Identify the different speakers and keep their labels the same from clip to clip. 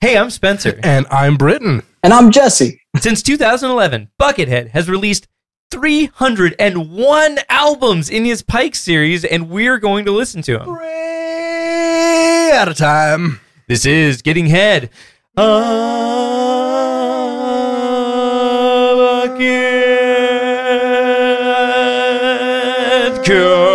Speaker 1: Hey, I'm Spencer.
Speaker 2: And I'm Britain.
Speaker 3: And I'm Jesse.
Speaker 1: Since 2011, Buckethead has released 301 albums in his Pike series, and we're going to listen to them.
Speaker 2: Way out of time.
Speaker 1: This is Getting Head. A Buckethead Cast.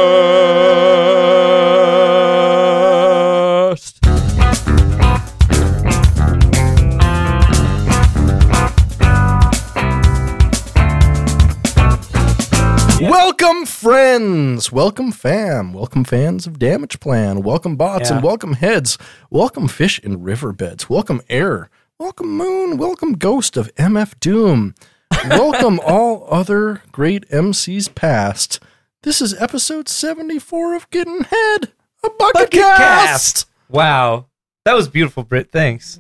Speaker 2: Welcome, friends. Welcome, fam. Welcome, fans of Damage Plan. Welcome, bots
Speaker 1: Yeah.
Speaker 2: and welcome heads. Welcome, fish in riverbeds. Welcome, air. Welcome, moon. Welcome, ghost of MF Doom. Welcome, all other great MCs past. This is episode 74 of Getting Head, a bucket, cast.
Speaker 1: Wow, that was beautiful, Brit. Thanks.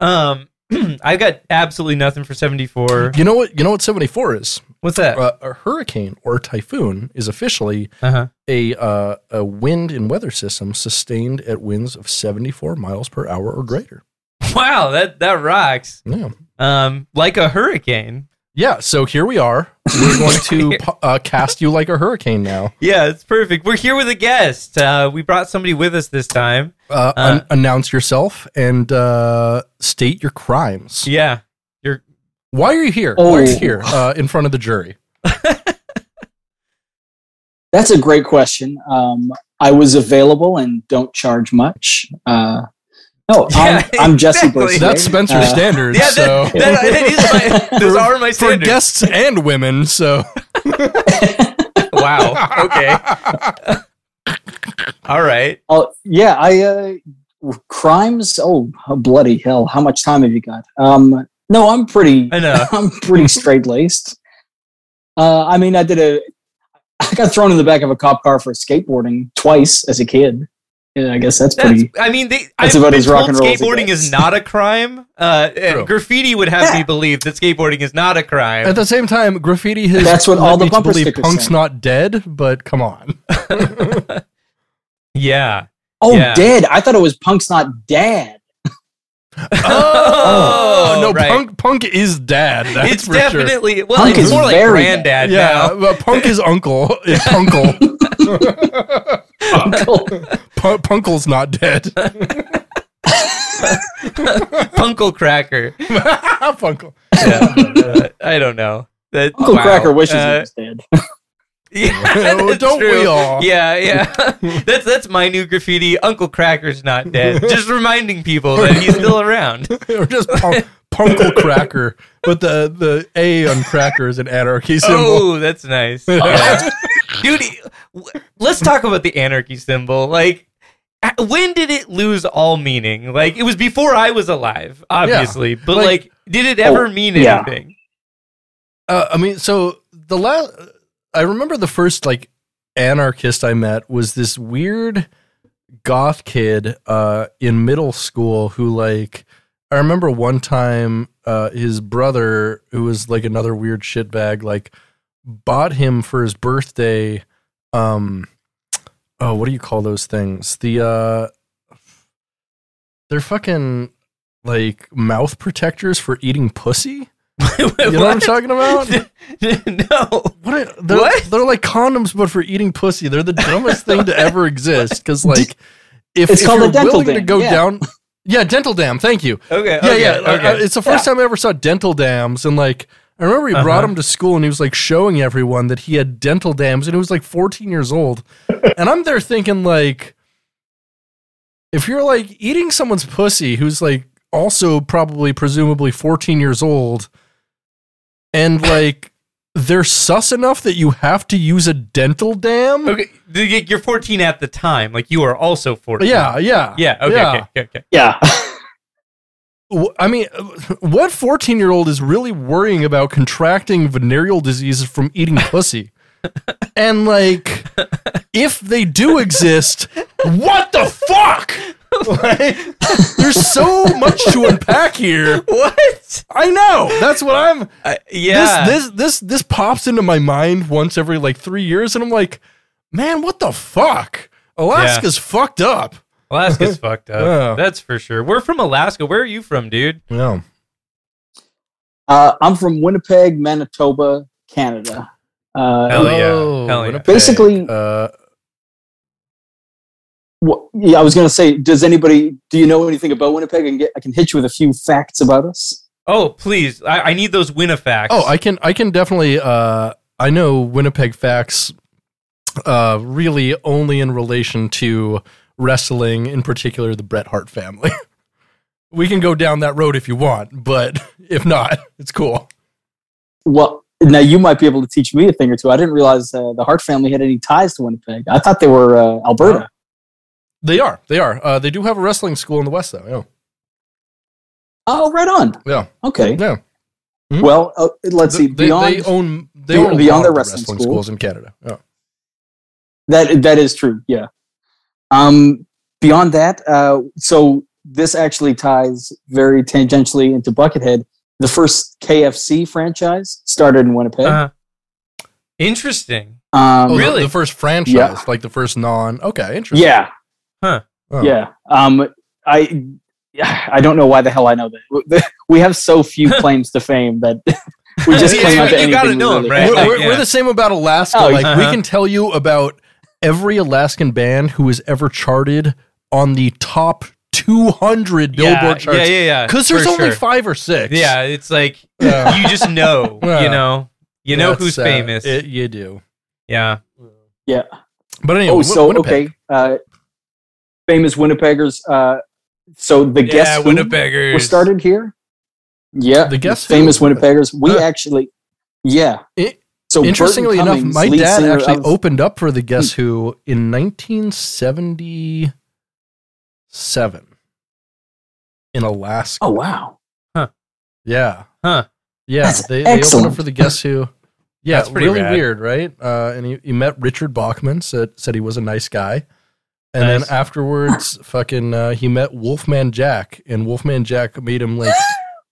Speaker 1: Um, I got absolutely nothing for seventy four.
Speaker 2: You know what? You know what 74 is?
Speaker 1: What's that?
Speaker 2: Uh, a hurricane or typhoon is officially
Speaker 1: Uh-huh.
Speaker 2: a uh, a wind and weather system sustained at winds of 74 miles per hour or greater.
Speaker 1: Wow, that that rocks.
Speaker 2: Yeah.
Speaker 1: Um, like a hurricane.
Speaker 2: Yeah, so here we are. We're going to po- uh, cast you like a hurricane now.
Speaker 1: Yeah, it's perfect. We're here with a guest. Uh, we brought somebody with us this time.
Speaker 2: Uh, an- announce yourself and uh, state your crimes.
Speaker 1: Yeah, you're.
Speaker 2: Why are you here? Why are
Speaker 1: Oh.
Speaker 2: you here uh, in front of the jury?
Speaker 3: That's a great question. Um, I was available and don't charge much. Uh, no,
Speaker 1: Yeah,
Speaker 3: I'm, I'm Jesse
Speaker 1: exactly.
Speaker 3: Bush.
Speaker 2: That's Spencer
Speaker 3: Uh,
Speaker 2: standards.
Speaker 1: Yeah, that,
Speaker 2: so
Speaker 1: that- that is my. Those are my
Speaker 2: for
Speaker 1: standards.
Speaker 2: guests and women, so
Speaker 1: Wow. Okay. All right.
Speaker 3: Oh, yeah, I uh, crimes. Oh, bloody hell! How much time have you got? Um, no, I'm pretty.
Speaker 1: I know.
Speaker 3: I'm pretty straight laced. Uh, I mean, I did a. I got thrown in the back of a cop car for skateboarding twice as a kid. Yeah, I guess that's
Speaker 1: That's,
Speaker 3: pretty.
Speaker 1: I mean, they,
Speaker 3: That's
Speaker 1: I've
Speaker 3: about
Speaker 1: been
Speaker 3: as rock
Speaker 1: told
Speaker 3: and roll as it
Speaker 1: Skateboarding
Speaker 3: gets.
Speaker 1: is not a crime. Uh, and
Speaker 2: True.
Speaker 1: graffiti would have
Speaker 3: Yeah.
Speaker 1: me believe that skateboarding is not a crime.
Speaker 2: At the same time, graffiti has
Speaker 3: That's what
Speaker 2: led
Speaker 3: all the
Speaker 2: me to
Speaker 3: bumper
Speaker 2: believe
Speaker 3: stickers
Speaker 2: punk's
Speaker 3: say.
Speaker 2: not dead, but come on.
Speaker 1: yeah.
Speaker 3: Oh,
Speaker 1: yeah.
Speaker 3: dead! I thought it was Punk's not dad.
Speaker 1: Oh,
Speaker 2: no,
Speaker 1: right.
Speaker 2: punk punk is dad. That's
Speaker 1: it's
Speaker 2: for sure.
Speaker 1: definitely well,
Speaker 3: Punk
Speaker 1: it's
Speaker 3: is
Speaker 1: more like
Speaker 3: very
Speaker 1: granddad
Speaker 2: Yeah,
Speaker 1: now.
Speaker 2: but punk is uncle. Is punkle. Punk, punkle's not dead.
Speaker 1: Punkle Cracker.
Speaker 2: punkle.
Speaker 1: Yeah. Uh, I don't know. That,
Speaker 3: Uncle
Speaker 1: wow.
Speaker 3: Cracker wishes he
Speaker 1: Uh,
Speaker 3: was dead.
Speaker 1: yeah,
Speaker 2: Oh,
Speaker 1: that's
Speaker 2: don't we
Speaker 1: true.
Speaker 2: all?
Speaker 1: Yeah, yeah. that's that's my new graffiti. Uncle Cracker's not dead. Just reminding people that he's still around.
Speaker 2: Or just punk, punkle cracker. But the the A on cracker is an anarchy symbol.
Speaker 1: Oh, that's nice. Yeah. Dude, w- let's talk about the anarchy symbol. Like, a- when did it lose all meaning? Like, it was before I was alive, obviously, but like,
Speaker 2: Like-
Speaker 1: did it ever
Speaker 3: Oh,
Speaker 1: mean
Speaker 3: yeah.
Speaker 1: anything?
Speaker 2: Uh, I mean, so the last I remember the first like anarchist I met was this weird goth kid uh, in middle school who like I remember one time uh, his brother who was like another weird shitbag like bought him for his birthday um oh what do you call those things the uh they're fucking like mouth protectors for eating pussy you know what i'm talking about
Speaker 1: no.
Speaker 2: what? Are, they're,
Speaker 1: What?
Speaker 2: They're like condoms, but for eating pussy. They're the dumbest thing to ever exist. Because like, if,
Speaker 3: It's
Speaker 2: if
Speaker 3: called a
Speaker 2: you're
Speaker 3: dental
Speaker 2: willing to
Speaker 3: dam,
Speaker 2: go
Speaker 3: yeah.
Speaker 2: down, yeah, dental dam. Thank you.
Speaker 1: Okay.
Speaker 2: Yeah,
Speaker 1: okay,
Speaker 2: yeah.
Speaker 1: Okay.
Speaker 2: uh, uh, it's the first time I ever saw dental dams, and like, I remember he brought
Speaker 1: Uh-huh.
Speaker 2: him to school, and he was like showing everyone that he had dental dams, and he was like 14 years old, and I'm there thinking like, if you're like eating someone's pussy, who's like also probably presumably 14 years old, and like. They're sus enough that you have to use a dental dam.
Speaker 1: okay. you- You're 14 at the time. Like, you are also 14.
Speaker 2: Yeah, yeah,
Speaker 1: Yeah. Okay.
Speaker 2: yeah.
Speaker 1: Okay. Okay. okay.
Speaker 3: Yeah.
Speaker 2: Wh- I mean, uh, what 14 year old is really worrying about contracting venereal diseases from eating pussy? And, like, if they do exist, what the fuck? Like, there's so much to unpack here.
Speaker 1: What?
Speaker 2: I know. That's what I'm.
Speaker 1: Uh, yeah.
Speaker 2: This, this, this, this pops into my mind once every, like, three years. And I'm like, man, what the fuck? Alaska's fucked up.
Speaker 1: Alaska's fucked up.
Speaker 2: Yeah.
Speaker 1: That's for sure. We're from Alaska. Where are you from, dude?
Speaker 2: No.
Speaker 3: Uh, I'm from Winnipeg, Manitoba, Canada. Uh,
Speaker 1: Hell yeah.
Speaker 2: Oh,
Speaker 1: Hell yeah.
Speaker 2: Winnipeg.
Speaker 3: Basically-
Speaker 2: uh,
Speaker 3: wh- yeah, I was going to say, does anybody do you know anything about Winnipeg? I can, get, I can hit you with a few facts about us.
Speaker 1: Oh, please. I, I need those Winnifacts.
Speaker 2: oh, I can I can definitely uh, I know Winnipeg facts uh, really only in relation to wrestling, in particular the Bret Hart family. we can go down that road if you want, but if not, it's cool.
Speaker 3: Well, now you might be able to teach me a thing or two. I didn't realize uh, the Hart family had any ties to Winnipeg. I thought they were uh, Alberta.
Speaker 2: They are. They are. Uh, they do have a wrestling school in the West, though.
Speaker 3: Oh, right on.
Speaker 2: Yeah.
Speaker 3: Okay.
Speaker 2: Yeah. yeah. Mhm.
Speaker 3: Well, uh, let's
Speaker 2: They-
Speaker 3: see. Beyond
Speaker 2: they, they own they
Speaker 3: Be-
Speaker 2: own a
Speaker 3: beyond
Speaker 2: lot
Speaker 3: their
Speaker 2: of the
Speaker 3: wrestling school.
Speaker 2: schools in Canada. Yeah.
Speaker 3: That that is true. Yeah. Um. Beyond that, uh, so this actually ties very tangentially into Buckethead. The first KFC franchise started in Winnipeg.
Speaker 1: Uh, interesting.
Speaker 3: um,
Speaker 2: Oh, the-
Speaker 1: Really?
Speaker 2: The, first franchise,
Speaker 3: Yeah.
Speaker 2: like the first non. Okay, interesting.
Speaker 3: Yeah.
Speaker 1: Huh.
Speaker 2: Oh.
Speaker 3: Yeah. Um. I. I don't know why the hell I know that. We have so few claims to fame that we just
Speaker 1: You-
Speaker 3: claim onto
Speaker 1: you
Speaker 3: anything.
Speaker 1: gotta
Speaker 3: we
Speaker 1: know 'em, right?
Speaker 3: really-
Speaker 2: We're,
Speaker 1: Like,
Speaker 2: we're- we're
Speaker 1: yeah.
Speaker 2: the same about Alaska.
Speaker 3: Oh,
Speaker 2: like we
Speaker 1: uh-huh.
Speaker 2: can tell you about every Alaskan band who has ever charted on the top 200 Billboard
Speaker 1: yeah, yeah,
Speaker 2: charts.
Speaker 1: yeah, yeah.
Speaker 2: Because
Speaker 1: for
Speaker 2: there's only
Speaker 1: sure.
Speaker 2: five or six.
Speaker 1: Yeah, it's like
Speaker 2: Yeah.
Speaker 1: you just know,
Speaker 2: Yeah.
Speaker 1: you know, you know
Speaker 2: That's,
Speaker 1: who's
Speaker 2: uh,
Speaker 1: famous.
Speaker 2: it- you do.
Speaker 1: yeah.
Speaker 3: Yeah.
Speaker 2: But anyway,
Speaker 3: Oh,
Speaker 2: Win-
Speaker 3: so
Speaker 2: Winnipeg.
Speaker 3: okay. Uh, famous Winnipeggers. Uh, so the
Speaker 1: yeah,
Speaker 3: guest
Speaker 1: Winnipeggers.
Speaker 3: were started here. Yeah,
Speaker 2: The Guess Who.
Speaker 3: famous Winnipeggers. We
Speaker 1: Uh,
Speaker 2: Huh.
Speaker 3: actually, yeah.
Speaker 2: It-
Speaker 3: so Burton
Speaker 2: Interestingly enough,
Speaker 3: Cummings,
Speaker 2: my
Speaker 3: lead
Speaker 2: dad
Speaker 3: singer
Speaker 2: actually
Speaker 3: of- Hmm.
Speaker 2: opened up for the Guess Who in 1977 in Alaska.
Speaker 3: Oh wow!
Speaker 2: Yeah.
Speaker 1: Huh.
Speaker 2: Yeah.
Speaker 3: That's
Speaker 2: they they opened up
Speaker 3: excellent.
Speaker 2: for the Guess Who. Yeah,
Speaker 1: That's pretty
Speaker 2: really
Speaker 1: rad.
Speaker 2: weird, right? Uh, and he, he met Richard Bachman, said said he was a nice guy, and
Speaker 1: Nice.
Speaker 2: then afterwards, fucking, uh, he met Wolfman Jack, and Wolfman Jack made him like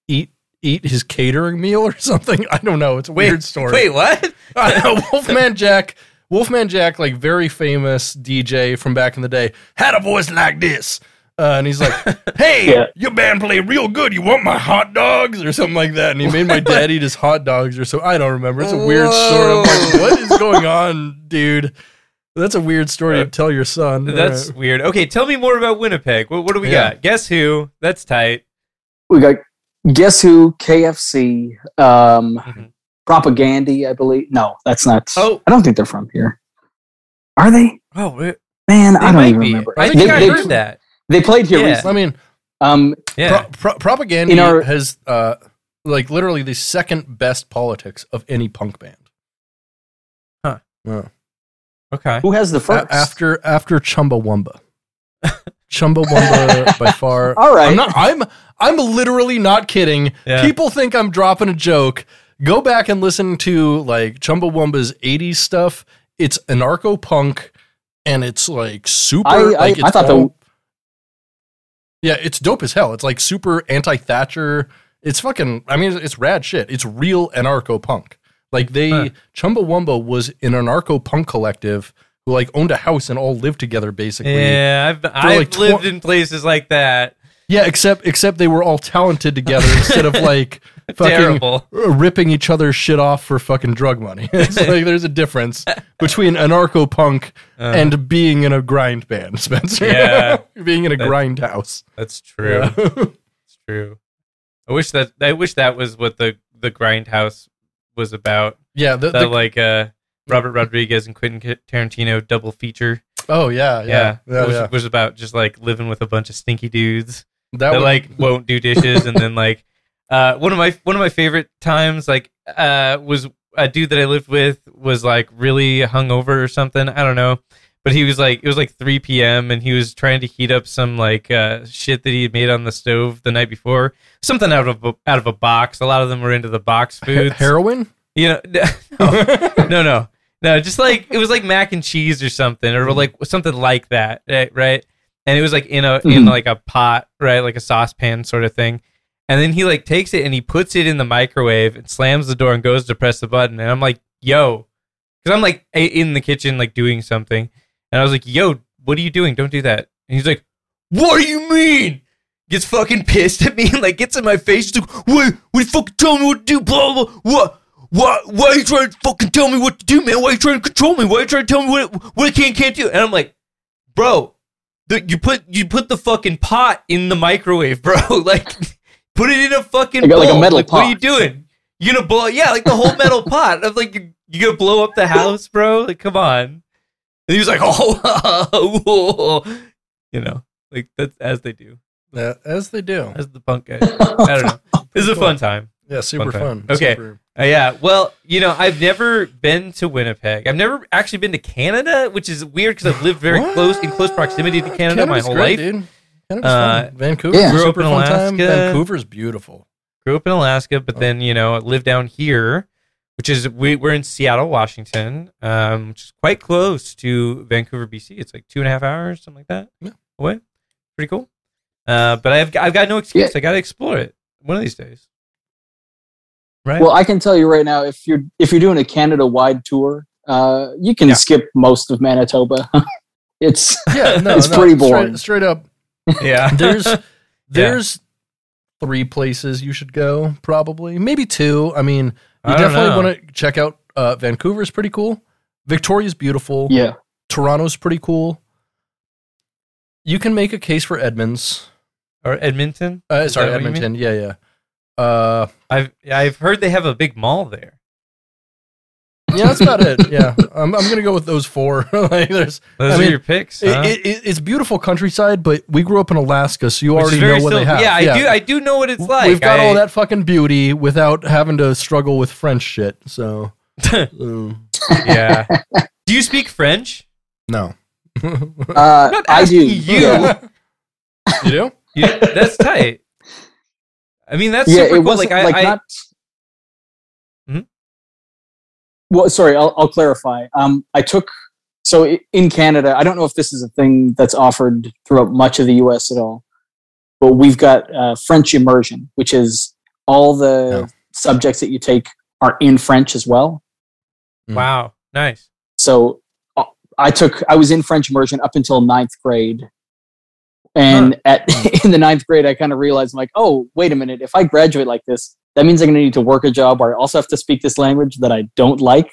Speaker 2: eat eat his catering meal or something. I don't know. It's a
Speaker 1: Wait,
Speaker 2: weird story.
Speaker 1: Wait, what?
Speaker 2: I know, Wolfman Jack, Wolfman Jack, like very famous DJ from back in the day, had a voice like this. Uh, and he's like, "Hey,
Speaker 3: Yeah.
Speaker 2: your band play real good. You want my hot dogs or something like that?" And he made my dad eat his hot dogs or so. I don't remember. It's a weird story. I'm like,
Speaker 1: Whoa.
Speaker 2: "What is going on, dude?" That's a weird story to tell your son.
Speaker 1: Uh, That's
Speaker 2: All
Speaker 1: weird. Okay, tell me more about Winnipeg. What, what do we
Speaker 2: Yeah.
Speaker 1: got? Guess who? That's tight.
Speaker 3: We got guess who? KFC, um,
Speaker 1: Mhm.
Speaker 3: Propaganda, I believe. No, that's not.
Speaker 1: Oh.
Speaker 3: I don't think they're from here. Are they?
Speaker 1: Oh, wait,
Speaker 3: Man,
Speaker 1: they
Speaker 3: I don't
Speaker 1: might
Speaker 3: even
Speaker 1: be.
Speaker 3: remember.
Speaker 1: I
Speaker 2: They-
Speaker 1: think I
Speaker 2: they-
Speaker 1: heard that.
Speaker 3: They played here
Speaker 1: Yeah.
Speaker 3: recently.
Speaker 2: right. I mean,
Speaker 3: Um,
Speaker 1: Yeah.
Speaker 2: Pro- pro- propaganda
Speaker 3: In our-
Speaker 2: has uh, like literally the second best politics of any punk band.
Speaker 1: Huh.
Speaker 2: Yeah.
Speaker 1: okay.
Speaker 3: who has the
Speaker 2: A-
Speaker 3: first?
Speaker 2: after after Chumbawamba. Chumbawamba by far.
Speaker 3: All right.
Speaker 2: I'm not I'm I'm literally not kidding.
Speaker 1: Yeah.
Speaker 2: People think I'm dropping a joke. Go back and listen to like Chumbawamba's 80s stuff. It's anarcho punk and it's like super
Speaker 3: I- I-
Speaker 2: like it's
Speaker 3: I thought the-
Speaker 2: Yeah, it's dope as hell. It's like super anti Thatcher. It's fucking I mean it's rad shit. It's real anarcho punk. Like they
Speaker 1: Huh.
Speaker 2: Chumbawamba was an anarcho punk collective who like owned a house and all lived together basically.
Speaker 1: Yeah, I've, I've
Speaker 2: like, tw-
Speaker 1: lived in places like that.
Speaker 2: Yeah, except except they were all talented together instead of like fucking
Speaker 1: Terrible.
Speaker 2: ripping each other's shit off for fucking drug money. it's like there's a difference between anarcho punk
Speaker 1: Uh,
Speaker 2: and being in a grind band, Spencer.
Speaker 1: Yeah.
Speaker 2: being in a
Speaker 1: That-
Speaker 2: grind house.
Speaker 1: Oh, that's true. It's true. I wish that I wish that was what the the grindhouse was about.
Speaker 2: yeah the,
Speaker 1: That
Speaker 2: the-
Speaker 1: like uh Robert Rodriguez and Quentin Ca- Tarantino double feature.
Speaker 2: oh yeah,
Speaker 1: Yeah.
Speaker 2: yeah, yeah,
Speaker 1: was,
Speaker 2: yeah.
Speaker 1: was about just like living with a bunch of stinky dudes
Speaker 2: That
Speaker 1: that,
Speaker 2: would-
Speaker 1: like won't do dishes and then like uh one of my one of my favorite times like uh was a dude that I lived with was like really hungover or something. I don't know. But he was like it was like 3 p.m. and he was trying to heat up some like uh shit that he had made on the stove the night before. Something out of a, out of a box. A lot of them were into the box
Speaker 2: he-
Speaker 1: foods.
Speaker 2: heroin.
Speaker 1: You know, no, no, no. Just like it was like mac and cheese or something, or like something like that, right? right? And it was like in a in
Speaker 3: Mhm.
Speaker 1: like a pot, right? Like a saucepan sort of thing. And then he like takes it and he puts it in the microwave and slams the door and goes to press the button. And I'm like, yo, because I'm like a- in the kitchen like doing something, and I was like, yo, what are you doing? Don't do that. And he's like, what do you mean? Gets fucking pissed at me and like gets in my face. He's like, wait, what you fucking tell me what to do? Blah, blah, blah. What? Why, why are you trying to fucking tell me what to do, man? Why are you trying to control me? Why are you trying to tell me what, what I can and can't do? And I'm like, bro, the, you put you put the fucking pot in the microwave, bro. like, put it in a fucking
Speaker 3: I got, like, a
Speaker 1: bowl.
Speaker 3: metal
Speaker 1: What are
Speaker 3: pot.
Speaker 1: you doing? You gonna blow? Yeah, like the whole metal pot. I'm like, you, you gonna blow up the house, bro? Like, come on. And he was like, oh, whoa." you know, like that's as they do,
Speaker 2: Uh, as they do.
Speaker 1: as the punk guys. I don't know. This is a fun time.
Speaker 2: Yeah, super
Speaker 1: Okay.
Speaker 2: fun.
Speaker 1: Okay.
Speaker 2: Super-
Speaker 1: Uh, yeah. Well, you know, I've never been to Winnipeg. I've never actually been to Canada, which is weird because I've lived very close in close proximity to Canada my
Speaker 2: Canada's
Speaker 1: whole
Speaker 2: great,
Speaker 1: life.
Speaker 2: Dude. Canada's
Speaker 1: Uh,
Speaker 2: fun. Vancouver,
Speaker 3: Yeah.
Speaker 1: Grew up
Speaker 2: super
Speaker 1: in
Speaker 2: fun time.
Speaker 1: Alaska.
Speaker 2: Vancouver's beautiful.
Speaker 1: Grew up in Alaska, but then you know, live down here, which is we, we're in Seattle, Washington, um, which is quite close to Vancouver, BC. It's like two and a half hours, something like that.
Speaker 2: Yeah.
Speaker 1: Away. Pretty cool. Uh, but I've I've got no excuse.
Speaker 3: Yeah.
Speaker 1: I got to explore it one of these days.
Speaker 3: Well, I can tell you right now, if you're if you're doing a Canada wide tour, uh, you can
Speaker 1: Yeah.
Speaker 3: skip most of Manitoba. it's
Speaker 2: Yeah, no,
Speaker 3: It's
Speaker 2: no,
Speaker 3: pretty
Speaker 2: straight-
Speaker 3: boring.
Speaker 2: Straight, up,
Speaker 1: Yeah.
Speaker 2: there's there's three places you should go, probably maybe two. I mean, you
Speaker 1: I don't
Speaker 2: definitely
Speaker 1: know.
Speaker 2: want to check out uh, Vancouver's pretty cool. Victoria's beautiful.
Speaker 3: yeah,
Speaker 2: Toronto's pretty cool. You can make a case for Edmonds.
Speaker 1: or Edmonton.
Speaker 2: Uh,
Speaker 1: Is
Speaker 2: sorry,
Speaker 1: that what you mean?
Speaker 2: Edmonton. Yeah, yeah. Uh,
Speaker 1: I've I've heard they have a big mall there.
Speaker 2: yeah, that's about it. Yeah, I'm, I'm gonna go with those four. like, there's
Speaker 1: Those
Speaker 2: I
Speaker 1: are
Speaker 2: mean,
Speaker 1: your picks.
Speaker 2: It-
Speaker 1: huh?
Speaker 2: it, it, it's beautiful countryside, but we grew up in Alaska, so you
Speaker 1: Which is
Speaker 2: already
Speaker 1: very
Speaker 2: know what they
Speaker 1: sil-
Speaker 2: have.
Speaker 1: Yeah, I do. I do know what it's like.
Speaker 2: We've got
Speaker 1: I-
Speaker 2: all that fucking beauty without having to struggle with French shit. So um,
Speaker 1: yeah. Do you speak French?
Speaker 2: no, you
Speaker 3: uh,
Speaker 1: not
Speaker 3: I do.
Speaker 1: asking you.
Speaker 3: Yeah.
Speaker 2: do?
Speaker 1: You- that's tight. I mean, that's
Speaker 3: yeah,
Speaker 1: super
Speaker 3: it
Speaker 1: cool.
Speaker 3: wasn't
Speaker 1: Like,
Speaker 3: like,
Speaker 1: I, I
Speaker 3: not.
Speaker 1: Hmm?
Speaker 3: Well, sorry, I'll, I'll clarify. Um, I took so i- in Canada. I don't know if this is a thing that's offered throughout much of the U.S. at all, but we've got uh, French immersion, which is all the
Speaker 2: Oh.
Speaker 3: subjects that you take are in French as well.
Speaker 1: Mm. wow, nice.
Speaker 3: So uh, I took I was in French immersion up until ninth grade. And at in the ninth grade, I kind of realized I'm like, oh, wait a minute. If I graduate like this, that means I'm going to need to work a job where I also have to speak this language that I don't like.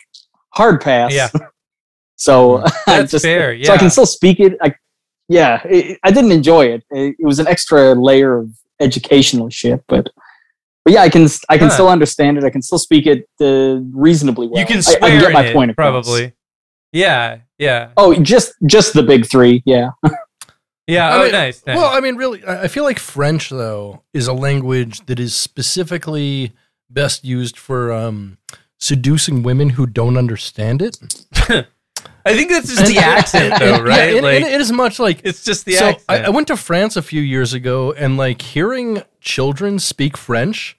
Speaker 3: Hard pass.
Speaker 1: Yeah. Hmm.
Speaker 3: so I
Speaker 1: That's
Speaker 3: just
Speaker 1: fair. Yeah.
Speaker 3: so I can still speak it. I, yeah, it, I didn't enjoy it. it. It was an extra layer of educational shit, but but yeah, I can I can
Speaker 1: Huh.
Speaker 3: still understand it. I can still speak it uh, reasonably well.
Speaker 1: you
Speaker 3: I-
Speaker 1: can
Speaker 3: I,
Speaker 1: swear
Speaker 3: can get
Speaker 1: in
Speaker 3: my
Speaker 1: it,
Speaker 3: point across.
Speaker 1: probably. Yeah. Yeah.
Speaker 3: Oh, just just the big three. Yeah.
Speaker 1: Yeah.
Speaker 2: I
Speaker 1: Oh,
Speaker 2: mean,
Speaker 1: nice. nice.
Speaker 2: Well, I mean, really, I I feel like French though is a language that is specifically best used for um, seducing women who don't understand it.
Speaker 1: I think that's just
Speaker 2: And-
Speaker 1: the accent,
Speaker 2: Yeah,
Speaker 1: though, right?
Speaker 2: it-
Speaker 1: like,
Speaker 2: it- it is much like
Speaker 1: it's just the
Speaker 2: so
Speaker 1: accent.
Speaker 2: I, I went to France a few years ago, and like hearing children speak French,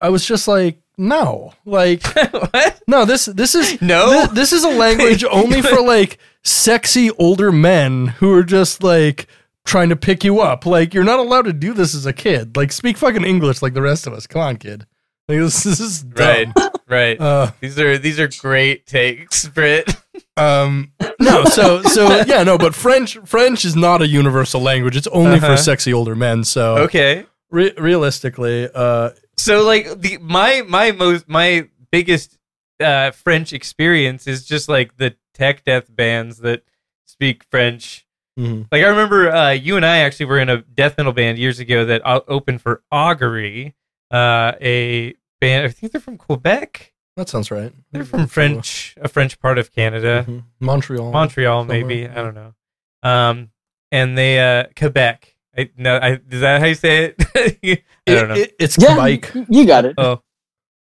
Speaker 2: I was just like, no, like
Speaker 1: what?
Speaker 2: no, this this is
Speaker 1: No.
Speaker 2: thi- this, is a language only for like sexy older men who are just like trying to pick you up. Like you're not allowed to do this as a kid. Like speak fucking English like the rest of us. Come on, kid. Like this, this is dumb.
Speaker 1: Right. Right.
Speaker 2: Uh,
Speaker 1: these are these are great takes, Britt.
Speaker 2: Um, no, so so yeah, no, but French French is not a universal language. It's only
Speaker 1: Uh-huh.
Speaker 2: for sexy older men. So
Speaker 1: Okay.
Speaker 2: re- realistically, uh,
Speaker 1: So like the my my most my biggest uh, French experience is just like the tech death bands that speak French.
Speaker 2: mhm.
Speaker 1: Like I remember uh, you and I actually were in a death metal band years ago that o- opened for Augury, uh, a band. I think they're from Quebec.
Speaker 2: that sounds right.
Speaker 1: They're from French, a French part of Canada,
Speaker 2: Mhm. Montreal.
Speaker 1: Montreal maybe. I don't know. Um, and they uh, Quebec. I, no, I, is that how you say it? I don't know.
Speaker 2: It- it- it's
Speaker 3: Yeah.
Speaker 2: Quebec.
Speaker 3: y- You got it.
Speaker 1: oh,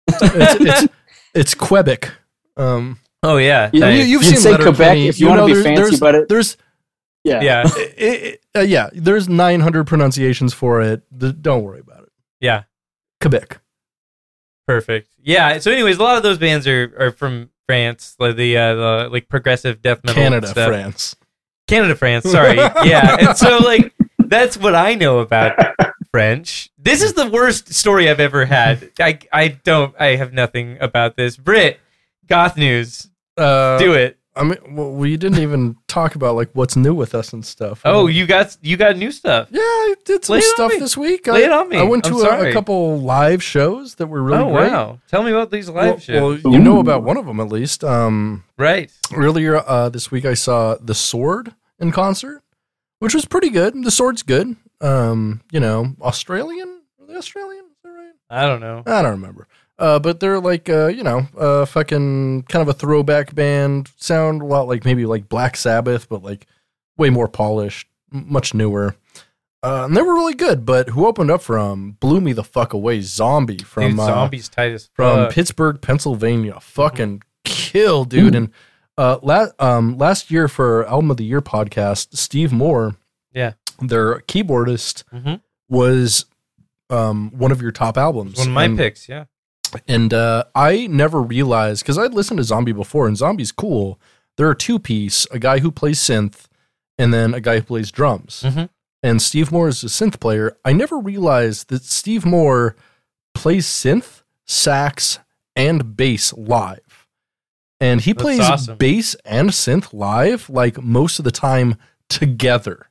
Speaker 2: it's, it's it's Quebec. Um,
Speaker 1: oh yeah.
Speaker 3: You-
Speaker 1: nice.
Speaker 2: you, you've
Speaker 3: You'd
Speaker 2: seen
Speaker 3: say
Speaker 2: Letterkenny.
Speaker 3: Quebec if you wanna
Speaker 2: know
Speaker 3: be
Speaker 2: there's-
Speaker 3: fancy
Speaker 2: there's,
Speaker 3: about it.
Speaker 2: There's
Speaker 3: yeah.
Speaker 1: yeah.
Speaker 2: it, it, uh, yeah, there's 900 pronunciations for it. Th- don't worry about it.
Speaker 1: Yeah.
Speaker 2: Quebec.
Speaker 1: Perfect. Yeah. So, anyways, a lot of those bands are, are from France, like the uh, the like progressive death metal
Speaker 2: Canada,
Speaker 1: stuff.
Speaker 2: France.
Speaker 1: Canada, France. Sorry. yeah. And so, like, that's what I know about French. This is the worst story I've ever had. I I don't. I have nothing about this. Brit, goth news.
Speaker 2: Uh,
Speaker 1: Do it.
Speaker 2: I mean, well, we didn't even talk about like what's new with us and stuff.
Speaker 1: Oh, you got you got new stuff.
Speaker 2: yeah, I did some
Speaker 1: Lay it on
Speaker 2: stuff
Speaker 1: me.
Speaker 2: this week.
Speaker 1: Lay
Speaker 2: I,
Speaker 1: it on me.
Speaker 2: I went
Speaker 1: I'm
Speaker 2: to a,
Speaker 1: sorry.
Speaker 2: a couple live shows that were really
Speaker 1: oh
Speaker 2: great.
Speaker 1: wow! Tell me about these live
Speaker 2: Well,
Speaker 1: shows.
Speaker 2: well, you know
Speaker 3: Ooh.
Speaker 2: about one of them at least. Um,
Speaker 1: right?
Speaker 2: earlier uh, this week, I saw The Sword in concert, which was pretty good. The Sword's good. Um, you know, Australian? Are they Australian? Is that right?
Speaker 1: I don't know.
Speaker 2: I don't remember. Uh, but they're like, uh, you know, uh, fucking kind of a throwback band. Sound a lot like maybe like Black Sabbath, but like way more polished, m- much newer. Uh, and they were really good. But who opened up from blew me the fuck away. Zombie from
Speaker 1: dude,
Speaker 2: uh,
Speaker 1: zombies tight as
Speaker 2: from
Speaker 1: fuck.
Speaker 2: Pittsburgh, Pennsylvania. Fucking kill,
Speaker 1: Mm-hmm.
Speaker 2: dude. And uh, la- um, last year for our album of the year podcast, Steve Moore,
Speaker 1: Yeah.
Speaker 2: their keyboardist,
Speaker 1: Mhm.
Speaker 2: was um, one of your top albums.
Speaker 1: It's one of my
Speaker 2: and,
Speaker 1: picks. Yeah.
Speaker 2: and uh, I never realized because I'd listened to Zombie before, and Zombie's cool. They're a two piece: a guy who plays synth, and then a guy who plays drums.
Speaker 1: Mhm.
Speaker 2: And Steve Moore is a synth player. I never realized that Steve Moore plays synth, sax, and bass live. And he
Speaker 1: That's
Speaker 2: plays
Speaker 1: awesome.
Speaker 2: bass and synth live, like most of the time together.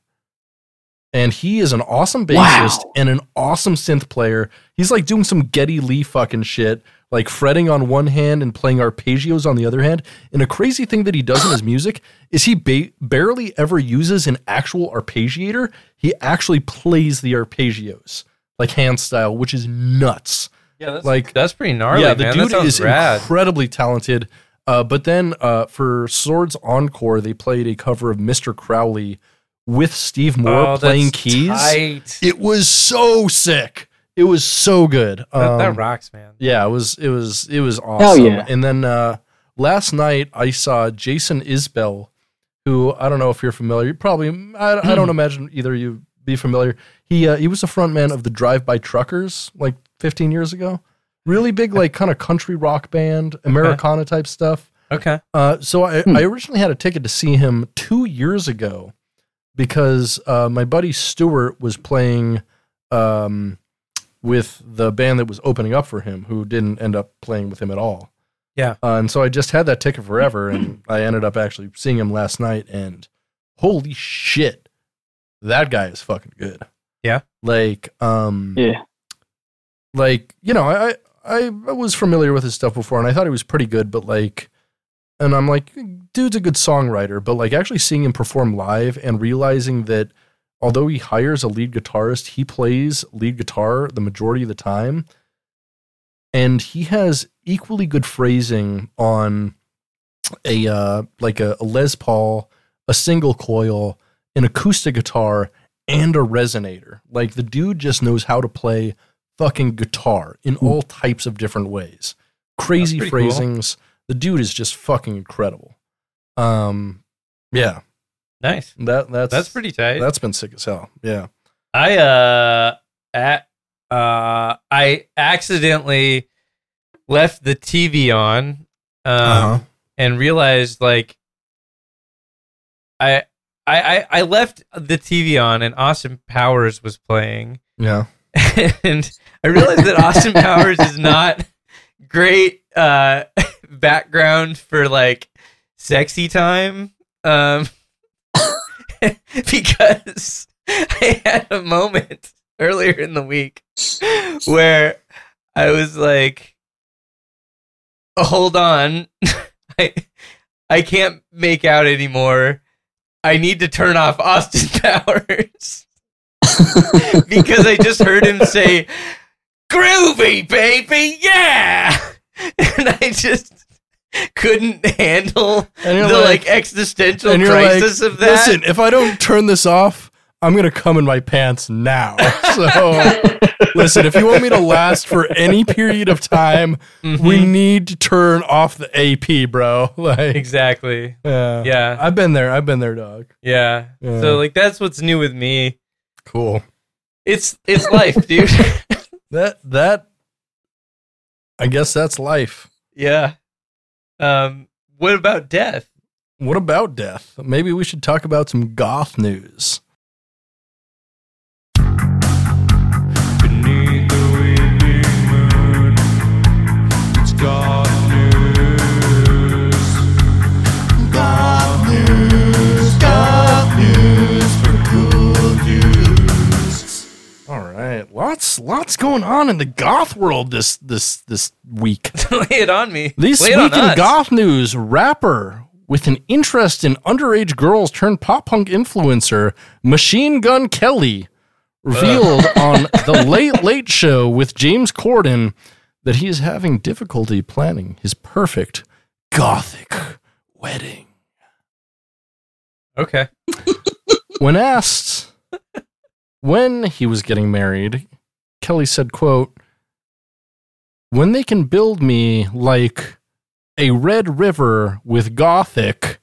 Speaker 2: And he is an awesome bassist
Speaker 3: Wow.
Speaker 2: and an awesome synth player. He's like doing some Getty Lee fucking shit, like fretting on one hand and playing arpeggios on the other hand. And a crazy thing that he does in his music is he ba- barely ever uses an actual arpeggiator. He actually plays the arpeggios, like hand style, which is nuts.
Speaker 1: Yeah. That's,
Speaker 2: like-
Speaker 1: that's pretty gnarly,
Speaker 2: yeah, the
Speaker 1: man. that
Speaker 2: dude
Speaker 1: sounds
Speaker 2: is
Speaker 1: rad.
Speaker 2: incredibly talented. Uh, but then uh, for Swords Encore, they played a cover of Mr. Crowley with Steve Moore
Speaker 1: Oh,
Speaker 2: playing
Speaker 1: that's
Speaker 2: keys.
Speaker 1: tight.
Speaker 2: It was so sick. It was so good.
Speaker 1: that, that
Speaker 2: Um,
Speaker 1: rocks, man.
Speaker 2: yeah, it was it was it was awesome.
Speaker 3: yeah.
Speaker 2: And then uh last night I saw Jason Isbell, who I don't know if you're familiar. You Probably I, I don't imagine either you be familiar. He uh, he was the frontman of the Drive By Truckers like 15 years ago. Really big like kind of country rock band, Americana type stuff.
Speaker 1: Okay.
Speaker 2: Uh, so I,
Speaker 3: Hmm.
Speaker 2: I originally had a ticket to see him two years ago because uh, my buddy Stuart was playing um, with the band that was opening up for him, who didn't end up playing with him at all.
Speaker 1: Yeah.
Speaker 2: Uh, and so I just had that ticket forever, and I ended up actually seeing him last night. And holy shit, that guy is fucking good.
Speaker 1: Yeah.
Speaker 2: Like, um,
Speaker 3: Yeah.
Speaker 2: like you know I, I i was familiar with his stuff before and i thought he was pretty good but like and i'm like dude's a good songwriter but like actually seeing him perform live and realizing that although he hires a lead guitarist he plays lead guitar the majority of the time and he has equally good phrasing on a uh like a, a les paul a single coil an acoustic guitar and a resonator like the dude just knows how to play fucking guitar in all types of different ways. Crazy
Speaker 1: Hmm. That's pretty cool.
Speaker 2: phrasings. The dude is just fucking incredible. Um, yeah,
Speaker 1: Nice.
Speaker 2: that that's
Speaker 1: That's pretty tight.
Speaker 2: That's been sick as hell. Yeah.
Speaker 1: I uh, a- uh, I accidentally left the TV on, um,
Speaker 2: Uh-huh.
Speaker 1: and realized like I, I I I left the TV on, and Austin Powers was playing,
Speaker 2: Yeah.
Speaker 1: and I realized that Austin Powers is not great uh, background for like sexy time, um, because I had a moment earlier in the week where I was like, "Oh, "Hold on, I I can't make out anymore. I need to turn off Austin Powers." because I just heard him say, "Groovy, baby, yeah," and I just couldn't handle
Speaker 2: And
Speaker 1: the
Speaker 2: you're
Speaker 1: like,
Speaker 2: like,
Speaker 1: existential
Speaker 2: and you're
Speaker 1: crisis of that.
Speaker 2: listen, if I don't turn this off, I'm gonna come in my pants now. So listen, if you want me to last for any period of time,
Speaker 1: Mhm.
Speaker 2: we need to turn off the AP, bro. Like,
Speaker 1: exactly,
Speaker 2: yeah.
Speaker 1: yeah,
Speaker 2: I've been there. I've been there, dog.
Speaker 1: yeah.
Speaker 2: Yeah.
Speaker 1: So like that's what's new with me.
Speaker 2: Cool.
Speaker 1: It's it's life, dude.
Speaker 2: That that I guess that's life.
Speaker 1: yeah. Um. What about death?
Speaker 2: What about death? Maybe we should talk about some goth news.
Speaker 4: Beneath the waving moon, it's God news. God
Speaker 2: going on in the goth world this this this week?
Speaker 1: Lay it on me.
Speaker 2: This
Speaker 1: Lay
Speaker 2: week
Speaker 1: it on
Speaker 2: in
Speaker 1: us.
Speaker 2: goth news, rapper with an interest in underage girls turned pop punk influencer Machine Gun Kelly revealed on the Late Late Show with James Corden that he is having difficulty planning his perfect gothic wedding.
Speaker 1: Okay.
Speaker 2: when asked when he was getting married kelly said quote when they can build me like a red river with gothic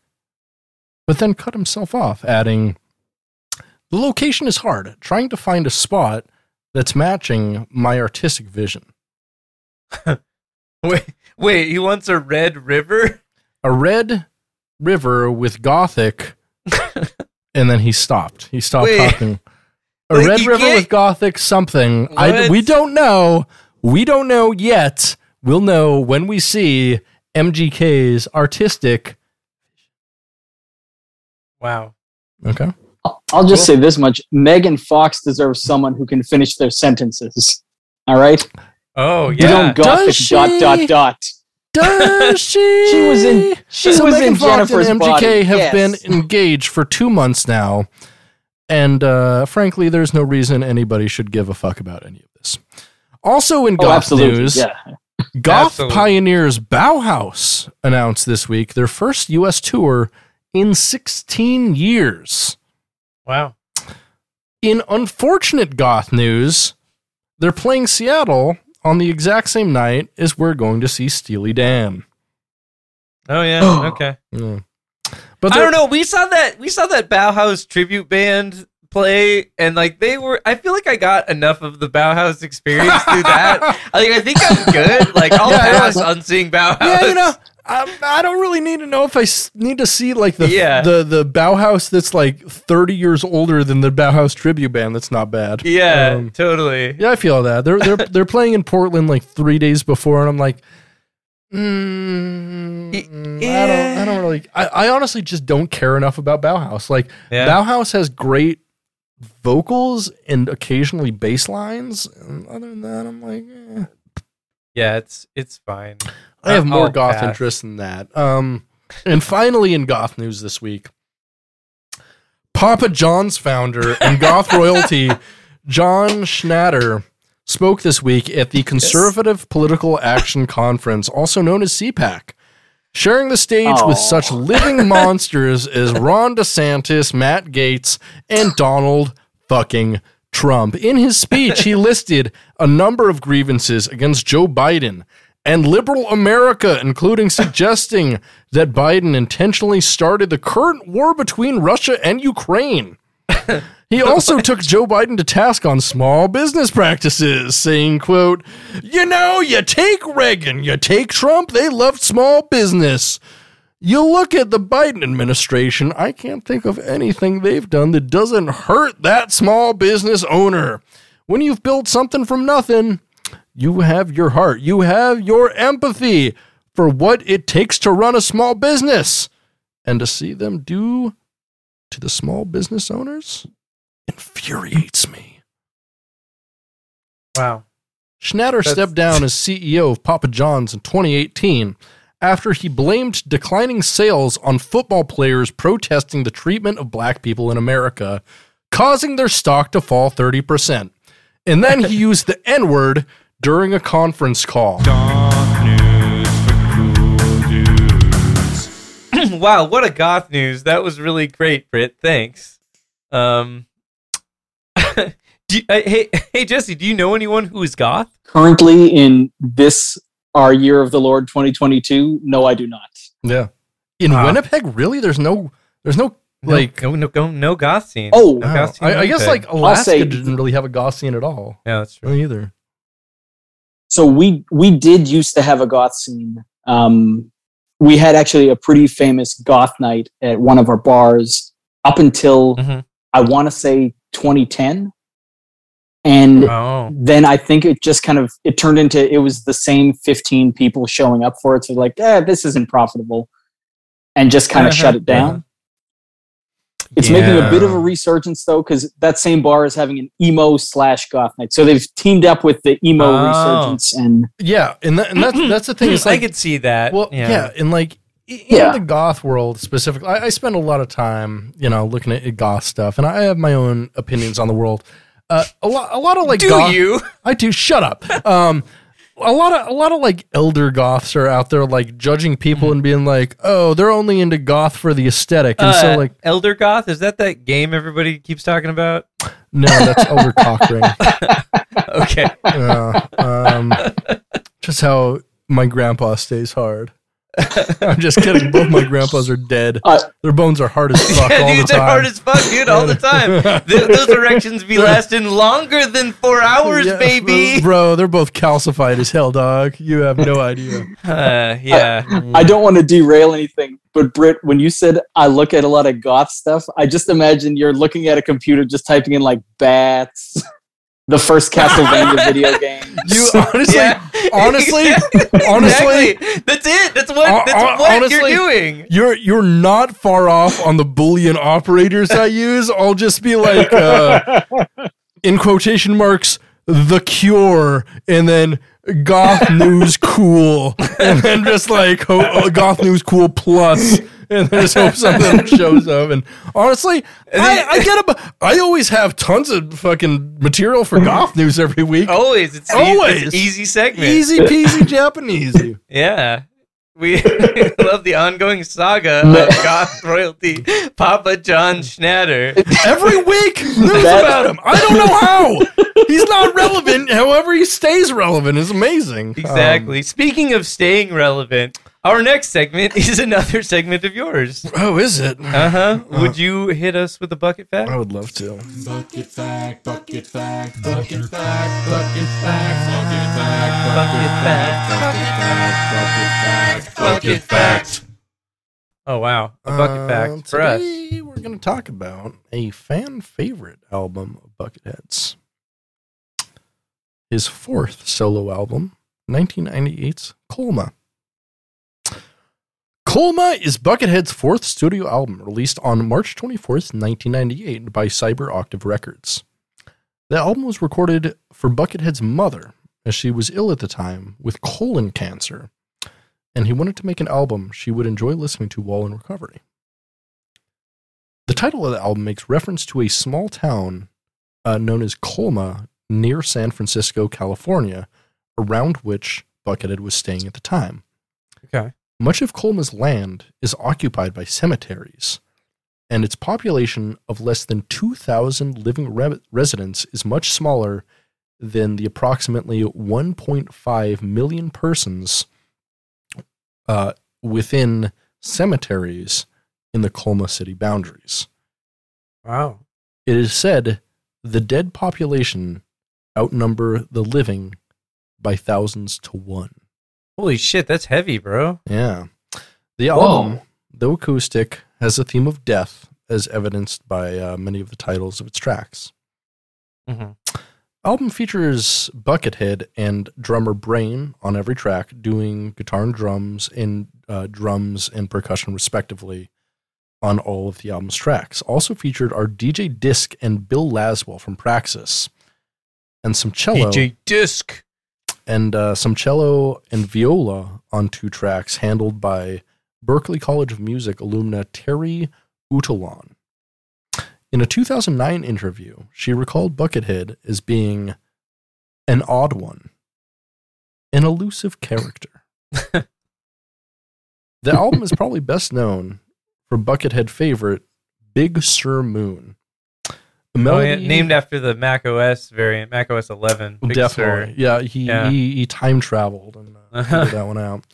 Speaker 2: but then cut himself off adding the location is hard trying to find a spot that's matching my artistic vision
Speaker 1: Wait, wait. He wants a red river.
Speaker 2: a red river with gothic and then he stopped he stopped
Speaker 1: Wait.
Speaker 2: talking a
Speaker 1: Wait,
Speaker 2: red
Speaker 1: you
Speaker 2: river
Speaker 1: can't-
Speaker 2: with gothic something I,
Speaker 1: What?
Speaker 2: we don't know we don't know yet we'll know when we see mgk's artistic
Speaker 1: Wow.
Speaker 2: okay
Speaker 3: I'll- I'll just
Speaker 1: Cool.
Speaker 3: say this much: Megan Fox deserves someone who can finish their sentences. All right,
Speaker 1: Oh
Speaker 3: you
Speaker 1: yeah.
Speaker 3: don't gothic
Speaker 2: Does
Speaker 3: dot
Speaker 2: she?
Speaker 3: dot dot.
Speaker 2: does she
Speaker 3: She was in. She
Speaker 2: so
Speaker 3: was
Speaker 2: Megan
Speaker 3: in
Speaker 2: Fox
Speaker 3: Jennifer's
Speaker 2: and MGK
Speaker 3: body.
Speaker 2: have
Speaker 3: Yes.
Speaker 2: been engaged for two months now, and uh, frankly, there's no reason anybody should give a fuck about any of this. Also, in
Speaker 3: Oh,
Speaker 2: goth
Speaker 3: absolutely.
Speaker 2: news,
Speaker 3: Yeah.
Speaker 2: goth
Speaker 1: Absolutely.
Speaker 2: pioneers Bauhaus announced this week their first U.S. tour in 16 years.
Speaker 1: Wow.
Speaker 2: In unfortunate goth news, they're playing Seattle on the exact same night as we're going to see Steely Dan.
Speaker 1: Oh yeah. Okay.
Speaker 2: Yeah. But
Speaker 1: I
Speaker 2: they're-
Speaker 1: don't know. We saw that. We saw that Bauhaus tribute band play, and like they were. I feel like I got enough of the Bauhaus experience through that. I think I think I'm good. Like I'll
Speaker 2: Yeah, yeah.
Speaker 1: pass on seeing Bauhaus.
Speaker 2: Yeah, you know, I, I don't really need to know if I s- need to see like the
Speaker 1: Yeah.
Speaker 2: the the Bauhaus that's like thirty years older than the Bauhaus tribute band. That's not bad.
Speaker 1: Yeah,
Speaker 2: Um,
Speaker 1: totally.
Speaker 2: yeah, I feel that they're they're they're playing in Portland like three days before, and I'm like, mm, I don't I don't really I, I honestly just don't care enough about Bauhaus. Like
Speaker 1: Yeah.
Speaker 2: Bauhaus has great vocals and occasionally bass lines. And other than that, I'm like, eh.
Speaker 1: yeah, it's it's fine.
Speaker 2: I have
Speaker 1: Uh,
Speaker 2: more
Speaker 1: oh,
Speaker 2: goth
Speaker 1: pass.
Speaker 2: interest than that. Um, and finally, in goth news this week, Papa John's founder and goth royalty John Schnatter spoke this week at the Conservative Political Action Conference, also known as CPAC, sharing the stage
Speaker 3: Aw.
Speaker 2: with such living monsters as Ron DeSantis, Matt Gates, and Donald fucking Trump. In his speech, he listed a number of grievances against Joe Biden and liberal America, including suggesting that Biden intentionally started the current war between Russia and Ukraine. He also took Joe Biden to task on small business practices, saying, quote, You know, you take Reagan, you take Trump, they loved small business. You look at the Biden administration, I can't think of anything they've done that doesn't hurt that small business owner. When you've built something from nothing, you have your heart, you have your empathy for what it takes to run a small business and to see them do to the small business owners infuriates me.
Speaker 1: Wow.
Speaker 2: Schnatter
Speaker 1: That's-
Speaker 2: stepped down as CEO of Papa John's in 2018 after he blamed declining sales on football players protesting the treatment of black people in America, causing their stock to fall 30%. And then he used the N word during a conference call.
Speaker 4: Dark news for cool dudes.
Speaker 1: wow, what a goth news. That was really great, Britt. Thanks. Um do you- uh, hey hey Jesse, do you know anyone who is goth?
Speaker 3: Currently in this our year of the Lord 2022. No, I do not.
Speaker 2: Yeah. In
Speaker 1: Wow.
Speaker 2: Winnipeg, really? There's no, there's no,
Speaker 1: No,
Speaker 2: like,
Speaker 1: no no, no, no goth scene.
Speaker 3: Oh,
Speaker 1: no goth scene in
Speaker 2: I, I guess
Speaker 1: Winnipeg.
Speaker 2: like Alaska
Speaker 3: say-
Speaker 2: didn't really have a goth scene at all.
Speaker 1: Yeah, that's true.
Speaker 2: Me either.
Speaker 3: so we we did used to have a goth scene. Um, we had actually a pretty famous goth night at one of our bars up until
Speaker 1: Mhm.
Speaker 2: Mm-hmm.
Speaker 3: I want to say 2010, and
Speaker 1: Oh.
Speaker 3: then I think it just kind of it turned into it was the same 15 people showing up for it. So like, eh, this isn't profitable, and just kind of
Speaker 1: Uh-huh,
Speaker 3: shut it down. It's making a
Speaker 1: Yeah.
Speaker 3: bit of a resurgence though, because that same bar is having an emo slash goth night. So they've teamed up with the emo
Speaker 1: Oh.
Speaker 3: resurgence and
Speaker 2: Yeah, and, that, and that's that's the thing. It's
Speaker 1: I
Speaker 2: like
Speaker 1: could see that.
Speaker 2: Well, yeah. and like i- in
Speaker 3: Yeah.
Speaker 2: the goth world specifically, I, I spend a lot of time, you know, looking at goth stuff, and I have my own opinions on the world. Uh, a lot, a lot of like
Speaker 1: Do
Speaker 2: goth-
Speaker 1: you?
Speaker 2: I do. Shut up. Um, a lot of a lot of like elder goths are out there like judging people and being like, oh, they're only into goth for the aesthetic, and so
Speaker 1: Uh,
Speaker 2: like,
Speaker 1: Elder Goth is that that game everybody keeps talking about?
Speaker 2: no, that's over cockering.
Speaker 1: Okay,
Speaker 2: Yeah, um, just how my grandpa stays hard. I'm just kidding. Both my grandpas are dead.
Speaker 3: Uh,
Speaker 2: Their bones are hard as fuck
Speaker 1: yeah,
Speaker 2: all the
Speaker 1: dude, they're
Speaker 2: time.
Speaker 1: hard as fuck, dude, all the time. Th- those erections be lasting longer than four hours,
Speaker 2: Yeah,
Speaker 1: baby.
Speaker 2: Bro, they're both calcified as hell, dog. You have no idea.
Speaker 1: Uh, yeah,
Speaker 3: I don't want to derail anything, but Britt, when you said I look at a lot of goth stuff, I just imagine you're looking at a computer just typing in like bats, the first Castlevania video game.
Speaker 2: You honestly,
Speaker 1: Yeah.
Speaker 2: honestly,
Speaker 1: Exactly.
Speaker 2: honestly,
Speaker 1: that's it. That's what.
Speaker 2: Hon-
Speaker 1: that's
Speaker 2: hon-
Speaker 1: what
Speaker 2: honestly-
Speaker 1: you're doing.
Speaker 2: you're you're not far off on the Boolean operators I use. I'll just be like, uh, in quotation marks, the cure, and then goth news cool, and then just like ho- uh, goth news cool plus, and then just hope something shows up. And honestly, I, I get ab- I always have tons of fucking material for goth news every week.
Speaker 1: Always. It's always
Speaker 2: Always.
Speaker 1: easy segment.
Speaker 2: Easy peasy Japanese.
Speaker 1: Yeah. We love the ongoing saga of goth royalty Papa John Schnatter.
Speaker 2: Every week, news
Speaker 3: That-
Speaker 2: about him. I don't know how. He's not relevant. However, he stays relevant is amazing.
Speaker 1: Exactly. Speaking of staying relevant, our next segment is another segment of yours.
Speaker 2: Um, oh, is it?
Speaker 1: Uh huh. Would you hit us with a bucket
Speaker 2: I
Speaker 1: fact?
Speaker 2: would love to.
Speaker 4: Bucket fact, bucket fact, bucket fact, bucket fact, bucket fact, bucket fact, bucket fact, bucket fact.
Speaker 1: Oh wow, a bucket
Speaker 2: Uh,
Speaker 1: fact for us.
Speaker 2: Today, we're going to talk about a fan favorite album of Bucketheads. His fourth solo album, 1998's Colma. Colma is Buckethead's fourth studio album, released on March 24th, 1998, by Cyber Octave Records. The album was recorded for Buckethead's mother, as she was ill at the time with colon cancer, and he wanted to make an album she would enjoy listening to while in recovery. The title of the album makes reference to a small town uh, known as Colma near San Francisco, California, around which Buckethead was staying at the time.
Speaker 1: Okay.
Speaker 2: Much of Colma's land is occupied by cemeteries, and its population of less than 2,000 living re- residents is much smaller than the approximately 1.5 million persons uh, within cemeteries in the Colma city boundaries.
Speaker 1: Wow.
Speaker 2: It is said the dead population outnumber the living by thousands to one.
Speaker 1: Holy shit, that's heavy, bro.
Speaker 2: Yeah. The
Speaker 3: Whoa.
Speaker 2: album, though acoustic, has a theme of death, as evidenced by uh, many of the titles of its tracks.
Speaker 1: Mhm.
Speaker 2: Album features Buckethead and drummer Brain on every track, doing guitar and drums and uh, drums and percussion respectively on all of the album's tracks. Also featured are DJ Disc and Bill Laswell from Praxis, and some cello
Speaker 1: DJ Disc.
Speaker 2: and uh, some cello and viola on two tracks handled by Berklee College of Music alumna Terry Utalon. In a 2009 interview, she recalled Buckethead as being an odd one, an elusive character. the album is probably best known for Buckethead favorite Big Sur Moon. The
Speaker 1: Oh, yeah,
Speaker 2: melody-
Speaker 1: named after the Mac OS variant, Mac OS 11. Big Sur.
Speaker 2: Definitely. Yeah, he,
Speaker 1: Yeah.
Speaker 2: he he time traveled and uh, figured that one out.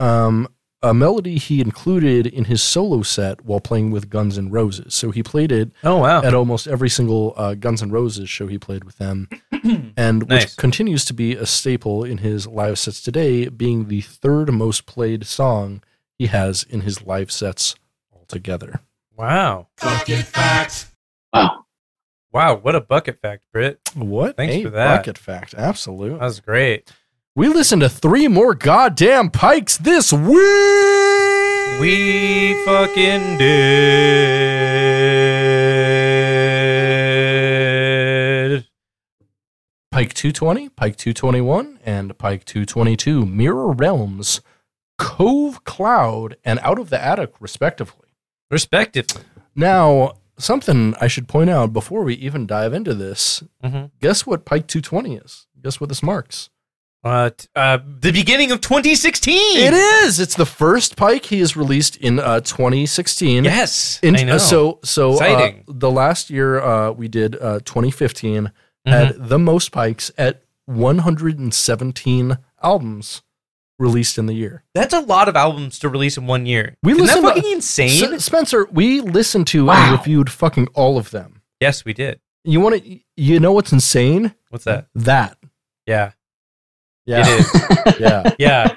Speaker 2: Um, a melody he included in his solo set while playing with Guns N' Roses. So he played it
Speaker 1: Oh wow.
Speaker 2: at almost every single uh, Guns N' Roses show he played with them, and which
Speaker 1: Nice.
Speaker 2: continues to be a staple in his live sets today, being the third most played song he has in his live sets altogether.
Speaker 1: Wow.
Speaker 4: Bucket fact.
Speaker 3: Wow.
Speaker 1: Wow, what a bucket fact, Britt.
Speaker 2: What
Speaker 1: Thanks
Speaker 2: a
Speaker 1: for that.
Speaker 2: bucket fact! Absolutely.
Speaker 1: That was great.
Speaker 2: We listened to three more goddamn pikes this week.
Speaker 1: We fucking did.
Speaker 2: Pike 220, Pike 221, and Pike 222 mirror realms Cove Cloud and Out of the Attic, respectively.
Speaker 1: Respective.
Speaker 2: Now, something I should point out before we even dive into this
Speaker 1: hmm
Speaker 2: guess what Pike 220 is? Guess what this marks?
Speaker 1: Uh, t- uh, the beginning of 2016.
Speaker 2: It is! It's the first Pike he has released in uh, 2016.
Speaker 1: Yes.
Speaker 2: In-
Speaker 1: I know.
Speaker 2: uh, so, so uh,
Speaker 1: Exciting.
Speaker 2: the last year uh, we did uh, 2015
Speaker 1: Mhm.
Speaker 2: had the most pikes at 117 albums released in the year.
Speaker 1: that's a lot of albums to release in one year.
Speaker 2: We
Speaker 1: Isn't that
Speaker 2: listened to-
Speaker 1: fucking insane?
Speaker 2: S- Spencer, we listened to
Speaker 3: Wow.
Speaker 2: and reviewed fucking all of them.
Speaker 1: yes, we did.
Speaker 2: You want to? You know what's insane?
Speaker 1: What's that?
Speaker 2: That.
Speaker 1: Yeah. It
Speaker 2: Yeah.
Speaker 1: is.
Speaker 2: yeah.
Speaker 1: yeah.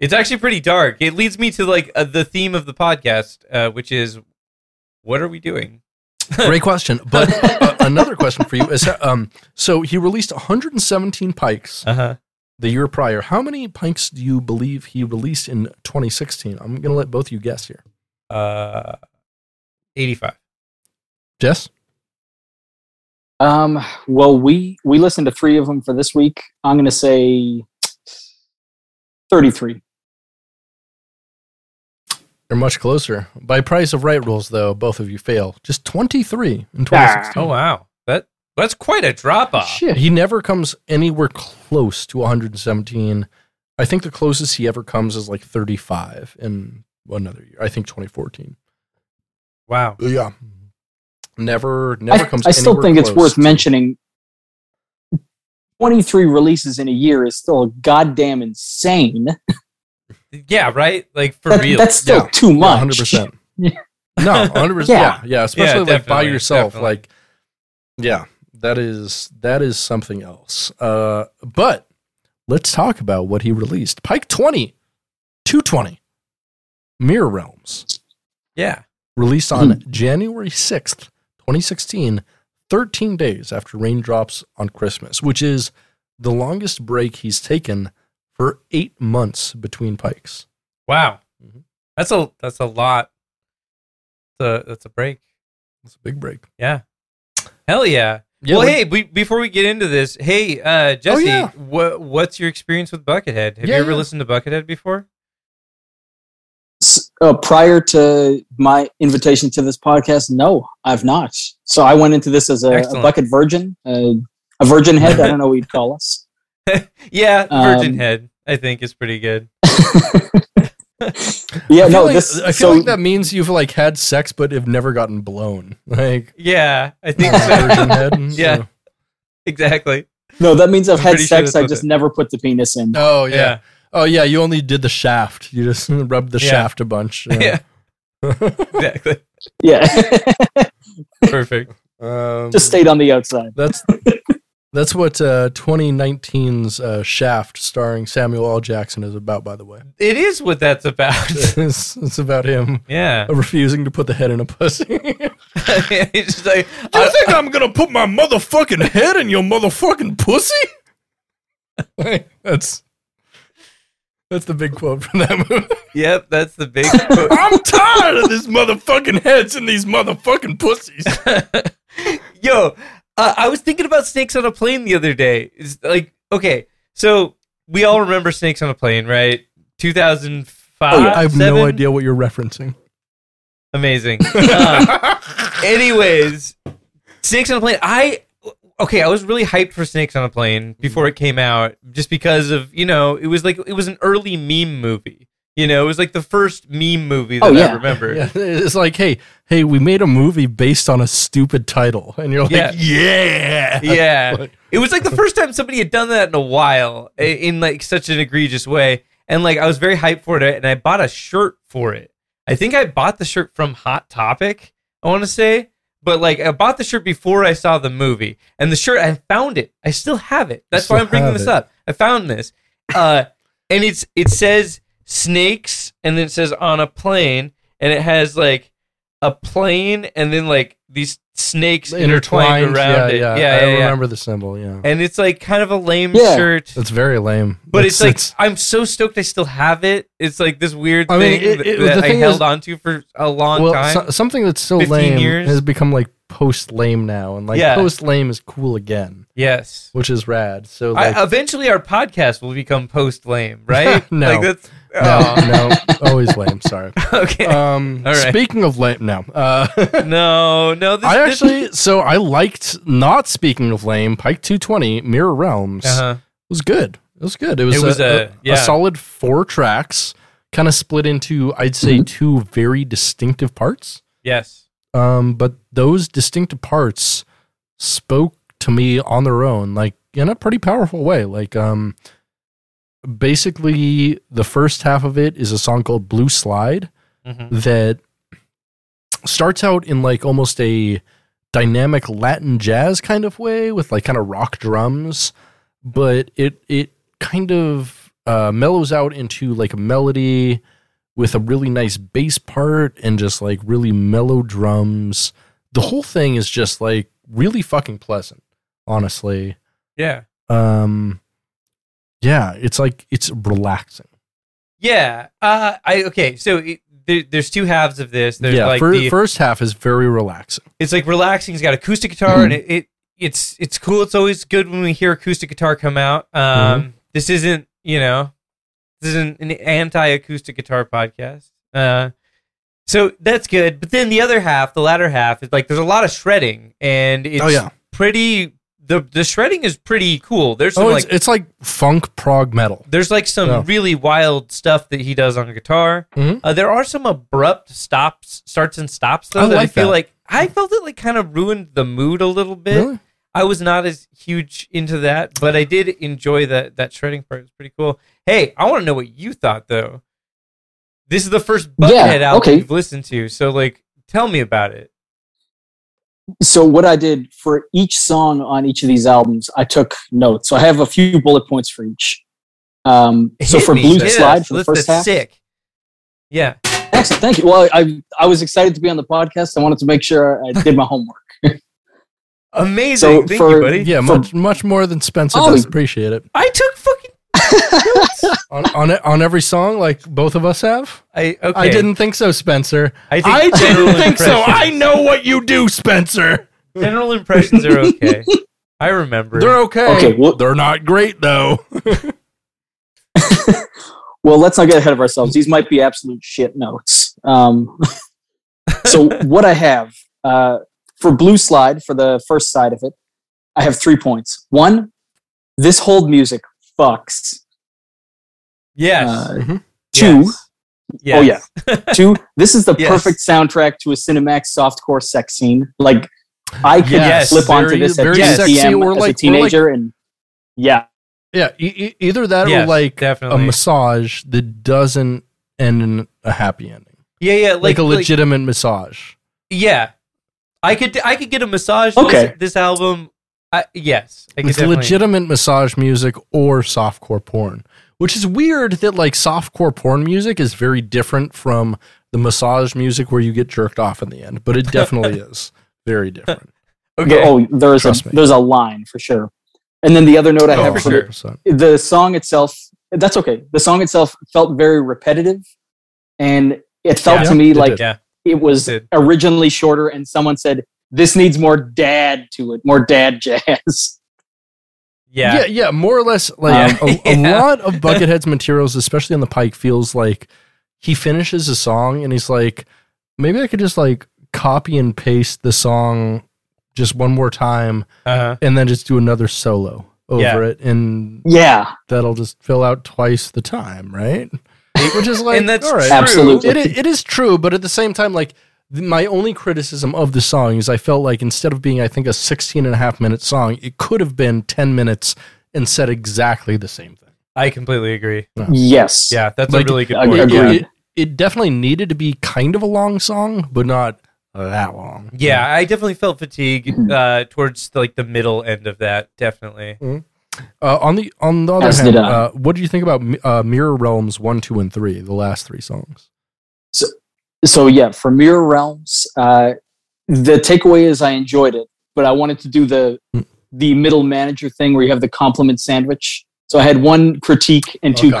Speaker 1: It's actually pretty dark. It leads me to like uh, the theme of the podcast, uh, which is what are we doing?
Speaker 2: Great question. But uh, another question for you is: um, so he released 117 pikes
Speaker 1: Uh huh.
Speaker 2: the year prior. How many pikes do you believe he released in 2016? I'm gonna let both of you guess here.
Speaker 1: Uh, 85.
Speaker 2: Jess.
Speaker 3: Um, well, we we listened to three of them for this week. I'm going to say thirty-three.
Speaker 2: You're much closer. By price of right rules, though, both of you fail. Just 23 in 2016.
Speaker 3: Ah.
Speaker 1: Oh, wow. That That's quite a drop off.
Speaker 3: Shit.
Speaker 2: He never comes anywhere close to 117. I think the closest he ever comes is like 35 in another year. I think 2014.
Speaker 1: Wow.
Speaker 2: Yeah. Never, never
Speaker 3: I,
Speaker 2: comes.
Speaker 3: I still
Speaker 2: anywhere
Speaker 3: think it's
Speaker 2: close
Speaker 3: worth
Speaker 2: to-
Speaker 3: mentioning. Twenty-three releases in a year is still goddamn insane.
Speaker 1: Yeah, right? Like for
Speaker 3: That-
Speaker 1: real.
Speaker 3: That's still
Speaker 2: Yeah.
Speaker 3: too
Speaker 2: Yeah,
Speaker 3: much.
Speaker 2: 100%.
Speaker 3: Yeah.
Speaker 2: No, 100%.
Speaker 3: Yeah.
Speaker 2: yeah. yeah. Especially like by
Speaker 1: definitely,
Speaker 2: yourself.
Speaker 1: definitely.
Speaker 2: Like, yeah, that is, that is something else. Uh, but let's talk about what he released. Pike 20, 220, Mirror Realms.
Speaker 1: yeah.
Speaker 2: released on
Speaker 3: Mm-hmm.
Speaker 2: January 6th, 2016, 13 days after Raindrops on Christmas, which is the longest break he's taken for eight months between pikes.
Speaker 1: Wow.
Speaker 2: Mhm.
Speaker 1: That's a that's a lot. That's a, that's a break.
Speaker 2: It's a big break.
Speaker 1: Yeah. Hell yeah.
Speaker 2: Yeah,
Speaker 1: well,
Speaker 2: we-
Speaker 1: hey, we, before we get into this, hey, uh, Jesse,
Speaker 2: yeah.
Speaker 1: wha- what's your experience with Buckethead? Have
Speaker 2: Yeah,
Speaker 1: you ever
Speaker 2: yeah.
Speaker 1: listened to Buckethead before?
Speaker 3: S- uh, prior to my invitation to this podcast, no, I've not. So I went into this as a, a
Speaker 1: Excellent.
Speaker 3: bucket virgin, uh, a virgin head. I don't know what you'd call us.
Speaker 1: Yeah, Virgin
Speaker 3: Um,
Speaker 1: Head, I think, is pretty good.
Speaker 2: I
Speaker 3: Yeah,
Speaker 2: feel,
Speaker 3: no,
Speaker 2: like,
Speaker 3: this.
Speaker 2: I feel
Speaker 3: so,
Speaker 2: like that means you've like had sex but have never gotten blown. Like
Speaker 1: Yeah, I think so.
Speaker 2: virgin head. and-
Speaker 1: Yeah. exactly.
Speaker 3: No, that means I've
Speaker 1: I'm
Speaker 3: had
Speaker 1: pretty sure
Speaker 3: sex.
Speaker 1: that's
Speaker 3: I
Speaker 1: what
Speaker 3: just
Speaker 1: it-
Speaker 3: never put the penis in.
Speaker 2: Oh yeah.
Speaker 1: Yeah.
Speaker 2: Oh yeah. You only did the shaft. You just rubbed the
Speaker 1: Yeah.
Speaker 2: shaft a bunch.
Speaker 1: Yeah, exactly.
Speaker 3: Yeah,
Speaker 1: Perfect.
Speaker 2: Um,
Speaker 3: just stayed on the outside.
Speaker 2: That's that's what uh, 2019's uh, Shaft, starring Samuel L. Jackson, is about. By the way,
Speaker 1: It is what that's about.
Speaker 2: it's, it's about him
Speaker 1: yeah.
Speaker 2: refusing to put the head in a pussy. you
Speaker 1: it's just like, I,
Speaker 2: think I'm gonna put my motherfucking head in your motherfucking pussy? that's that's the big quote from that movie.
Speaker 1: yep, that's the big quote.
Speaker 2: I'm tired of these motherfucking heads and these motherfucking pussies.
Speaker 1: Yo, uh, I was thinking about Snakes on a Plane the other day. It's like, okay, so we all remember Snakes on a Plane, right? 2005.
Speaker 2: Oh, I have no
Speaker 1: seven?
Speaker 2: idea what you're referencing.
Speaker 1: Amazing. Um, anyways, Snakes on a Plane. I okay, I was really hyped for Snakes on a Plane before it came out, just because of you know it was like it was an early meme movie. You know, it was like the first meme movie that
Speaker 3: Oh, yeah.
Speaker 1: I remember.
Speaker 2: Yeah, it's like, hey, hey, we made a movie based on a stupid title, and you're like,
Speaker 1: Yeah.
Speaker 2: yeah, yeah.
Speaker 1: yeah
Speaker 2: Like-
Speaker 1: it was like the first time somebody had done that in a while i- in like such an egregious way and like i was very hyped for it and i bought a shirt for it i think i bought the shirt from hot topic i want to say but like i bought the shirt before i saw the movie and the shirt i found it i still have it that's why
Speaker 2: still
Speaker 1: i'm bringing
Speaker 2: have
Speaker 1: this
Speaker 2: it.
Speaker 1: up i found this uh and it's it says snakes and then it says on a plane and it has like a plane and then like these snakes intertwined, around it. Yeah, yeah,
Speaker 2: I
Speaker 1: yeah.
Speaker 2: remember the symbol. Yeah,
Speaker 1: And it's like kind of a lame
Speaker 3: Yeah.
Speaker 1: shirt,
Speaker 2: it's very lame.
Speaker 1: but it's, like
Speaker 2: it's-
Speaker 1: I'm so stoked I still have it. It's like this weird
Speaker 2: I mean,
Speaker 1: thing
Speaker 2: it- it-
Speaker 1: that
Speaker 2: the
Speaker 1: I
Speaker 2: thing
Speaker 1: held
Speaker 2: is-
Speaker 1: on to for a long
Speaker 2: well,
Speaker 1: time.
Speaker 2: so- something that's so
Speaker 1: 15
Speaker 2: lame
Speaker 1: years.
Speaker 2: has become like post lame now, and like
Speaker 1: Yeah.
Speaker 2: post lame is cool again,
Speaker 1: Yes.
Speaker 2: which is rad. So like,
Speaker 1: I, eventually, our podcast will become post lame, right?
Speaker 2: No.
Speaker 1: Like that's. Oh.
Speaker 2: no, no, always lame. Sorry.
Speaker 1: okay.
Speaker 2: Um,
Speaker 1: All right.
Speaker 2: speaking of lame, no. Uh,
Speaker 1: no, no. This,
Speaker 2: I
Speaker 1: this-
Speaker 2: actually, so I liked not speaking of lame. Pike two twenty Mirror Realms
Speaker 1: Uh-huh.
Speaker 2: was good. It was good. It was,
Speaker 1: was
Speaker 2: a,
Speaker 1: a-
Speaker 2: a- a
Speaker 1: yeah.
Speaker 2: solid four tracks, kind of split into I'd say two very distinctive parts.
Speaker 1: Yes.
Speaker 2: Um, but those distinctive parts spoke to me on their own, like in a pretty powerful way. Like, um, basically, the first half of it is a song called "Blue Slide."
Speaker 1: Mhm.
Speaker 2: that starts out in like almost a dynamic Latin jazz kind of way with like kind of rock drums, but it it kind of uh, mellows out into like a melody with a really nice bass part and just like really mellow drums. The whole thing is just like really fucking pleasant, honestly.
Speaker 1: Yeah.
Speaker 2: Um, yeah, it's like it's relaxing.
Speaker 1: Yeah. Uh, I okay. So it, there, there's two halves of this. There's
Speaker 2: yeah,
Speaker 1: like
Speaker 2: fir-
Speaker 1: the,
Speaker 2: first half is very relaxing.
Speaker 1: it's like relaxing. He's got acoustic guitar, and
Speaker 2: Mm-hmm.
Speaker 1: it, it it's it's cool. It's always good when we hear acoustic guitar come out. Um,
Speaker 2: Mm-hmm.
Speaker 1: This isn't you know, this isn't an anti-acoustic guitar podcast. Uh, so that's good. But then the other half, the latter half, is like there's a lot of shredding, and it's
Speaker 2: oh yeah,
Speaker 1: pretty. The the shredding is pretty cool. There's some
Speaker 2: oh,
Speaker 1: like
Speaker 2: it's, it's like funk prog metal.
Speaker 1: There's like some
Speaker 2: Yeah.
Speaker 1: really wild stuff that he does on guitar.
Speaker 3: Mm-hmm.
Speaker 2: Mhm.
Speaker 1: Uh, there are some abrupt stops, starts and stops though.
Speaker 2: I
Speaker 1: that I
Speaker 2: like
Speaker 1: feel
Speaker 2: that.
Speaker 1: like I felt it like kind of ruined the mood a little bit.
Speaker 2: Really?
Speaker 1: I was not as huge into that, but I did enjoy that that shredding part. It was pretty cool. Hey, I want to know what you thought though. This is the first
Speaker 3: Yeah,
Speaker 1: Buckethead album
Speaker 3: okay.
Speaker 1: you've listened to, so like, tell me about it.
Speaker 3: so what I did for each song on each of these albums, I took notes. So I have a few bullet points for each. Um, so
Speaker 1: Hit
Speaker 3: for
Speaker 1: me.
Speaker 3: Blue
Speaker 1: Yes,
Speaker 3: Slide for the
Speaker 1: that's-
Speaker 3: first
Speaker 1: that's
Speaker 3: half,
Speaker 1: sick. Yeah,
Speaker 3: excellent. Thank you. Well, I I was excited to be on the podcast. I wanted to make sure I did my homework.
Speaker 1: amazing.
Speaker 3: So
Speaker 1: Thank you,
Speaker 3: for-
Speaker 1: buddy.
Speaker 2: Yeah, much much more than Spencer
Speaker 3: Oh,
Speaker 2: does.
Speaker 3: yeah.
Speaker 2: Appreciate it
Speaker 1: I took fucking notes.
Speaker 2: on, on it- on every song, like both of us have.
Speaker 1: I okay.
Speaker 2: I didn't think so, Spencer.
Speaker 1: I, think
Speaker 2: I
Speaker 1: general
Speaker 2: didn't think so. I
Speaker 1: impressions-
Speaker 2: know what you do, Spencer.
Speaker 1: General impressions are okay. I remember.
Speaker 2: They're okay.
Speaker 3: Okay, well-
Speaker 2: They're not great though.
Speaker 3: Well, let's not get ahead of ourselves. These might be absolute shit notes. Um, so what I have uh, for Blue Slide for the first side of it, I have three points. One, this hold music fucks.
Speaker 1: yes.
Speaker 3: Uh,
Speaker 2: Mhm.
Speaker 3: Two.
Speaker 1: Yes.
Speaker 3: Oh, yeah. Two, this is the
Speaker 1: Yes.
Speaker 3: perfect soundtrack to a Cinemax softcore sex scene. Like, I could
Speaker 1: Yes,
Speaker 3: flip onto
Speaker 2: very-
Speaker 3: this at
Speaker 2: very
Speaker 3: 10
Speaker 2: sexy or
Speaker 3: p.m. as
Speaker 2: like- or
Speaker 3: a
Speaker 2: like-
Speaker 3: teenager, and yeah,
Speaker 2: yeah, e- e- either that or
Speaker 1: Yes,
Speaker 2: like
Speaker 1: definitely.
Speaker 2: a massage that doesn't end in a happy ending,
Speaker 1: yeah. Yeah. Like,
Speaker 2: like, a
Speaker 1: like-
Speaker 2: legitimate massage.
Speaker 1: yeah. I could. I could get a massage.
Speaker 3: Okay.
Speaker 1: This, this album. I, yes. I could
Speaker 2: It's
Speaker 1: definitely-
Speaker 2: legitimate massage music or softcore porn, which is weird that like softcore porn music is very different from the massage music where you get jerked off in the end, but it definitely is very different.
Speaker 1: Okay.
Speaker 3: oh, there's a,
Speaker 2: Trust me.
Speaker 3: there's a line for sure. And then the other note I
Speaker 1: Oh,
Speaker 3: have
Speaker 1: for
Speaker 3: for
Speaker 1: sure.
Speaker 3: the
Speaker 2: percent.
Speaker 3: the song itself that's okay the song itself felt very repetitive and it felt
Speaker 2: Yeah,
Speaker 3: to me
Speaker 2: it
Speaker 3: like
Speaker 2: did.
Speaker 1: Yeah.
Speaker 3: it was
Speaker 1: It did.
Speaker 3: originally shorter and someone said this needs more dad to it more dad jazz
Speaker 1: Yeah.
Speaker 2: Yeah. yeah, more or less. Like
Speaker 1: Yeah.
Speaker 2: a, a
Speaker 1: Yeah.
Speaker 2: lot of Buckethead's materials, especially on the Pike, feels like he finishes a song and he's like, maybe I could just like copy and paste the song just one more time
Speaker 1: Uh-huh.
Speaker 2: and then just do another solo over
Speaker 1: Yeah.
Speaker 2: it and
Speaker 3: yeah
Speaker 2: that'll just fill out twice the time, right? Which is like,
Speaker 1: and that's
Speaker 2: all right.
Speaker 1: true.
Speaker 3: Absolutely.
Speaker 2: It, i- it is true, but at the same time, like, th- my only criticism of the song is I felt like instead of being, I think, a 16 and a half minute song, it could have been 10 minutes and said exactly the same thing.
Speaker 1: I completely agree.
Speaker 3: yes
Speaker 1: Yeah. That's
Speaker 2: Like,
Speaker 1: a really good
Speaker 3: I-
Speaker 1: point.
Speaker 2: It,
Speaker 3: Agreed.
Speaker 2: it- it definitely needed to be kind of a long song, but not that long.
Speaker 1: Yeah, I definitely felt fatigue
Speaker 3: Mm-hmm.
Speaker 1: uh, towards like the middle end of that. Definitely.
Speaker 2: Uh, on the on the other
Speaker 3: As
Speaker 2: hand,
Speaker 3: did I.
Speaker 2: uh, what do you think about uh, Mirror Realms one, two, and three? The last three songs.
Speaker 3: so yeah for mirror realms uh, the takeaway is i enjoyed it but i wanted to do the
Speaker 2: Mm.
Speaker 3: the middle manager thing where you have the compliment sandwich so i had one critique and two
Speaker 2: Okay. Oh,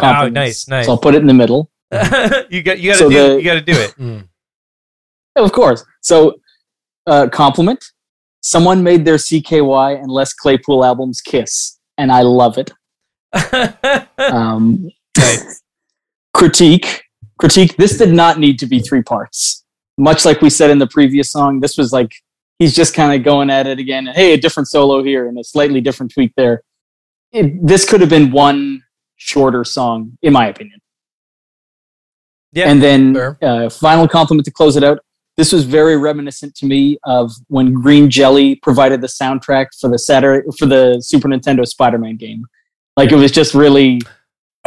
Speaker 1: nice,
Speaker 3: compliments
Speaker 1: nice.
Speaker 3: so i'll put it in the middle
Speaker 1: you got. You got to
Speaker 3: Mm-hmm. So
Speaker 1: do.
Speaker 3: the-
Speaker 1: Mm. you got to do it.
Speaker 3: Of course. So, uh, compliment. Someone made their CKY and Les Claypool albums kiss, and I love it. Um,
Speaker 1: Right.
Speaker 3: critique, critique. This did not need to be three parts. Much like we said in the previous song, this was like he's just kind of going at it again. Hey, a different solo here and a slightly different tweak there. It, this could have been one shorter song, in my opinion.
Speaker 1: Yeah,
Speaker 3: and then
Speaker 2: fair.
Speaker 3: uh, final compliment to close it out. This was very reminiscent to me of when Green Jelly provided the soundtrack for the Saturday for the Super Nintendo Spider-Man game. Like it was just really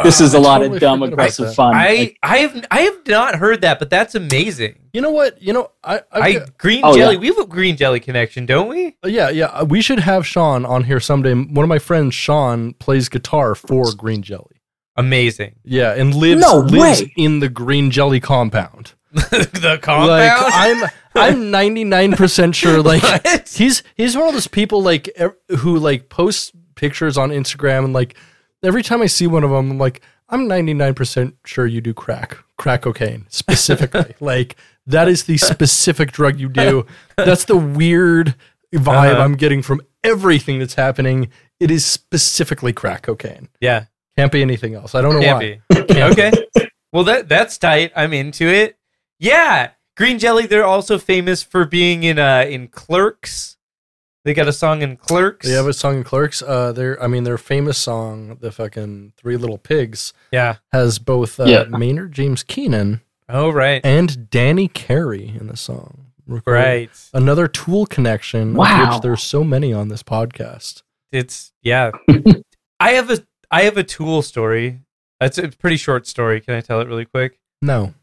Speaker 3: this is a
Speaker 2: Uh, I
Speaker 3: lot
Speaker 2: totally
Speaker 3: of dumb
Speaker 2: forgot about
Speaker 3: aggressive
Speaker 2: that.
Speaker 3: fun.
Speaker 1: I I have I have not heard that, but that's amazing.
Speaker 2: You know what? You know, I,
Speaker 1: I
Speaker 2: I,
Speaker 1: green
Speaker 3: Oh,
Speaker 1: jelly. We have a green jelly connection, don't we?
Speaker 2: Uh, yeah, yeah. We should have Sean on here someday. One of my friends, Sean, plays guitar for Green Jelly.
Speaker 1: Amazing.
Speaker 2: Yeah, and lives
Speaker 3: No
Speaker 2: lives
Speaker 3: way.
Speaker 2: in the Green Jelly compound.
Speaker 1: the
Speaker 2: Like
Speaker 1: compound.
Speaker 2: I'm, I'm ninety nine percent sure. Like
Speaker 1: What?
Speaker 2: he's he's one of those people like ev- who like posts pictures on Instagram and like every time I see one of them, I'm like I'm ninety nine percent sure you do crack crack cocaine specifically. like that is the specific drug you do. That's the weird vibe
Speaker 1: Uh-huh.
Speaker 2: I'm getting from everything that's happening. It is specifically crack cocaine.
Speaker 1: yeah,
Speaker 2: Can't be anything else. I don't know
Speaker 1: can't
Speaker 2: why.
Speaker 1: be. okay. Well, that that's tight. I'm into it. Yeah, green jelly. They're also famous for being in uh in Clerks. They got a song in Clerks.
Speaker 2: They have a song in Clerks. Uh, their I mean their famous song, the fucking Three Little Pigs,
Speaker 1: yeah.
Speaker 2: has both uh,
Speaker 3: Yeah.
Speaker 2: Maynard James Keenan
Speaker 1: Oh right,
Speaker 2: and Danny Carey in the song. Recorded.
Speaker 1: right.
Speaker 2: Another Tool connection. of
Speaker 3: Wow.
Speaker 2: which there's so many on this podcast.
Speaker 1: It's yeah. I have a I have a Tool story. That's a pretty short story. Can I tell it really quick?
Speaker 2: No,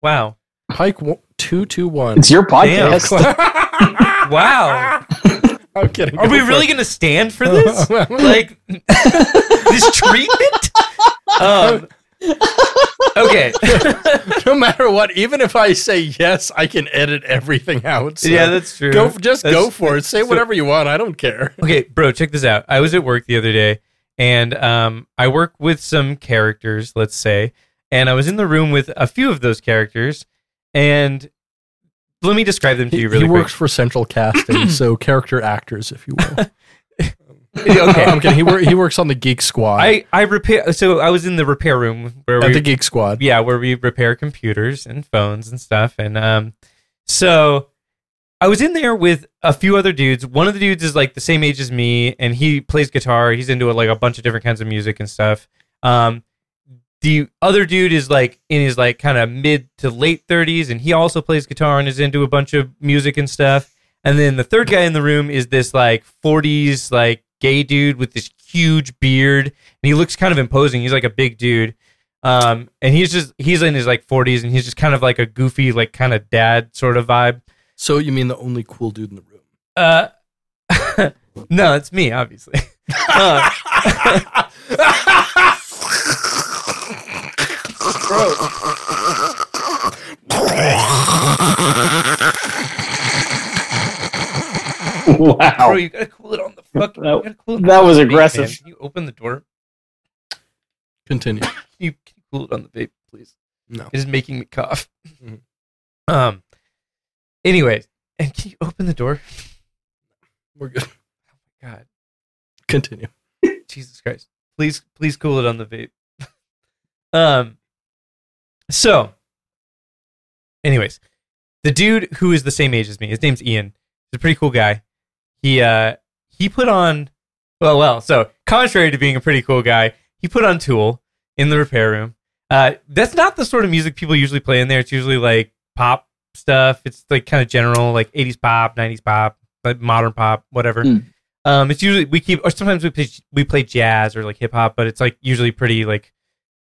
Speaker 1: Wow.
Speaker 2: Pike two two one.
Speaker 3: it's your
Speaker 1: Damn.
Speaker 3: podcast.
Speaker 1: wow.
Speaker 2: I'm kidding.
Speaker 1: Are we really gonna stand for this? like this treatment. Um, okay.
Speaker 2: no matter what, even if I say yes, I can edit everything out. so
Speaker 1: yeah, that's true.
Speaker 2: Go f- just go
Speaker 1: That's-
Speaker 2: for it. Say
Speaker 1: so-
Speaker 2: whatever you want. I don't care.
Speaker 1: okay, bro, check this out. I was at work the other day, and um, I work with some characters, let's say, and I was in the room with a few of those characters, and let me describe them to
Speaker 2: He,
Speaker 1: you really
Speaker 2: he
Speaker 1: quick.
Speaker 2: works for central casting, so character actors, if you will.
Speaker 1: okay.
Speaker 2: I'm kidding. He, wor- he works on the Geek Squad.
Speaker 1: I, I repair. So I was in the repair room where
Speaker 2: at
Speaker 1: we
Speaker 2: the Geek Squad.
Speaker 1: yeah, where we repair computers and phones and stuff. And um, so I was in there with a few other dudes. One of the dudes is like the same age as me, and he plays guitar. He's into like a bunch of different kinds of music and stuff. Um, the other dude is like in his like kind of mid to late thirties, and he also plays guitar and is into a bunch of music and stuff. And then the third guy in the room is this like forties like gay dude with this huge beard, and he looks kind of imposing. He's like a big dude, um, and he's just he's in his like forties, and he's just kind of like a goofy like kind of dad sort of vibe.
Speaker 2: So you mean the only cool dude in the room?
Speaker 1: Uh, no, it's me, obviously. Uh, bro,
Speaker 3: wow.
Speaker 1: you gotta cool it on the fucking.
Speaker 3: That-
Speaker 1: you gotta cool it on
Speaker 3: that
Speaker 1: the
Speaker 3: was
Speaker 1: vape,
Speaker 3: aggressive.
Speaker 1: man. Can you open the door?
Speaker 2: Continue.
Speaker 1: Can you, can you cool it on the vape, please?
Speaker 2: No.
Speaker 1: It is making me cough.
Speaker 2: Mhm.
Speaker 1: Um. Anyways, and can you open the door?
Speaker 2: We're good.
Speaker 1: God,
Speaker 2: Continue.
Speaker 1: Jesus Christ! Please, please cool it on the vape. um. So, anyways, the dude who is the same age as me, his name's Ian. He's a pretty cool guy. He uh he put on well well so contrary to being a pretty cool guy, he put on Tool in the repair room. Uh, that's not the sort of music people usually play in there. It's usually like pop stuff. It's like kind of general, like eighties pop, nineties pop, like modern pop, whatever.
Speaker 3: Hmm.
Speaker 1: Um, it's usually we keep or sometimes we play we play jazz or like hip hop, but it's like usually pretty like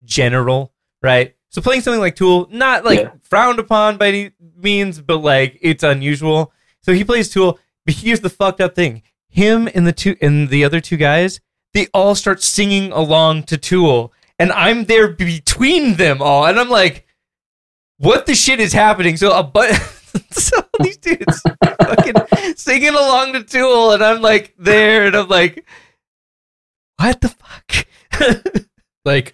Speaker 1: general, right? So playing something like Tool, not like
Speaker 3: Yeah.
Speaker 1: frowned upon by any means, but like it's unusual. So he plays Tool. But here's the fucked up thing: him and the two and the other two guys, they all start singing along to Tool, and I'm there between them all, and I'm like, "What the shit is happening?" So a but so these dudes fucking singing along to Tool, and I'm like there, and I'm like, "What the fuck?"
Speaker 2: Like,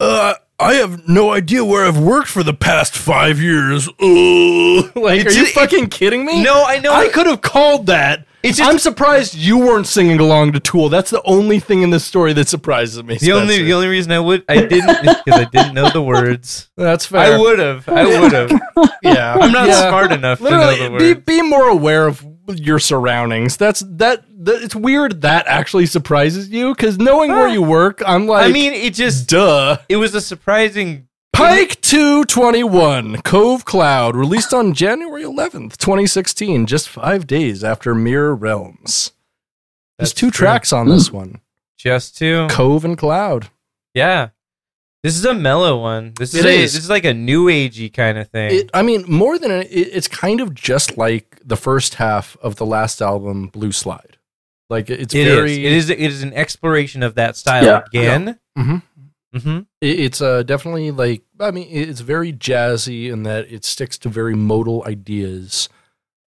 Speaker 2: uh, I have no idea where I've worked for the past five years. Uh, Ugh. Like, are
Speaker 1: It's-
Speaker 2: you
Speaker 1: it-
Speaker 2: fucking kidding me?
Speaker 1: No, I know.
Speaker 2: I could have called that.
Speaker 1: It's just-
Speaker 2: I'm surprised you weren't singing along to Tool. That's the only thing in this story that surprises me.
Speaker 1: the only
Speaker 2: Spencer.
Speaker 1: the only reason I would I didn't is because I didn't know the words.
Speaker 2: that's fair.
Speaker 1: I would have. I would have.
Speaker 2: yeah,
Speaker 1: I'm not
Speaker 2: Yeah.
Speaker 1: smart enough to know the
Speaker 2: Literally, be
Speaker 1: words.
Speaker 2: be more aware of your surroundings. That's that. that it's weird that actually surprises you because knowing where you work, I'm like,
Speaker 1: I mean, it just
Speaker 2: duh.
Speaker 1: it was a surprising.
Speaker 2: Pike 221, Cove Cloud, released on January 11th, 2016, just five days after Mirror Realms. There's
Speaker 1: That's
Speaker 2: two
Speaker 1: true.
Speaker 2: tracks on this one
Speaker 1: Just two.
Speaker 2: Cove and Cloud.
Speaker 1: Yeah. This is a mellow one. This is,
Speaker 2: It
Speaker 1: a,
Speaker 2: is.
Speaker 1: this is like a new agey kind of thing.
Speaker 2: It, I mean, more than it, it's kind of just like the first half of the last album, Blue Slide. Like, it's
Speaker 1: It is.
Speaker 2: very.
Speaker 1: It is. It is an exploration of that style
Speaker 3: Yeah.
Speaker 1: again.
Speaker 2: Mhm.
Speaker 1: Mm-hmm.
Speaker 2: It- It's uh, definitely like I mean, it's very jazzy in that it sticks to very modal ideas.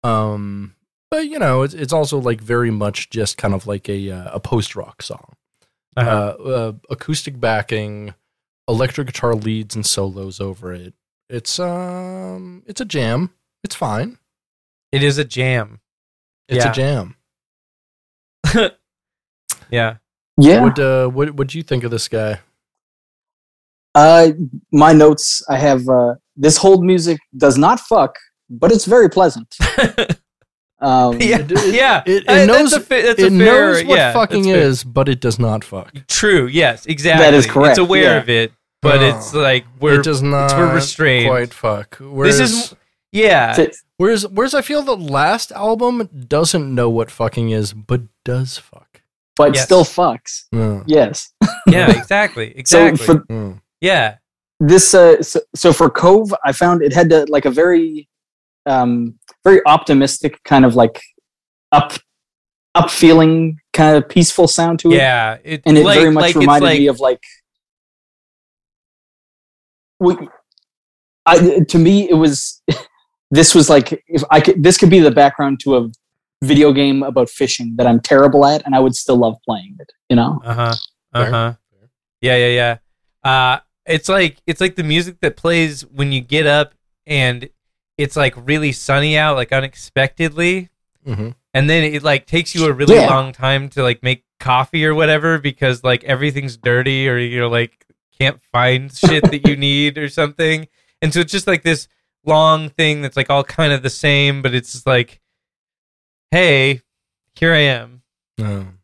Speaker 2: Um, but you know, it's it's also like very much just kind of like a uh, a post rock song. uh
Speaker 1: Uh-huh.
Speaker 2: uh, acoustic backing, electric guitar leads and solos over it. It's um, it's a jam. It's fine.
Speaker 1: It is a jam.
Speaker 2: It's
Speaker 1: Yeah.
Speaker 2: a jam.
Speaker 1: Yeah.
Speaker 3: Yeah.
Speaker 2: What uh, what what you think of this guy?
Speaker 3: Uh, my notes. I have uh, this whole music does not fuck, but it's very pleasant. Um,
Speaker 1: yeah.
Speaker 2: It- it-
Speaker 1: yeah.
Speaker 2: it- it
Speaker 1: Uh,
Speaker 2: knows-
Speaker 1: that's a, fa- that's a fair,
Speaker 2: it knows what
Speaker 1: yeah,
Speaker 2: fucking
Speaker 1: that's fair.
Speaker 2: is, but it does not fuck.
Speaker 1: True. Yes. Exactly. It's
Speaker 3: correct,
Speaker 1: aware
Speaker 3: yeah.
Speaker 1: of it, but
Speaker 2: Oh.
Speaker 1: it's like we're.
Speaker 2: it does not.
Speaker 1: it's, we're restrained.
Speaker 2: Quite fuck.
Speaker 1: this
Speaker 2: Whereas-
Speaker 1: is. Yeah.
Speaker 3: Fit-
Speaker 2: Whereas, whereas I feel the last album doesn't know what fucking is, but does fuck.
Speaker 3: but
Speaker 1: Yes.
Speaker 3: still fucks.
Speaker 2: Mm,
Speaker 3: Yes.
Speaker 1: Yeah. Exactly. Exactly.
Speaker 3: So for
Speaker 2: mm.
Speaker 1: yeah.
Speaker 3: this, uh, so, so for Cove, I found it had to, like a very, um, very optimistic kind of like up, up feeling kind of peaceful sound to it.
Speaker 1: Yeah. It,
Speaker 3: and it
Speaker 1: like,
Speaker 3: very much
Speaker 1: like, it's
Speaker 3: reminded
Speaker 1: like,
Speaker 3: me of like we- I, to me it was this was like if i could this could be the background to a video game about fishing that i'm terrible at and i would still love playing it you know
Speaker 1: Uh huh.
Speaker 2: Fair,
Speaker 1: Uh huh. Yeah, yeah, yeah. Uh, it's like it's like the music that plays when you get up and it's like really sunny out, like unexpectedly,
Speaker 2: Mhm.
Speaker 1: and then it like takes you a really
Speaker 3: Yeah.
Speaker 1: long time to like make coffee or whatever because like everything's dirty or you're like can't find shit that you need or something, and so it's just like this long thing that's like all kind of the same, but it's just like, hey, here I am.
Speaker 2: Mm.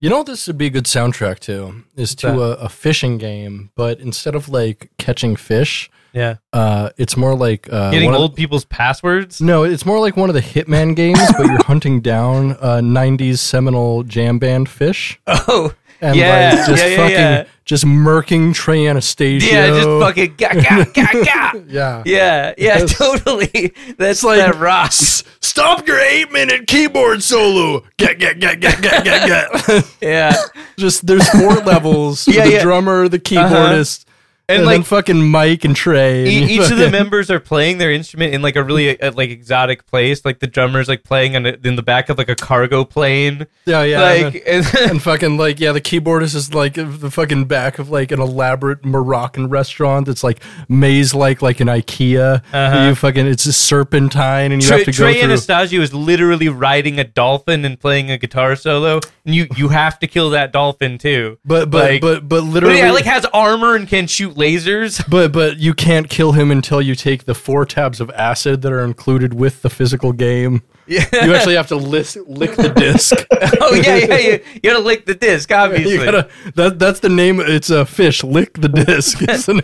Speaker 2: You know what this would be a good soundtrack to is to a, a fishing game, but instead of like catching fish,
Speaker 1: Yeah,
Speaker 2: uh, it's more like uh,
Speaker 1: getting
Speaker 2: one of-
Speaker 1: old people's passwords.
Speaker 2: no, it's more like one of the Hitman games, but you're hunting down uh, '90s seminal jam band fish
Speaker 1: Oh.
Speaker 2: and
Speaker 1: Yeah,
Speaker 2: like just
Speaker 1: yeah, yeah,
Speaker 2: fucking
Speaker 1: yeah.
Speaker 2: just murking Trey Anastasio.
Speaker 1: Yeah, just fucking ga ga ga ga.
Speaker 2: yeah.
Speaker 1: Yeah, yeah,
Speaker 2: Yes.
Speaker 1: totally. That's
Speaker 2: like-
Speaker 1: like that rocks.
Speaker 2: S- Stop your eight minute keyboard solo. Get, get, get, get, get, get, get.
Speaker 1: Yeah,
Speaker 2: Just there's four levels
Speaker 1: Yeah,
Speaker 2: the
Speaker 1: yeah.
Speaker 2: drummer, the keyboardist, and,
Speaker 1: and
Speaker 2: like, then
Speaker 1: like
Speaker 2: fucking Mike and Trey. and
Speaker 1: e-
Speaker 2: you
Speaker 1: each of the
Speaker 2: fucking-
Speaker 1: members are playing their instrument in like a really uh like exotic place. Like the drummer's like playing on a, in the back of like a cargo plane.
Speaker 2: Yeah, yeah. and,
Speaker 1: like
Speaker 2: then-
Speaker 1: and
Speaker 2: and fucking like yeah, the keyboardist is like of the fucking back of like an elaborate Moroccan restaurant that's like maze like like an IKEA.
Speaker 1: Uh-huh.
Speaker 2: You fucking it's a serpentine and you
Speaker 1: Trey,
Speaker 2: have to go
Speaker 1: Trey
Speaker 2: through.
Speaker 1: Anastasio is literally riding a dolphin and playing a guitar solo, and you you have to kill that dolphin too.
Speaker 2: but but
Speaker 1: like-
Speaker 2: but but
Speaker 1: But
Speaker 2: literally
Speaker 1: yeah, like has armor and can shoot lasers.
Speaker 2: But but you can't kill him until you take the four tabs of acid that are included with the physical game.
Speaker 1: Yeah.
Speaker 2: You actually have to lis- lick the disc.
Speaker 1: oh yeah, yeah, yeah. You gotta lick the disc, obviously.
Speaker 2: You gotta, that, that's the name. It's a fish. Lick the disc. Is the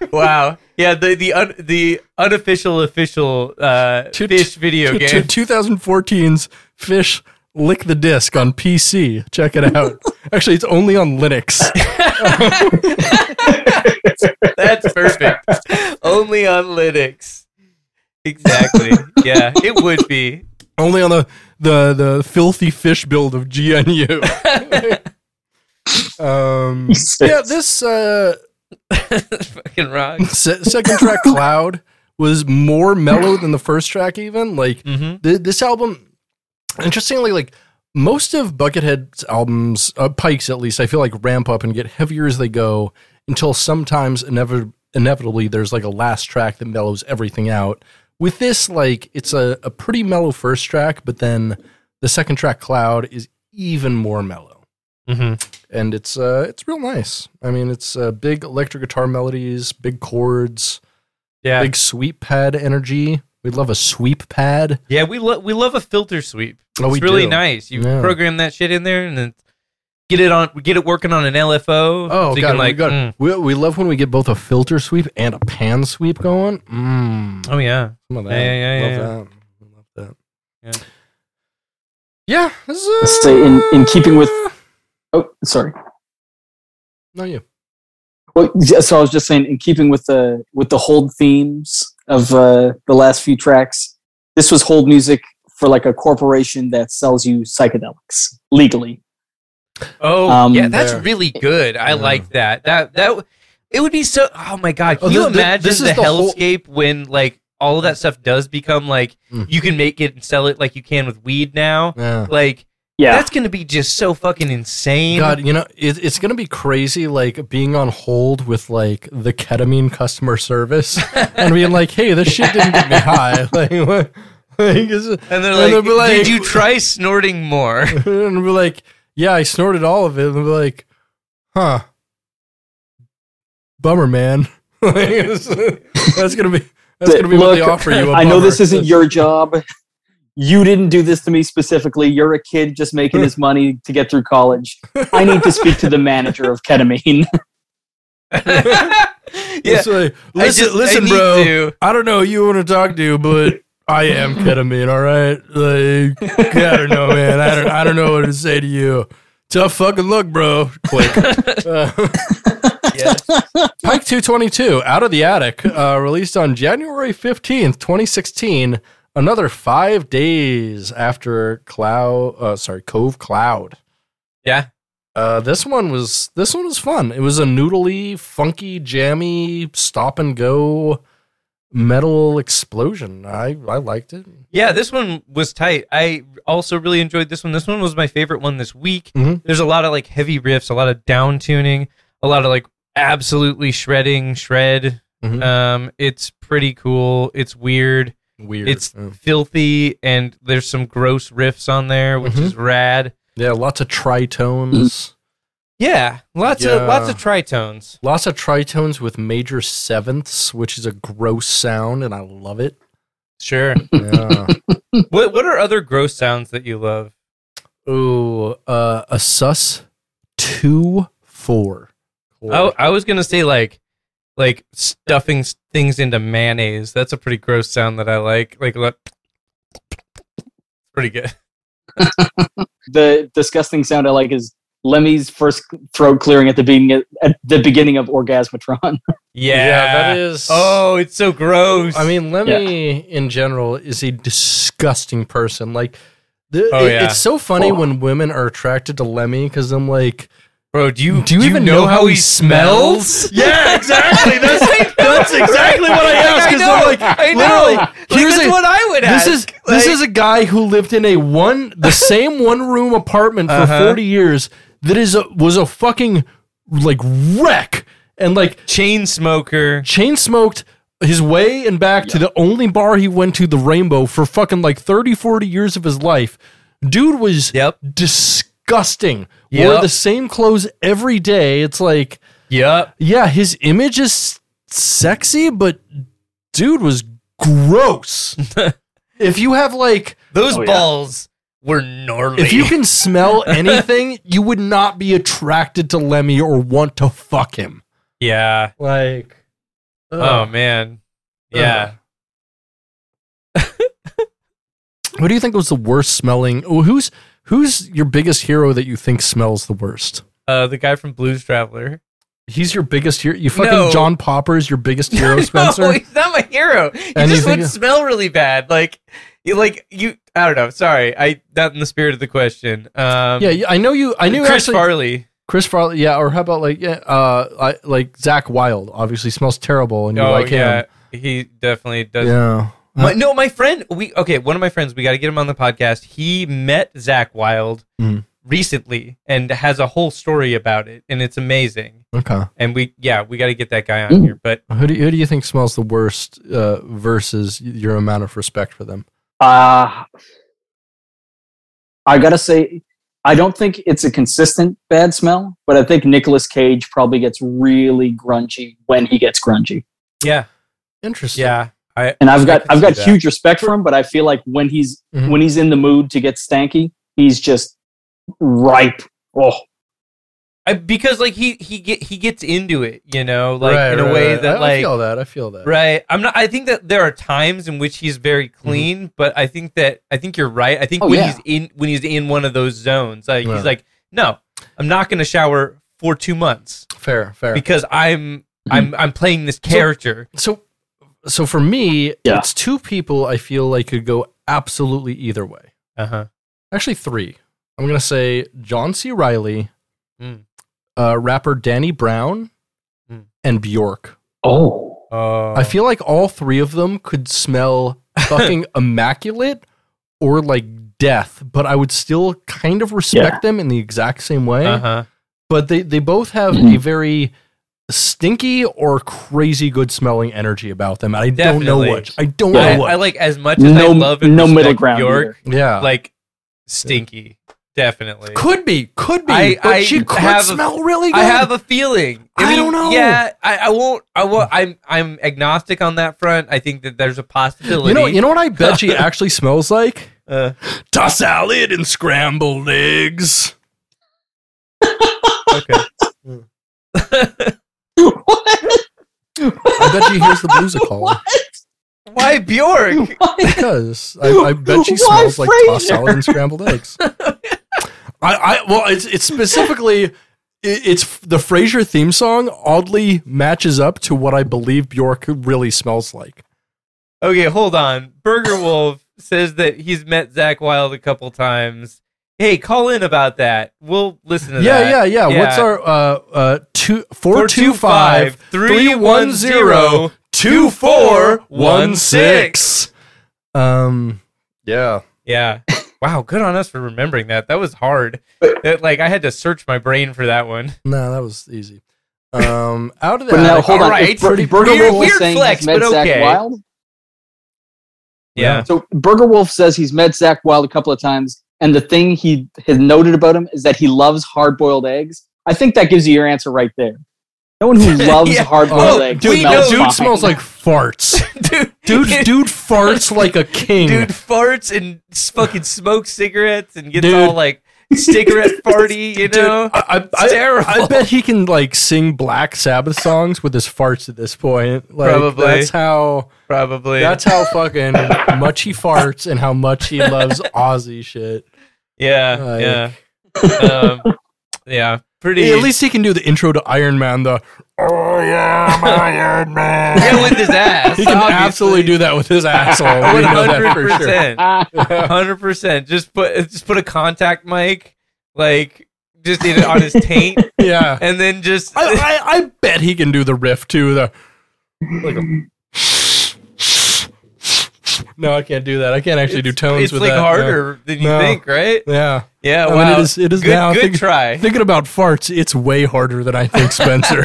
Speaker 2: name.
Speaker 1: Wow. Yeah, the the un, the unofficial official uh,
Speaker 2: Two-
Speaker 1: fish video
Speaker 2: To
Speaker 1: game.
Speaker 2: 2014's Fish Lick the Disc on PC. Check it out. Actually, it's only on Linux.
Speaker 1: That's perfect. Only on Linux. Exactly. Yeah, it would be.
Speaker 2: only on the, the, the filthy fish build of GNU. um, yeah, this. Uh,
Speaker 1: Fucking wrong.
Speaker 2: Se- second track cloud was more mellow than the first track even like
Speaker 1: Mm-hmm.
Speaker 2: th- this album interestingly like most of Buckethead's albums, uh, Pike's at least, I feel like ramp up and get heavier as they go until sometimes inevi- inevitably there's like a last track that mellows everything out. With this, like it's a, a pretty mellow first track, but then the second track, Cloud, is even more mellow,
Speaker 1: Mm-hmm.
Speaker 2: and it's uh, it's real nice. I mean, it's uh, big electric guitar melodies, big chords,
Speaker 1: Yeah,
Speaker 2: big sweep pad energy. We'd love a sweep pad.
Speaker 1: yeah. We love we love a filter sweep.
Speaker 2: Oh,
Speaker 1: it's
Speaker 2: we
Speaker 1: really
Speaker 2: do.
Speaker 1: nice. You
Speaker 2: Yeah.
Speaker 1: program that shit in there and then get it on get it working on an LFO.
Speaker 2: Oh
Speaker 1: so you
Speaker 2: god,
Speaker 1: can,
Speaker 2: we,
Speaker 1: like,
Speaker 2: got-
Speaker 1: mm.
Speaker 2: we, we love when we get both a filter sweep and a pan sweep going. Mm,
Speaker 1: oh yeah.
Speaker 2: some of that.
Speaker 1: Yeah, yeah, yeah,
Speaker 2: love that. Love
Speaker 1: Yeah.
Speaker 2: that. Yeah. Yeah. This is, uh,
Speaker 3: Stay in- in keeping with- Oh, sorry.
Speaker 2: Not you.
Speaker 3: Well, yeah, so I was just saying, in keeping with the with the hold themes of uh, the last few tracks, this was hold music for like a corporation that sells you psychedelics legally.
Speaker 1: Oh
Speaker 3: Um,
Speaker 1: yeah, that's
Speaker 2: There.
Speaker 1: really good. I
Speaker 2: Yeah.
Speaker 1: like that. That that w- it would be so. Oh my god, can
Speaker 2: Oh,
Speaker 1: you
Speaker 2: this- this-
Speaker 1: imagine
Speaker 2: this is
Speaker 1: the,
Speaker 2: the whole-
Speaker 1: hellscape when like all of that stuff does become like
Speaker 2: Mm.
Speaker 1: you can make it and sell it like you can with weed now.
Speaker 2: Yeah.
Speaker 1: Like
Speaker 3: Yeah,
Speaker 1: that's gonna be just so fucking insane.
Speaker 2: God, you know, it, it's going to be crazy, like being on hold with like the ketamine customer service and being like, hey, this shit didn't get me high. Like, what? Like, is it-
Speaker 1: and they're
Speaker 2: And
Speaker 1: like,
Speaker 2: they'll be like-
Speaker 1: did you try snorting more?
Speaker 2: and be like, yeah, I snorted all of it. And be like, huh, bummer, man. that's gonna be that's gonna be what they
Speaker 3: Look,
Speaker 2: offer you. a
Speaker 3: I know
Speaker 2: bummer.
Speaker 3: this isn't your job. You didn't do this to me specifically. You're a kid just making his money to get through college. I need to speak to the manager of ketamine.
Speaker 1: yeah,
Speaker 2: It's like,
Speaker 1: I
Speaker 2: listen,
Speaker 1: just- I
Speaker 2: listen,
Speaker 1: need
Speaker 2: bro.
Speaker 1: to-
Speaker 2: I don't know who you want to talk to, but I am ketamine. All right, like I don't know, man. I don't I don't know what to say to you. Tough fucking look, bro. Click. Uh,
Speaker 1: yeah.
Speaker 2: Pike 222, Out of the Attic, uh, released on January 15th, 2016, another five days after Cloud, uh, sorry, Cove Cloud.
Speaker 1: Yeah.
Speaker 2: Uh, this one was this one was fun. It was a noodly, funky, jammy, stop and go metal explosion. I, I liked it.
Speaker 1: Yeah, this one was tight. I also really enjoyed this one. This one was my favorite one this week.
Speaker 2: Mhm.
Speaker 1: There's a lot of like heavy riffs, a lot of down tuning, a lot of like absolutely shredding shred.
Speaker 2: Mhm.
Speaker 1: Um, it's pretty cool. It's weird.
Speaker 2: Weird.
Speaker 1: It's
Speaker 2: Mm.
Speaker 1: filthy, and there's some gross riffs on there, which
Speaker 2: Mhm.
Speaker 1: is rad.
Speaker 2: yeah, lots of tritones.
Speaker 1: Yeah, lots
Speaker 2: Yeah.
Speaker 1: of lots of tritones.
Speaker 2: Lots of tritones with major sevenths, which is a gross sound, and I love it.
Speaker 1: Sure.
Speaker 2: Yeah.
Speaker 1: what what are other gross sounds that you love?
Speaker 2: Ooh, uh, a sus two four.
Speaker 1: I, I was gonna say like like stuffing s- things into mayonnaise. That's a pretty gross sound that I like. Like look, pretty good.
Speaker 3: the disgusting sound I like is Lemmy's first throat clearing at the beginning at the beginning of Orgasmatron.
Speaker 1: Yeah.
Speaker 2: that is.
Speaker 1: oh, it's so gross.
Speaker 2: I mean, Lemmy in general is a disgusting person. Like, the,
Speaker 1: Oh,
Speaker 2: it-
Speaker 1: yeah.
Speaker 2: it's so funny
Speaker 3: Oh.
Speaker 2: when women are attracted to Lemmy because I'm like,
Speaker 1: bro, do you
Speaker 2: do you even know how he smells?
Speaker 1: Yeah, exactly. That's that's
Speaker 2: exactly what I asked, 'cause I'm
Speaker 1: know,
Speaker 2: like,
Speaker 1: I
Speaker 2: literally,
Speaker 1: know.
Speaker 2: here's
Speaker 1: Here's
Speaker 2: a-
Speaker 1: what I would
Speaker 2: This
Speaker 1: ask.
Speaker 2: is
Speaker 1: Like,
Speaker 2: this is a guy who lived in a one the same one room apartment for
Speaker 1: Uh-huh.
Speaker 2: 40 years that is a, was a fucking like wreck and like
Speaker 1: chain smoker.
Speaker 2: chain smoked his way and back to the only bar he went to, the Rainbow, for fucking like 30, 40 years of his life. Dude was
Speaker 1: Yep.
Speaker 2: disgusting. Wore
Speaker 1: Yep.
Speaker 2: the same clothes every day. It's like,
Speaker 1: Yep.
Speaker 2: yeah, his image is sexy, but dude was gross. if you have like,
Speaker 1: Those
Speaker 3: Oh, yeah.
Speaker 1: balls were gnarly.
Speaker 2: if you can smell anything, you would not be attracted to Lemmy or want to fuck him.
Speaker 1: yeah.
Speaker 2: Like,
Speaker 1: Oh
Speaker 2: ugh,
Speaker 1: man. Yeah.
Speaker 2: ugh. What do you think was the worst smelling? oh, Who's who's your biggest hero that you think smells the worst?
Speaker 1: Uh, the guy from Blues Traveler.
Speaker 2: He's your biggest hero. You fucking
Speaker 1: No.
Speaker 2: John Popper is your biggest hero, Spencer.
Speaker 1: No, he's not my hero. He
Speaker 2: And you
Speaker 1: just would
Speaker 2: think-
Speaker 1: smell really bad. Like, you, like you. I don't know. Sorry, I not in the spirit of the question. Um,
Speaker 2: yeah, I know you. I knew
Speaker 1: Chris
Speaker 2: actually
Speaker 1: Farley.
Speaker 2: Chris Farley. Yeah, or how about like yeah, uh, I, like Zach Wilde? Obviously smells terrible, and you
Speaker 1: oh
Speaker 2: like
Speaker 1: yeah,
Speaker 2: him.
Speaker 1: he definitely does.
Speaker 2: Yeah,
Speaker 1: My, no, my friend, we okay. One of my friends, we got to get him on the podcast. He met Zach Wild
Speaker 2: Mhm.
Speaker 1: recently and has a whole story about it, and it's amazing.
Speaker 2: Okay.
Speaker 1: And we, yeah, we got to get that guy on
Speaker 3: Mhm.
Speaker 1: here. But
Speaker 2: Who do, who do you think smells the worst uh, versus your amount of respect for them?
Speaker 3: Uh, I gotta say, I don't think it's a consistent bad smell, but I think Nicolas Cage probably gets really grungy when he gets grungy.
Speaker 1: yeah,
Speaker 2: Interesting.
Speaker 1: yeah, I
Speaker 3: And I've got
Speaker 1: can
Speaker 3: I've
Speaker 1: see
Speaker 3: got
Speaker 1: that. Mm-hmm.
Speaker 3: huge respect for him, but I feel like when he's
Speaker 2: Mhm.
Speaker 3: when he's in the mood to get stanky, he's just ripe. Oh,
Speaker 1: I, because like he he get he gets into it, you know, like
Speaker 2: Right,
Speaker 1: in a
Speaker 2: right,
Speaker 1: way
Speaker 2: right.
Speaker 1: that
Speaker 2: I, I
Speaker 1: like
Speaker 2: feel that. I feel that. Mm-hmm.
Speaker 1: right. I'm not. I think that there are times in which he's very clean, but I think that I think you're right. I think
Speaker 3: Oh,
Speaker 1: when
Speaker 3: yeah.
Speaker 1: he's in when he's in one of those zones, like
Speaker 2: Right.
Speaker 1: he's like, no, I'm not going to shower for two months
Speaker 2: Fair. Fair.
Speaker 1: because I'm I'm I'm playing this character.
Speaker 2: Mm-hmm. so, so for me,
Speaker 3: Yeah.
Speaker 2: it's two people I feel like could go absolutely either way.
Speaker 1: Uh huh.
Speaker 2: Actually, three. I'm gonna say John C. Riley,
Speaker 1: Mm.
Speaker 2: uh, rapper Danny Brown,
Speaker 1: Mm.
Speaker 2: and Bjork.
Speaker 3: oh,
Speaker 1: Oh,
Speaker 2: I feel like all three of them could smell fucking immaculate or like death, but I would still kind of respect them in the exact same way.
Speaker 1: Uh huh.
Speaker 2: But they, they both have
Speaker 3: Mhm.
Speaker 2: a very stinky or crazy good smelling energy about them. and I don't
Speaker 1: Definitely.
Speaker 2: know what. I don't
Speaker 1: I,
Speaker 2: know what.
Speaker 1: I like as much as
Speaker 3: no,
Speaker 1: I love and
Speaker 3: no middle
Speaker 1: respect
Speaker 3: ground.
Speaker 1: York,
Speaker 3: here.
Speaker 2: yeah.
Speaker 1: like stinky, definitely.
Speaker 2: could be, could be.
Speaker 1: I-
Speaker 2: but
Speaker 1: I
Speaker 2: she could
Speaker 1: have a-
Speaker 2: smell really good.
Speaker 1: I have a feeling.
Speaker 2: I don't know.
Speaker 1: Yeah, I, I won't. I won't. I'm I'm agnostic on that front. I think that there's a possibility.
Speaker 2: you know, you know what I bet she actually smells like?
Speaker 1: Uh,
Speaker 2: To salad and scrambled eggs.
Speaker 1: Uh, okay.
Speaker 3: what?
Speaker 2: I bet she hears the blues a call.
Speaker 1: Why Bjork?
Speaker 3: What?
Speaker 2: Because I, I bet she
Speaker 3: Why
Speaker 2: smells like tossed
Speaker 3: Frasier?
Speaker 2: salad and scrambled eggs. I, I well, it's it's specifically it, it's the Frasier theme song oddly matches up to what I believe Bjork really smells like.
Speaker 1: Okay, hold on. Burger Wolf says that he's met Zach Wild a couple times. Hey, call in about that. We'll listen to
Speaker 2: Yeah,
Speaker 1: that.
Speaker 2: yeah, yeah, What's
Speaker 1: Yeah.
Speaker 2: our uh uh two four two five
Speaker 1: 425
Speaker 2: three one zero two four one six. Um. Yeah.
Speaker 1: Yeah. Wow, good on us for remembering that. That was hard. That, like I had to search my brain for that one.
Speaker 2: No, that was easy. Um. Out of that.
Speaker 3: But now hold on.
Speaker 1: Alright.
Speaker 3: If Bur-
Speaker 2: Pretty-
Speaker 3: Burger
Speaker 1: weird-
Speaker 3: Wolf
Speaker 1: weird
Speaker 3: is saying
Speaker 1: flex,
Speaker 3: he's met
Speaker 1: but
Speaker 3: Zach
Speaker 1: okay.
Speaker 3: Wild.
Speaker 1: Yeah.
Speaker 3: So Burger Wolf says he's met Zach Wild a couple of times, and the thing he has noted about him is that he loves hard-boiled eggs. I think that gives you your answer right there. No one who loves
Speaker 1: Yeah.
Speaker 3: hard-boiled
Speaker 1: Oh,
Speaker 3: eggs
Speaker 1: dude,
Speaker 3: smells
Speaker 1: no,
Speaker 2: dude
Speaker 3: fine.
Speaker 2: smells like farts.
Speaker 1: Dude,
Speaker 2: Dude, dude farts like a king.
Speaker 1: dude farts and s- fucking smokes cigarettes and gets
Speaker 2: Dude.
Speaker 1: all like cigarette farty, you
Speaker 2: Dude,
Speaker 1: know?
Speaker 2: I,
Speaker 1: It's
Speaker 2: I, I,
Speaker 1: terrible.
Speaker 2: I bet he can like sing Black Sabbath songs with his farts at this point. Like,
Speaker 1: Probably.
Speaker 2: That's how.
Speaker 1: Probably.
Speaker 2: That's how fucking much he farts and how much he loves Aussie shit. Like-
Speaker 1: yeah, yeah. um, yeah. Pretty.
Speaker 2: At least he can do the intro to Iron Man. The oh yeah, I'm Iron Man.
Speaker 1: yeah, with his ass.
Speaker 2: he can absolutely do that with his asshole. We
Speaker 1: One
Speaker 2: know that
Speaker 1: hundred
Speaker 2: for sure.
Speaker 1: percent.
Speaker 3: Ah,
Speaker 1: Hundred percent. Just put just put a contact mic, like just in, on his taint,
Speaker 2: Yeah.
Speaker 1: and then just
Speaker 2: I, I, I bet he can do the riff too. The no, I can't do that. I can't actually do tones
Speaker 1: it's
Speaker 2: with
Speaker 1: like
Speaker 2: that. no.
Speaker 1: harder than you
Speaker 2: No.
Speaker 1: think, right?
Speaker 2: Yeah,
Speaker 1: Yeah.
Speaker 2: I mean,
Speaker 1: wow.
Speaker 2: it is- it is
Speaker 1: good.
Speaker 2: now.
Speaker 1: Good
Speaker 2: Think-
Speaker 1: try.
Speaker 2: thinking about farts, it's way harder than I think, Spencer.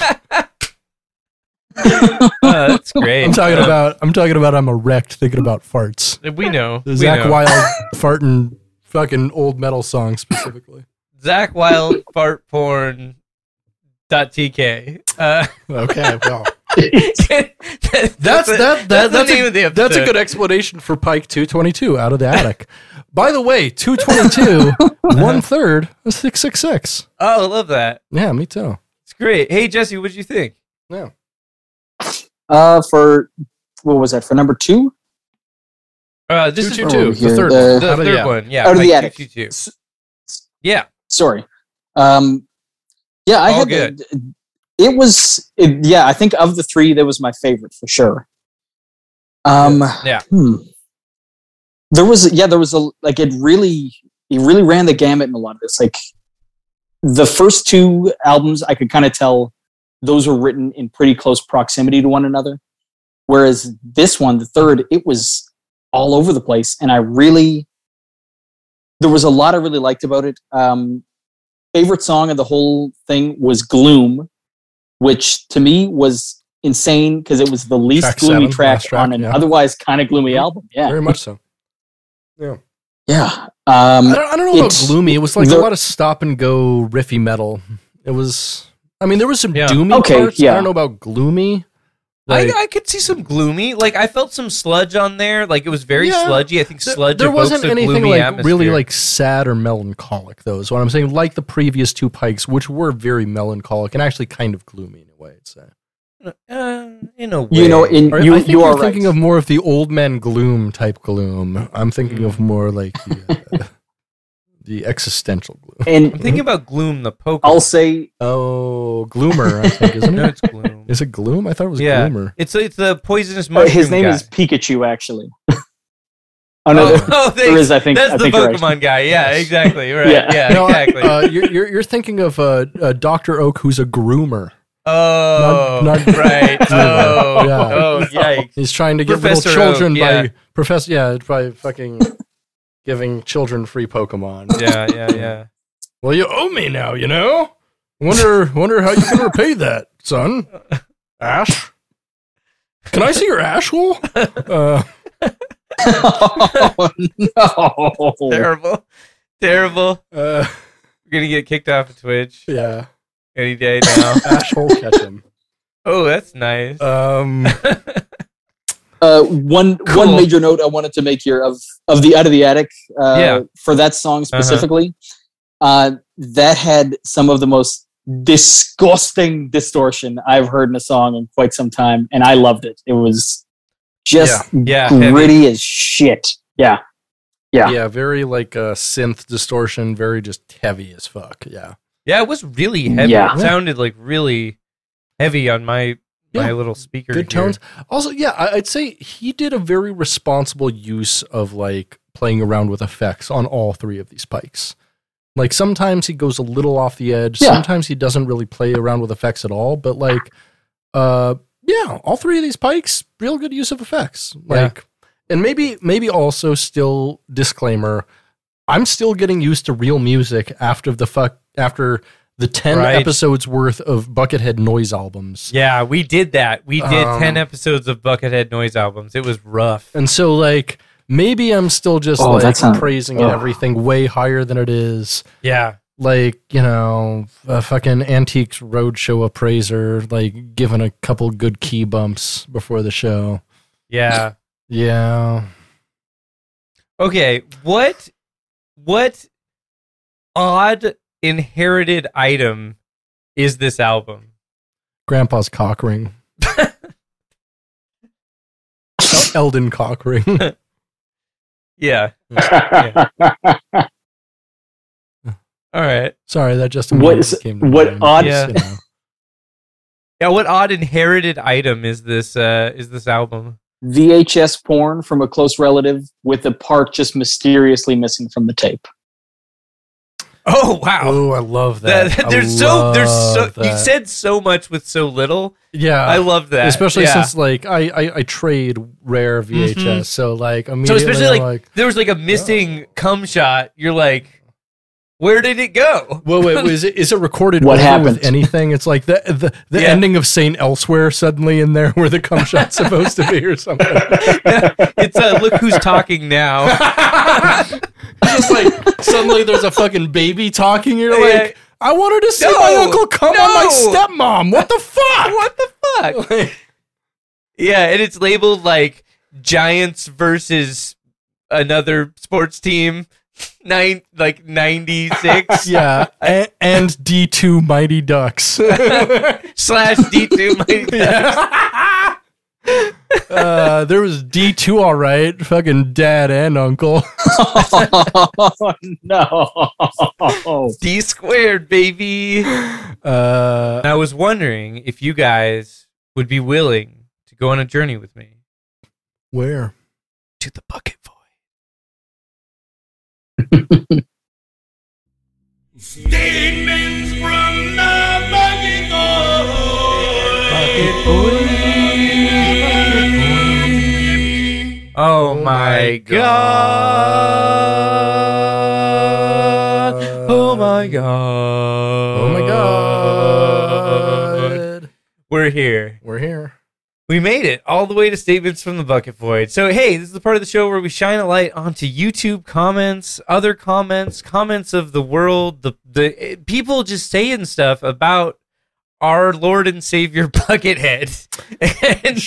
Speaker 1: Uh, that's great.
Speaker 2: I'm talking about I'm talking about I'm erect thinking about farts.
Speaker 1: We know.
Speaker 2: The
Speaker 1: we
Speaker 2: Zach
Speaker 1: know.
Speaker 2: Wild farting fucking old metal song specifically.
Speaker 1: Zach Wild fart porn. Dot tk. Uh,
Speaker 2: Okay, well,
Speaker 1: that's the-
Speaker 2: that's that, that
Speaker 1: that's
Speaker 2: that's,
Speaker 1: the name
Speaker 2: a,
Speaker 1: of the
Speaker 2: that's a
Speaker 1: episode.
Speaker 2: good explanation for Pike 222 out of the attic. By the way, 222, one third, is 666.
Speaker 1: Oh, I love that.
Speaker 2: Yeah, me too.
Speaker 1: It's great. Hey Jesse, what'd you think?
Speaker 3: uh, for what was that? For number two,
Speaker 1: Uh, this is
Speaker 3: two,
Speaker 1: the
Speaker 3: two.
Speaker 2: the third
Speaker 3: The-
Speaker 2: one.
Speaker 3: the
Speaker 2: Out of
Speaker 1: third
Speaker 2: attic.
Speaker 1: one. Yeah,
Speaker 3: Out of the
Speaker 1: Mike
Speaker 3: attic.
Speaker 1: 222.
Speaker 3: S-
Speaker 1: Yeah,
Speaker 3: sorry. Um, yeah, I
Speaker 1: All
Speaker 3: had the- it was it, yeah. I think of the three, that was my favorite for sure. Um,
Speaker 1: yeah.
Speaker 3: Hmm. There was yeah, there was a like it really it really ran the gamut in a lot of this. Like the first two albums, I could kind of tell those were written in pretty close proximity to one another. Whereas this one, the third, it was all over the place, and I really there was a lot I really liked about it. Um, favorite song of the whole thing was "Gloom," which to me was insane because it was the least
Speaker 2: Track
Speaker 3: gloomy
Speaker 2: seven,
Speaker 3: track,
Speaker 2: last track,
Speaker 3: on an
Speaker 2: yeah.
Speaker 3: otherwise kind of gloomy album. Yeah,
Speaker 2: Very much so.
Speaker 3: yeah.
Speaker 2: I
Speaker 3: Um,
Speaker 2: don't, I don't know about
Speaker 3: It's-
Speaker 2: gloomy. It was like
Speaker 3: the-
Speaker 2: a lot of stop and go riffy metal. It was. I mean, there was some
Speaker 1: Yeah.
Speaker 2: doomy
Speaker 3: Okay,
Speaker 2: parts.
Speaker 3: yeah.
Speaker 2: I don't know about gloomy. Like,
Speaker 1: I, I could see some gloomy. Like I felt some sludge on there. Like it was very
Speaker 2: Yeah.
Speaker 1: sludgy. I think
Speaker 2: Th-
Speaker 1: sludge.
Speaker 2: There
Speaker 1: evokes
Speaker 2: wasn't
Speaker 1: a
Speaker 2: anything
Speaker 1: gloomy
Speaker 2: like
Speaker 1: atmosphere.
Speaker 2: really like sad or melancholic though. Is what I'm saying. Like the previous two pikes, which were very melancholic and actually kind of gloomy in a way. I'd say.
Speaker 1: uh, in a way.
Speaker 3: you know, in
Speaker 2: Or
Speaker 3: you
Speaker 2: I think
Speaker 3: you
Speaker 2: you're
Speaker 3: are right.
Speaker 2: thinking of more of the old man gloom type gloom. I'm thinking of more like the, uh, the existential gloom.
Speaker 1: I'm
Speaker 3: and
Speaker 1: thinking about gloom the poker.
Speaker 3: I'll say
Speaker 2: Oh, gloomer. I think isn't
Speaker 1: no,
Speaker 2: it?
Speaker 1: it's gloom.
Speaker 2: Is it gloom? I thought it was
Speaker 1: Yeah.
Speaker 2: gloomer.
Speaker 1: It's it's the poisonous
Speaker 3: uh,
Speaker 1: mushroom.
Speaker 3: his name
Speaker 1: guy.
Speaker 3: is Pikachu. Actually, oh no,
Speaker 1: oh,
Speaker 3: there-
Speaker 1: oh,
Speaker 3: there
Speaker 1: thanks.
Speaker 3: is. I think
Speaker 1: That's
Speaker 3: I
Speaker 1: the
Speaker 3: think you're right.
Speaker 1: Pokemon guy. Yeah,
Speaker 2: Yes.
Speaker 1: exactly. Right. Yeah,
Speaker 3: Yeah.
Speaker 2: No, I-
Speaker 1: exactly.
Speaker 2: uh, you're, you're you're thinking of uh, uh, Doctor Oak, who's a groomer.
Speaker 1: oh,
Speaker 2: not-
Speaker 1: right. Oh,
Speaker 2: Yeah.
Speaker 1: oh, yikes.
Speaker 2: He's trying to get
Speaker 1: Professor
Speaker 2: little children
Speaker 1: Oak, yeah.
Speaker 2: by professor. Yeah, by fucking giving children free Pokemon.
Speaker 1: Yeah, yeah, yeah.
Speaker 2: Well, you owe me now. You know. Wonder wonder how you can repay that, son. Ash. Can I see your asshole? Uh,
Speaker 3: oh no!
Speaker 1: Terrible, terrible.
Speaker 2: uh,
Speaker 1: We're gonna get kicked off of Twitch
Speaker 2: yeah,
Speaker 1: any day now.
Speaker 2: asshole catch him.
Speaker 1: oh, that's nice.
Speaker 2: Um,
Speaker 3: Uh, one
Speaker 1: Cool.
Speaker 3: one major note I wanted to make here of of the out of the attic uh,
Speaker 1: Yeah. Uh-huh.
Speaker 3: for that song specifically, uh that had some of the most disgusting distortion I've heard in a song in quite some time, and I loved it. It was just
Speaker 1: yeah, heavy.
Speaker 3: gritty as shit. Yeah, Yeah.
Speaker 2: yeah, very like uh, synth distortion, very just heavy as fuck. Yeah,
Speaker 1: yeah. It was really heavy.
Speaker 3: Yeah.
Speaker 1: It sounded like really heavy on my my
Speaker 2: Yeah.
Speaker 1: little speaker.
Speaker 2: good
Speaker 1: here.
Speaker 2: tones. Also, yeah, I- I'd say he did a very responsible use of like playing around with effects on all three of these pikes. Like sometimes he goes a little off the edge.
Speaker 3: Yeah.
Speaker 2: Sometimes he doesn't really play around with effects at all. But like, uh, yeah, all three of these pikes, real good use of effects. Like, and maybe maybe also still disclaimer, I'm still getting used to real music after the fuck after the ten
Speaker 1: Right.
Speaker 2: episodes worth of Buckethead noise albums.
Speaker 1: Yeah, we did that. We did
Speaker 2: Um, uh,
Speaker 1: ten episodes of Buckethead noise albums. It was rough.
Speaker 2: And so like maybe I'm still just
Speaker 3: Oh,
Speaker 2: like
Speaker 3: that sound-
Speaker 2: praising
Speaker 3: ugh.
Speaker 2: everything way higher than it is.
Speaker 1: Yeah,
Speaker 2: Like, you know, a fucking antiques roadshow appraiser, like giving a couple good key bumps before the show.
Speaker 1: yeah.
Speaker 2: Yeah.
Speaker 1: Okay, what what odd inherited item is this album?
Speaker 2: Grandpa's cock ring. El- Eldon cock ring.
Speaker 1: Yeah. All right.
Speaker 2: Sorry, that just
Speaker 3: What
Speaker 2: immediately
Speaker 3: is-
Speaker 2: came to
Speaker 3: what
Speaker 2: mind.
Speaker 3: odd-
Speaker 2: Just, you know.
Speaker 1: Yeah, what odd inherited item is this uh is this album?
Speaker 3: VHS porn from a close relative with a part just mysteriously missing from the tape.
Speaker 1: Oh wow.
Speaker 2: Oh, I love that.
Speaker 1: That,
Speaker 2: I
Speaker 1: there's so there's so
Speaker 2: love
Speaker 1: you
Speaker 2: that.
Speaker 1: said so much with so little.
Speaker 2: yeah.
Speaker 1: I love that.
Speaker 2: especially
Speaker 1: Yeah.
Speaker 2: since like I, I I trade rare VHS,
Speaker 3: Mm-hmm.
Speaker 1: Mhm.
Speaker 2: so like
Speaker 1: So
Speaker 2: immediately
Speaker 1: especially,
Speaker 2: I'm like,
Speaker 1: there was like a
Speaker 2: Oh.
Speaker 1: missing cum shot. You're like, where did it go?
Speaker 2: whoa, wait, is it is it recorded
Speaker 3: What
Speaker 2: over
Speaker 3: happened?
Speaker 2: with anything? It's like the the, the
Speaker 1: Yeah.
Speaker 2: ending of Saint Elsewhere suddenly in there where the cum shot's supposed to be or something.
Speaker 1: It's uh, look who's talking now.
Speaker 2: Just like suddenly there's a fucking baby talking. You're
Speaker 1: Yeah.
Speaker 2: like, I wanted to see
Speaker 1: No!
Speaker 2: my uncle come on my
Speaker 1: No!
Speaker 2: stepmom. What the fuck?
Speaker 1: what the fuck? Yeah, and it's labeled like Giants versus another sports team, nine like ninety six
Speaker 2: yeah, and, and D two Mighty Ducks.
Speaker 1: slash D two.
Speaker 2: Yeah. uh, there was D two, all right. Fucking dad and uncle.
Speaker 3: oh no!
Speaker 1: D squared, baby.
Speaker 2: Uh,
Speaker 1: I was wondering if you guys would be willing to go on a journey with me
Speaker 2: where?
Speaker 1: to the bucket boy.
Speaker 5: Statements from the bucket
Speaker 2: Oh
Speaker 5: boy. Bucket boy.
Speaker 1: Oh my god. Oh my god.
Speaker 2: Oh
Speaker 1: Uh,
Speaker 2: my god.
Speaker 1: We're here.
Speaker 2: We're here.
Speaker 1: We made it all the way to statements from the bucket void. So, hey, this is the part of the show where we shine a light onto YouTube comments, other comments, comments of the world, the the eh, people just saying stuff about our Lord and Savior Buckethead, and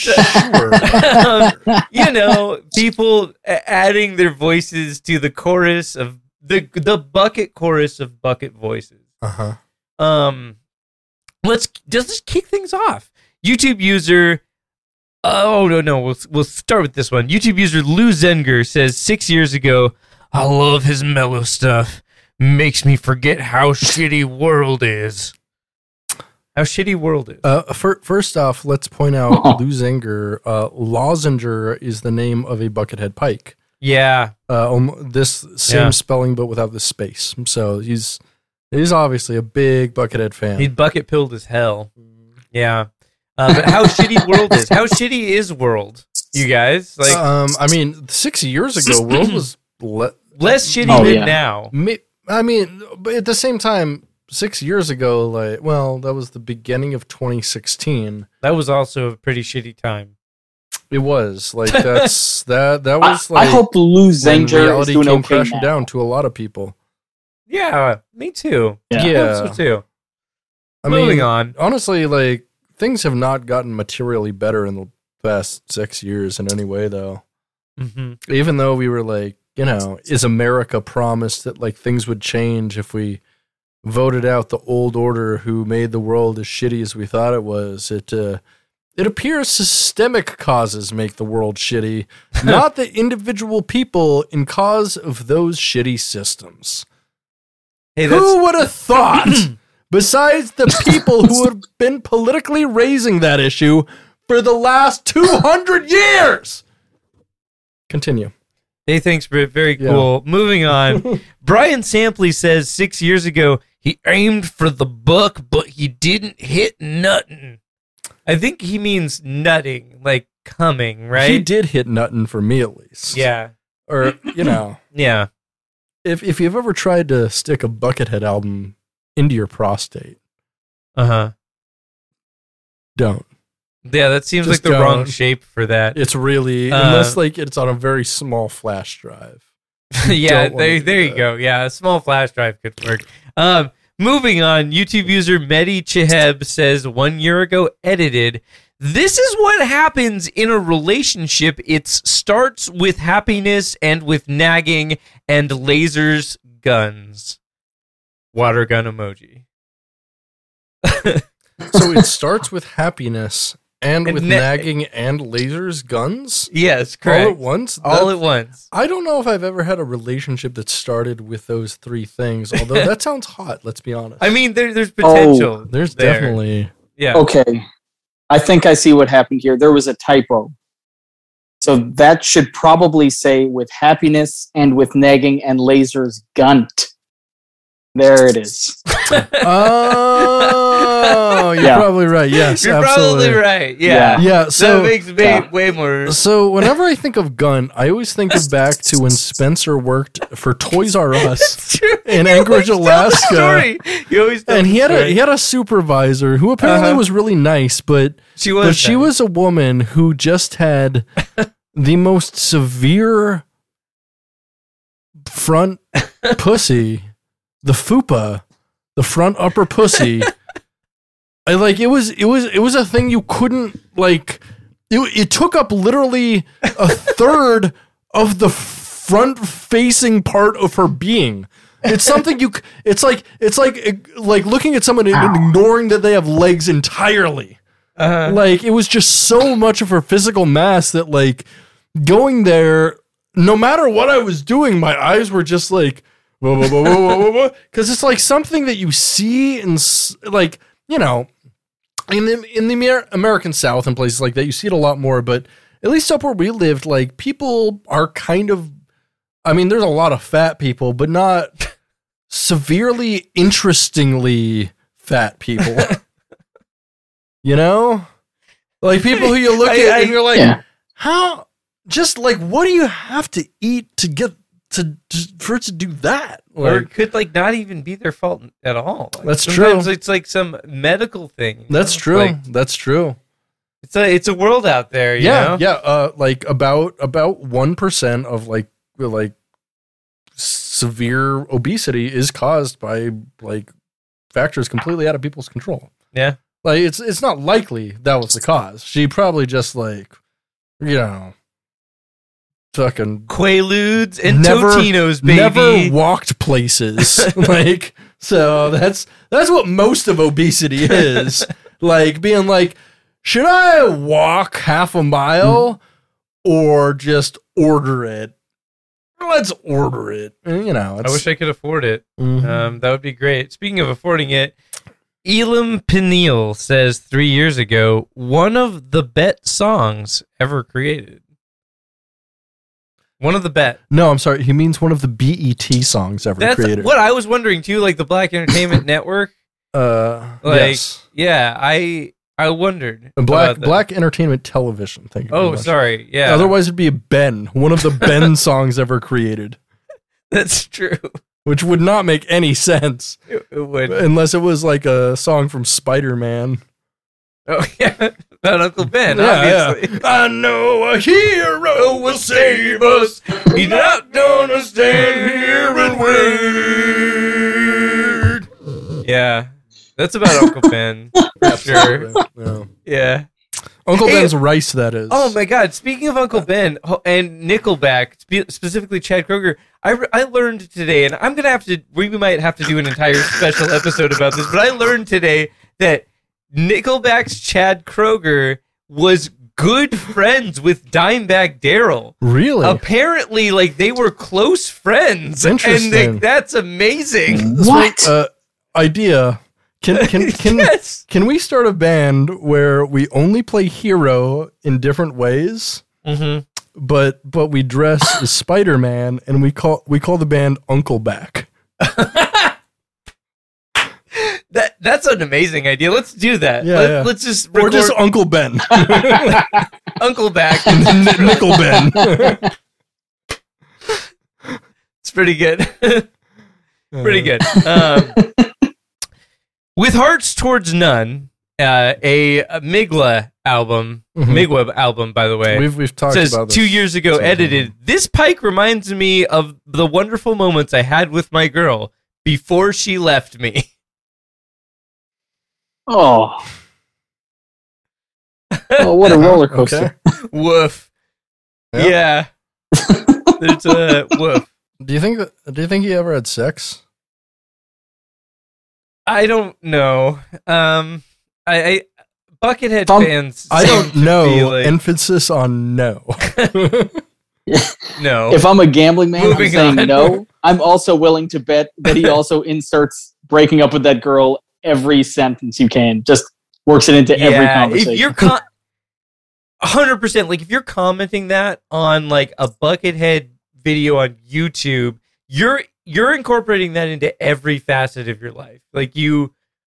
Speaker 1: um, you know, people a- adding their voices to the chorus of the the bucket chorus of bucket voices
Speaker 2: Uh huh.
Speaker 1: um let's just just kick things off youtube user oh no no we'll, we'll start with this one youtube user lou zenger says six years ago i love his mellow stuff makes me forget how shitty world is how shitty world is
Speaker 2: Uh, fir- first off, let's point out
Speaker 3: Oh.
Speaker 2: Luzinger. Uh, Lozenger is the name of a buckethead pike.
Speaker 1: yeah
Speaker 2: Uh, um, this same
Speaker 1: Yeah.
Speaker 2: spelling, but without the space. So he's he's obviously a big buckethead fan.
Speaker 1: he bucket pilled as hell yeah uh, but how shitty world is how shitty is world you guys like
Speaker 2: um, I mean, six years ago, world was. Le-
Speaker 1: less shitty
Speaker 3: Oh,
Speaker 1: than
Speaker 3: yeah.
Speaker 1: now
Speaker 2: me- I mean, but at the same time, six years ago, like, well, that was the beginning of 2016.
Speaker 1: that was also a pretty shitty time
Speaker 2: It was like that's that that
Speaker 3: I,
Speaker 2: was like
Speaker 3: I hope Lou
Speaker 2: when
Speaker 3: Zenger is
Speaker 2: reality
Speaker 3: doing
Speaker 2: came
Speaker 3: okay
Speaker 2: crashing
Speaker 3: now.
Speaker 2: down to a lot of people.
Speaker 1: Yeah, me too.
Speaker 3: Yeah.
Speaker 1: I hope so too.
Speaker 2: I
Speaker 1: Moving
Speaker 2: mean,
Speaker 1: on.
Speaker 2: honestly, like things have not gotten materially better in the past six years in any way, though.
Speaker 1: hmm
Speaker 2: Even though we were like, you know, is America promised that like things would change if we voted out the old order who made the world as shitty as we thought it was? It uh, it appears systemic causes make the world shitty, not the individual people in cause of those shitty systems.
Speaker 1: Hey, that's
Speaker 2: Who would have thought, besides the people who have been politically raising that issue for the last 200 years? Continue.
Speaker 1: hey, thanks, Britt. Very
Speaker 2: Yeah.
Speaker 1: cool. Moving on. Brian Sampley says six years ago he aimed for the buck, but he didn't hit nothing. I think he means nutting, like coming, right?
Speaker 2: He did hit nuttin' for me at least.
Speaker 1: Yeah,
Speaker 2: Or, you know,
Speaker 1: yeah.
Speaker 2: if, if you've ever tried to stick a Buckethead album into your prostate,
Speaker 1: Uh
Speaker 2: Uh-huh.
Speaker 1: huh.
Speaker 2: don't.
Speaker 1: Yeah, that seems
Speaker 2: Just
Speaker 1: like the wrong
Speaker 2: don't.
Speaker 1: shape for that.
Speaker 2: It's really,
Speaker 1: Uh,
Speaker 2: unless like it's on a very small flash drive.
Speaker 1: yeah,
Speaker 2: don't wanna
Speaker 1: there,
Speaker 2: do
Speaker 1: there you
Speaker 2: that.
Speaker 1: go. Yeah, a small flash drive could work. Um, moving on, YouTube user Mehdi Cheheb says one year ago edited. This is what happens in a relationship. It starts with happiness and with nagging and lasers, guns, water gun emoji.
Speaker 2: So it starts with happiness and,
Speaker 1: And
Speaker 2: with
Speaker 1: na-
Speaker 2: nagging and lasers, guns?
Speaker 1: Yes,
Speaker 2: All at
Speaker 1: correct.
Speaker 2: once?
Speaker 1: All
Speaker 2: That-
Speaker 1: at once.
Speaker 2: I don't know if I've ever had a relationship that started with those three things, although that sounds hot, let's be honest.
Speaker 1: I mean, there, there's
Speaker 3: Oh,
Speaker 1: potential.
Speaker 2: there's
Speaker 1: there.
Speaker 2: definitely
Speaker 1: yeah.
Speaker 3: Okay. I think I see what happened here. There was a typo. So that should probably say with happiness and with nagging and lasers gunt. There it is.
Speaker 2: Oh, you're
Speaker 3: Yeah.
Speaker 2: probably right. Yes,
Speaker 1: You're
Speaker 2: absolutely.
Speaker 1: probably right. Yeah.
Speaker 3: Yeah.
Speaker 2: Yeah, so
Speaker 1: that makes me
Speaker 3: yeah.
Speaker 1: way more.
Speaker 2: so whenever I think of gun, I always think of back to when Spencer worked for Toys R Us
Speaker 1: true.
Speaker 2: in
Speaker 1: You
Speaker 2: Anchorage,
Speaker 1: always tell the
Speaker 2: Alaska.
Speaker 1: story. You always tell
Speaker 2: And
Speaker 1: the
Speaker 2: he had a
Speaker 1: story.
Speaker 2: he had a supervisor who apparently
Speaker 1: Uh-huh.
Speaker 2: was really nice, but
Speaker 1: she
Speaker 2: But she
Speaker 1: nice.
Speaker 2: was a woman who just had the most severe front pussy, the fupa, the front upper pussy. I like it was it was it was a thing you couldn't like it, it took up literally a third of the front facing part of her being. It's something you c- it's like it's like like looking at someone and ignoring that they have legs entirely
Speaker 1: Uh-huh.
Speaker 2: like it was just so much of her physical mass that like going there no matter what i was doing my eyes were just like whoa whoa whoa whoa whoa whoa, whoa because it's like something that you see and like you know in the in the Amer- american south and places like that you see it a lot more but at least up where we lived like people are kind of i mean there's a lot of fat people but not severely interestingly fat people you know like people who you look
Speaker 1: I-
Speaker 2: at
Speaker 1: I-
Speaker 2: and you're like
Speaker 3: Yeah.
Speaker 2: how just like what do you have to eat to get to, to for it to do that?
Speaker 1: Or it
Speaker 2: Like,
Speaker 1: could like not even be their fault at all. Like,
Speaker 2: That's
Speaker 1: sometimes
Speaker 2: true.
Speaker 1: It's like some medical thing. you
Speaker 2: that's
Speaker 1: know?
Speaker 2: true.
Speaker 1: Like,
Speaker 2: that's true.
Speaker 1: it's a it's a world out there. You
Speaker 2: yeah,
Speaker 1: know?
Speaker 2: yeah. Uh, like about about one percent of like like severe obesity is caused by like factors completely out of people's control.
Speaker 1: Yeah.
Speaker 2: like it's it's not likely that was the cause. She probably just like you know fucking
Speaker 1: Quaaludes and
Speaker 2: Never-
Speaker 1: Totino's, baby.
Speaker 2: never walked places. like so that's that's what most of obesity is. like being like, should I walk half a mile or just order it? Let's order it. And, You know,
Speaker 1: I
Speaker 2: it's,
Speaker 1: wish I could afford it.
Speaker 2: Mhm.
Speaker 1: Um, that would be great. Speaking of affording it, Elam Peniel says three years ago, one of the bet songs ever created. One of the bet.
Speaker 2: no, I'm sorry. He means one of the BET songs ever
Speaker 1: That's
Speaker 2: created.
Speaker 1: what I was wondering too, like the Black Entertainment Network.
Speaker 2: uh,
Speaker 1: Like-
Speaker 2: yes,
Speaker 1: Yeah, I I wondered.
Speaker 2: And black
Speaker 1: about that.
Speaker 2: black entertainment television. Thank you. very
Speaker 1: Oh,
Speaker 2: much.
Speaker 1: sorry. Yeah,
Speaker 2: Otherwise, it'd be a Ben, one of the Ben songs ever created,
Speaker 1: that's true.
Speaker 2: which would not make any sense.
Speaker 1: It, it would.
Speaker 2: unless it was like a song from Spider Man.
Speaker 1: Oh yeah, about Uncle Ben. obviously.
Speaker 2: I know a hero will save us.
Speaker 1: He's not gonna stand here and wait. Yeah, that's about Uncle Ben for sure.
Speaker 2: Yeah.
Speaker 1: Yeah.
Speaker 2: Uncle
Speaker 1: Hey-
Speaker 2: Ben's rice. That is.
Speaker 1: Oh my God! Speaking of Uncle Ben ho- and Nickelback, spe- specifically Chad Kroger, I, re- I learned today, and I'm gonna have to. We might have to do an entire special episode about this, but I learned today that Nickelback's Chad Kroger was good friends with Dimebag Daryl.
Speaker 2: Really?
Speaker 1: Apparently, like they were close friends.
Speaker 2: Interesting.
Speaker 1: And like, that's amazing.
Speaker 3: What?
Speaker 2: uh, idea. Can can can
Speaker 1: yes.
Speaker 2: can we start a band where we only play hero in different ways?
Speaker 1: Mm-hmm.
Speaker 2: But but we dress as Spider Man and we call we call the band Uncle Back.
Speaker 1: That that's an amazing idea. Let's do that.
Speaker 2: Yeah,
Speaker 1: Let,
Speaker 2: yeah.
Speaker 1: Let's just
Speaker 2: Or
Speaker 1: record
Speaker 2: just Uncle Ben.
Speaker 1: Uncle back.
Speaker 2: Nickel Ben.
Speaker 1: It's pretty good. pretty good. Um, with hearts towards none, uh, a, a Migla album,
Speaker 2: Mhm.
Speaker 1: Migweb album, by the way.
Speaker 2: We've we've talked
Speaker 1: says
Speaker 2: about this.
Speaker 1: two years ago
Speaker 2: sometime.
Speaker 1: edited this pike reminds me of the wonderful moments i had with my girl before she left me
Speaker 3: oh. oh, what a roller coaster.
Speaker 2: Okay.
Speaker 1: woof
Speaker 2: Yeah.
Speaker 1: yeah it's a woof
Speaker 2: Do you think that, do you think he ever had sex?
Speaker 1: i don't know um i, I buckethead
Speaker 3: Tom-
Speaker 1: fans
Speaker 2: I
Speaker 1: seem
Speaker 2: don't
Speaker 1: to be
Speaker 2: know.
Speaker 1: like,
Speaker 2: Emphasis on no.
Speaker 1: no
Speaker 3: If I'm a gambling man,
Speaker 1: Oh. Moving
Speaker 3: I'm saying
Speaker 1: on.
Speaker 3: no. I'm also willing to bet that he also inserts breaking up with that girl every sentence you can. Just works it into every conversation.
Speaker 1: If you're con- 100% like if you're commenting that on like a buckethead video on YouTube, you're you're incorporating that into every facet of your life. Like you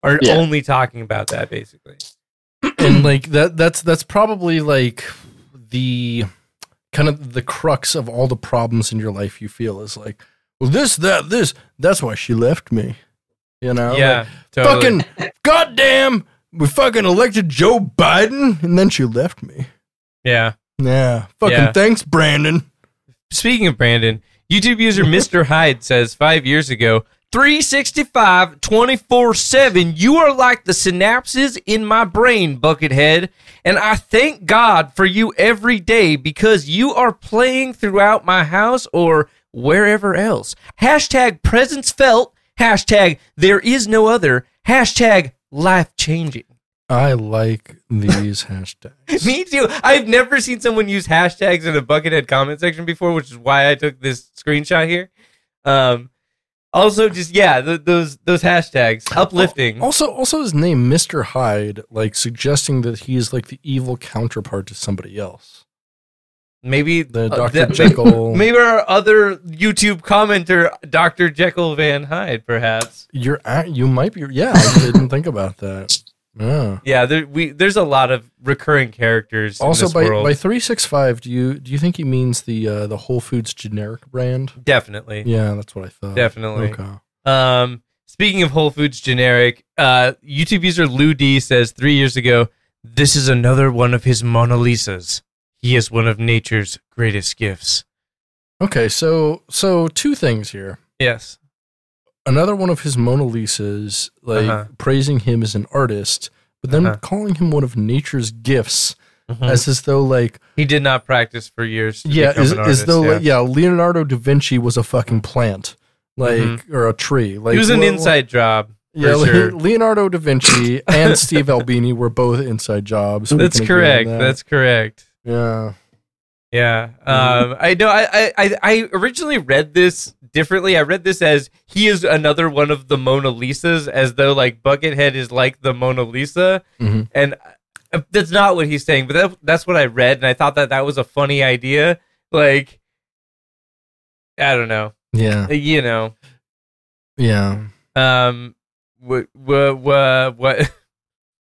Speaker 1: are
Speaker 3: Yeah.
Speaker 1: only talking about that basically.
Speaker 2: and like that that's that's probably like the kind of the crux of all the problems in your life you feel is like, well this that this that's why she left me. You know?
Speaker 1: yeah.
Speaker 2: Like,
Speaker 1: totally.
Speaker 2: Fucking goddamn we fucking elected Joe Biden and then she left me.
Speaker 1: yeah.
Speaker 2: Yeah. Fucking
Speaker 1: Yeah.
Speaker 2: thanks, Brandon.
Speaker 1: Speaking of Brandon, YouTube user Mr. Hyde says 5 years ago, 365 24/7, you are like the synapses in my brain, Buckethead, and I thank God for you every day because you are playing throughout my house or wherever else. Hashtag presence felt, hashtag there is no other, hashtag life changing.
Speaker 2: I like these hashtags.
Speaker 1: Me too. I've never seen someone use hashtags in a buckethead comment section before, which is why I took this screenshot here. Um, also, just yeah, th- those those
Speaker 2: Oh,
Speaker 1: hashtags uplifting.
Speaker 2: Also, also his name, Mister Hyde, like suggesting that he is like the evil counterpart to somebody else.
Speaker 1: Maybe
Speaker 2: The
Speaker 1: uh,
Speaker 2: Doctor
Speaker 1: that-
Speaker 2: Jekyll.
Speaker 1: Maybe our other YouTube commenter, Doctor Jekyll Van Hyde, perhaps.
Speaker 2: You're at, you might be. Yeah, I didn't think about that. Yeah.
Speaker 1: Yeah, there, we there's a lot of recurring characters. in
Speaker 2: Also,
Speaker 1: this
Speaker 2: by,
Speaker 1: world.
Speaker 2: by three six five, do you do you think he means the uh, the Whole Foods generic brand?
Speaker 1: definitely,
Speaker 2: Yeah, that's what I thought.
Speaker 1: definitely.
Speaker 2: Okay.
Speaker 1: Um, speaking of Whole Foods generic, uh, YouTube user Lou D says three years ago, this is another one of his Mona Lisas. He is one of nature's greatest gifts.
Speaker 2: Okay. So so two things here.
Speaker 1: Yes.
Speaker 2: Another one of his Mona Lisas, like
Speaker 1: Uh-huh.
Speaker 2: praising him as an artist, but then
Speaker 1: Uh-huh. Mm-hmm.
Speaker 2: calling him one of nature's gifts, as as though like
Speaker 1: he did not practice for years. To
Speaker 2: Mm-hmm. yeah,
Speaker 1: become
Speaker 2: as,
Speaker 1: an
Speaker 2: as
Speaker 1: artist,
Speaker 2: though
Speaker 1: yeah.
Speaker 2: like, yeah Leonardo da Vinci was a fucking plant, like or a tree. Like
Speaker 1: Mm-hmm. he was an
Speaker 2: what-
Speaker 1: inside job.
Speaker 2: Yeah,
Speaker 1: for
Speaker 2: Le-
Speaker 1: sure.
Speaker 2: Leonardo da Vinci and Steve Albini were both inside jobs. We
Speaker 1: That's
Speaker 2: can agree on
Speaker 1: correct.
Speaker 2: that.
Speaker 1: That's correct.
Speaker 2: yeah.
Speaker 1: Yeah. Um, I know. I, I- I I originally read this differently. I read this as he is another one of the Mona Lisas, as though like Buckethead is like the Mona Lisa,
Speaker 2: Mhm.
Speaker 1: and uh, that's not what he's saying. But that, that's what I read, and I thought that that was a funny idea. Like, I don't know.
Speaker 2: Yeah.
Speaker 1: You know.
Speaker 2: Yeah.
Speaker 1: Um. What? What? What?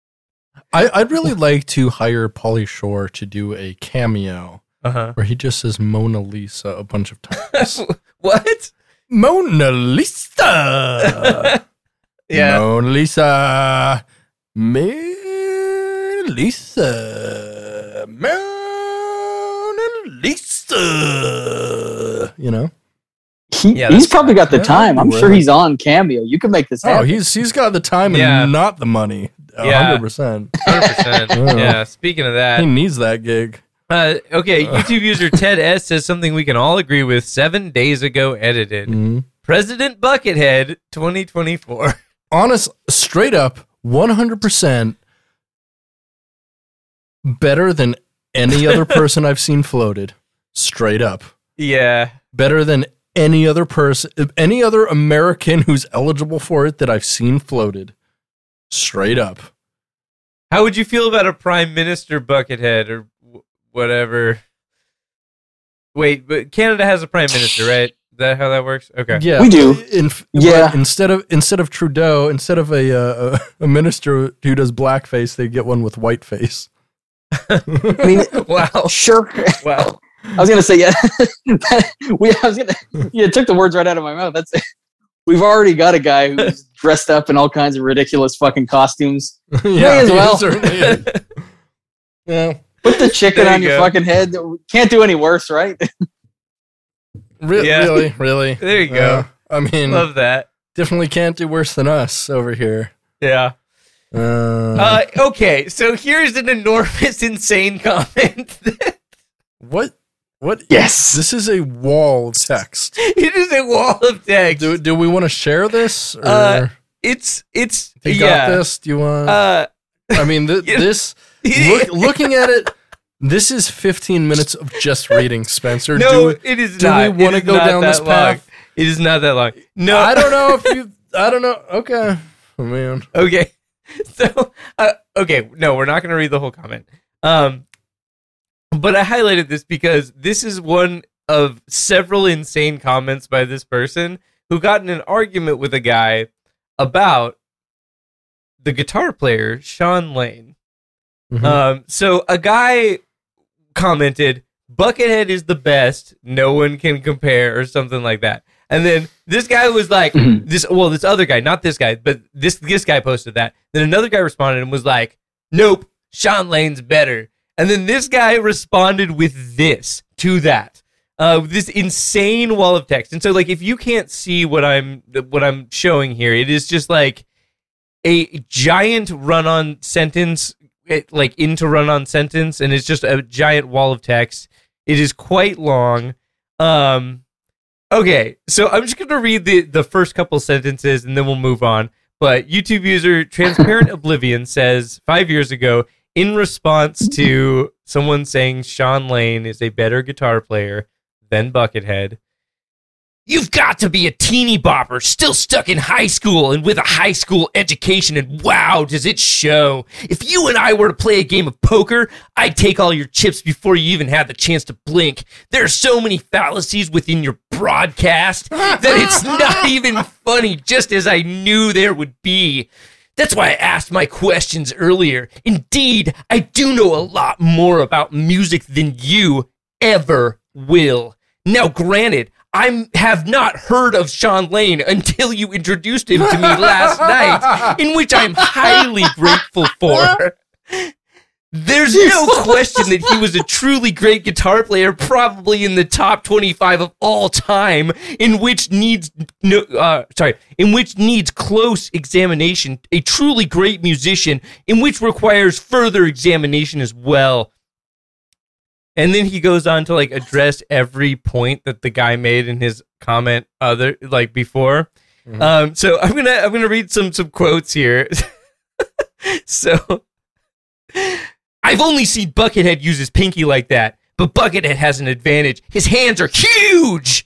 Speaker 2: I, I'd really like to hire Polly Shore to do a cameo
Speaker 1: Uh
Speaker 2: where he just says Mona Lisa a bunch of times.
Speaker 1: huh. what?
Speaker 2: Mona Lisa.
Speaker 1: yeah.
Speaker 2: Mona Lisa. Mona Lisa. Mona Lisa. You know?
Speaker 3: He,
Speaker 1: Yeah,
Speaker 3: he's
Speaker 1: that's
Speaker 3: probably got the
Speaker 2: Yeah,
Speaker 3: time. I'm
Speaker 2: he
Speaker 3: sure
Speaker 2: would.
Speaker 3: he's on Cameo. You can make this
Speaker 2: Oh,
Speaker 3: happen.
Speaker 2: he's he's got the time and
Speaker 1: Yeah.
Speaker 2: not the money. A
Speaker 1: Yeah.
Speaker 2: hundred percent.
Speaker 1: 100%.
Speaker 2: Oh.
Speaker 1: yeah. Speaking of that,
Speaker 2: He needs that gig.
Speaker 1: Uh, okay,
Speaker 2: Uh.
Speaker 1: YouTube user Ted S says something we can all agree with seven days ago edited.
Speaker 2: Mhm.
Speaker 1: President Buckethead 2024.
Speaker 2: Honest, straight up, one hundred percent. Better than any other person I've seen floated. Straight up,
Speaker 1: yeah.
Speaker 2: better than any other person, any other American who's eligible for it that I've seen floated. Straight up.
Speaker 1: How would you feel about a Prime Minister Buckethead or w- whatever? Wait, but Canada has a Prime Minister, right? Is that how that works? Okay.
Speaker 2: Yeah,
Speaker 3: We do.
Speaker 2: In,
Speaker 3: Yeah.
Speaker 2: but instead of instead of Trudeau, instead of a uh, a minister who does blackface, they get one with whiteface.
Speaker 3: I mean,
Speaker 1: Wow.
Speaker 3: sure.
Speaker 1: Wow.
Speaker 3: I was gonna say yeah. we, I was gonna. You took the words right out of my mouth. That's it. We've already got a guy who's dressed up in all kinds of ridiculous fucking costumes.
Speaker 2: yeah,
Speaker 3: as well.
Speaker 2: it certainly is. yeah,
Speaker 3: Put the chicken
Speaker 1: There you
Speaker 3: on your
Speaker 1: go.
Speaker 3: fucking head. Can't do any worse, right?
Speaker 2: Re-
Speaker 1: Yeah.
Speaker 2: really, really.
Speaker 1: There you go.
Speaker 2: Yeah. I mean,
Speaker 1: Love that.
Speaker 2: definitely can't do worse than us over here.
Speaker 1: Yeah.
Speaker 2: Uh,
Speaker 1: Uh, okay, so here's an enormous, insane comment.
Speaker 2: what? What?
Speaker 3: Yes.
Speaker 2: This is a wall of text.
Speaker 1: it is a wall of text.
Speaker 2: Do do we want to share this? Or
Speaker 1: Uh, It's it's
Speaker 2: you
Speaker 1: yeah.
Speaker 2: got this? Do you want?
Speaker 1: Uh,
Speaker 2: I mean, th-
Speaker 1: you-
Speaker 2: this. Look, looking at it, this is 15 minutes of just reading, Spencer.
Speaker 1: no,
Speaker 2: do,
Speaker 1: it is
Speaker 2: do
Speaker 1: not.
Speaker 2: we want
Speaker 1: It is
Speaker 2: to go
Speaker 1: not
Speaker 2: down
Speaker 1: that
Speaker 2: this path?
Speaker 1: long. It is not that long. No,
Speaker 2: I don't know if you. I don't know. Okay, oh, man.
Speaker 1: okay. So, uh, okay, no, we're not going to read the whole comment. Um, but I highlighted this because this is one of several insane comments by this person who got in an argument with a guy about the guitar player Sean Lane.
Speaker 2: Mhm.
Speaker 1: Um, so a guy commented, "Buckethead is the best. No one can compare," or something like that. And then this guy was like,
Speaker 3: Mhm.
Speaker 1: "This well, this other guy, not this guy, but this this guy posted that." Then another guy responded and was like, "Nope, Sean Lane's better." And then this guy responded with this to that. Uh, this insane wall of text, and so like if you can't see what I'm what I'm showing here, it is just like a giant run-on sentence it, like into run on sentence and it's just a giant wall of text it is quite long um okay so i'm just gonna read the the first couple sentences and then we'll move on but youtube user transparent oblivion says five years ago in response to someone saying sean lane is a better guitar player than buckethead You've got to be a teeny bopper, still stuck in high school and with a high school education, and wow, does it show. If you and I were to play a game of poker, I'd take all your chips before you even had the chance to blink. There are so many fallacies within your broadcast that it's not even funny, just as I knew there would be. That's why I asked my questions earlier. Indeed, I do know a lot more about music than you ever will. Now, granted, I have not heard of Sean Lane until you introduced him to me last night, in which I'm highly grateful for. There's no question that he was a truly great guitar player, probably in the top 25 of all time, in which needs no, uh, sorry, in which needs close examination, a truly great musician, in which requires further examination as well. And then he goes on to like address every point that the guy made in his comment other like before.
Speaker 2: Mhm.
Speaker 1: Um, so I'm gonna I'm gonna read some some quotes here. so I've only seen Buckethead use his pinky like that, but Buckethead has an advantage. His hands are huge.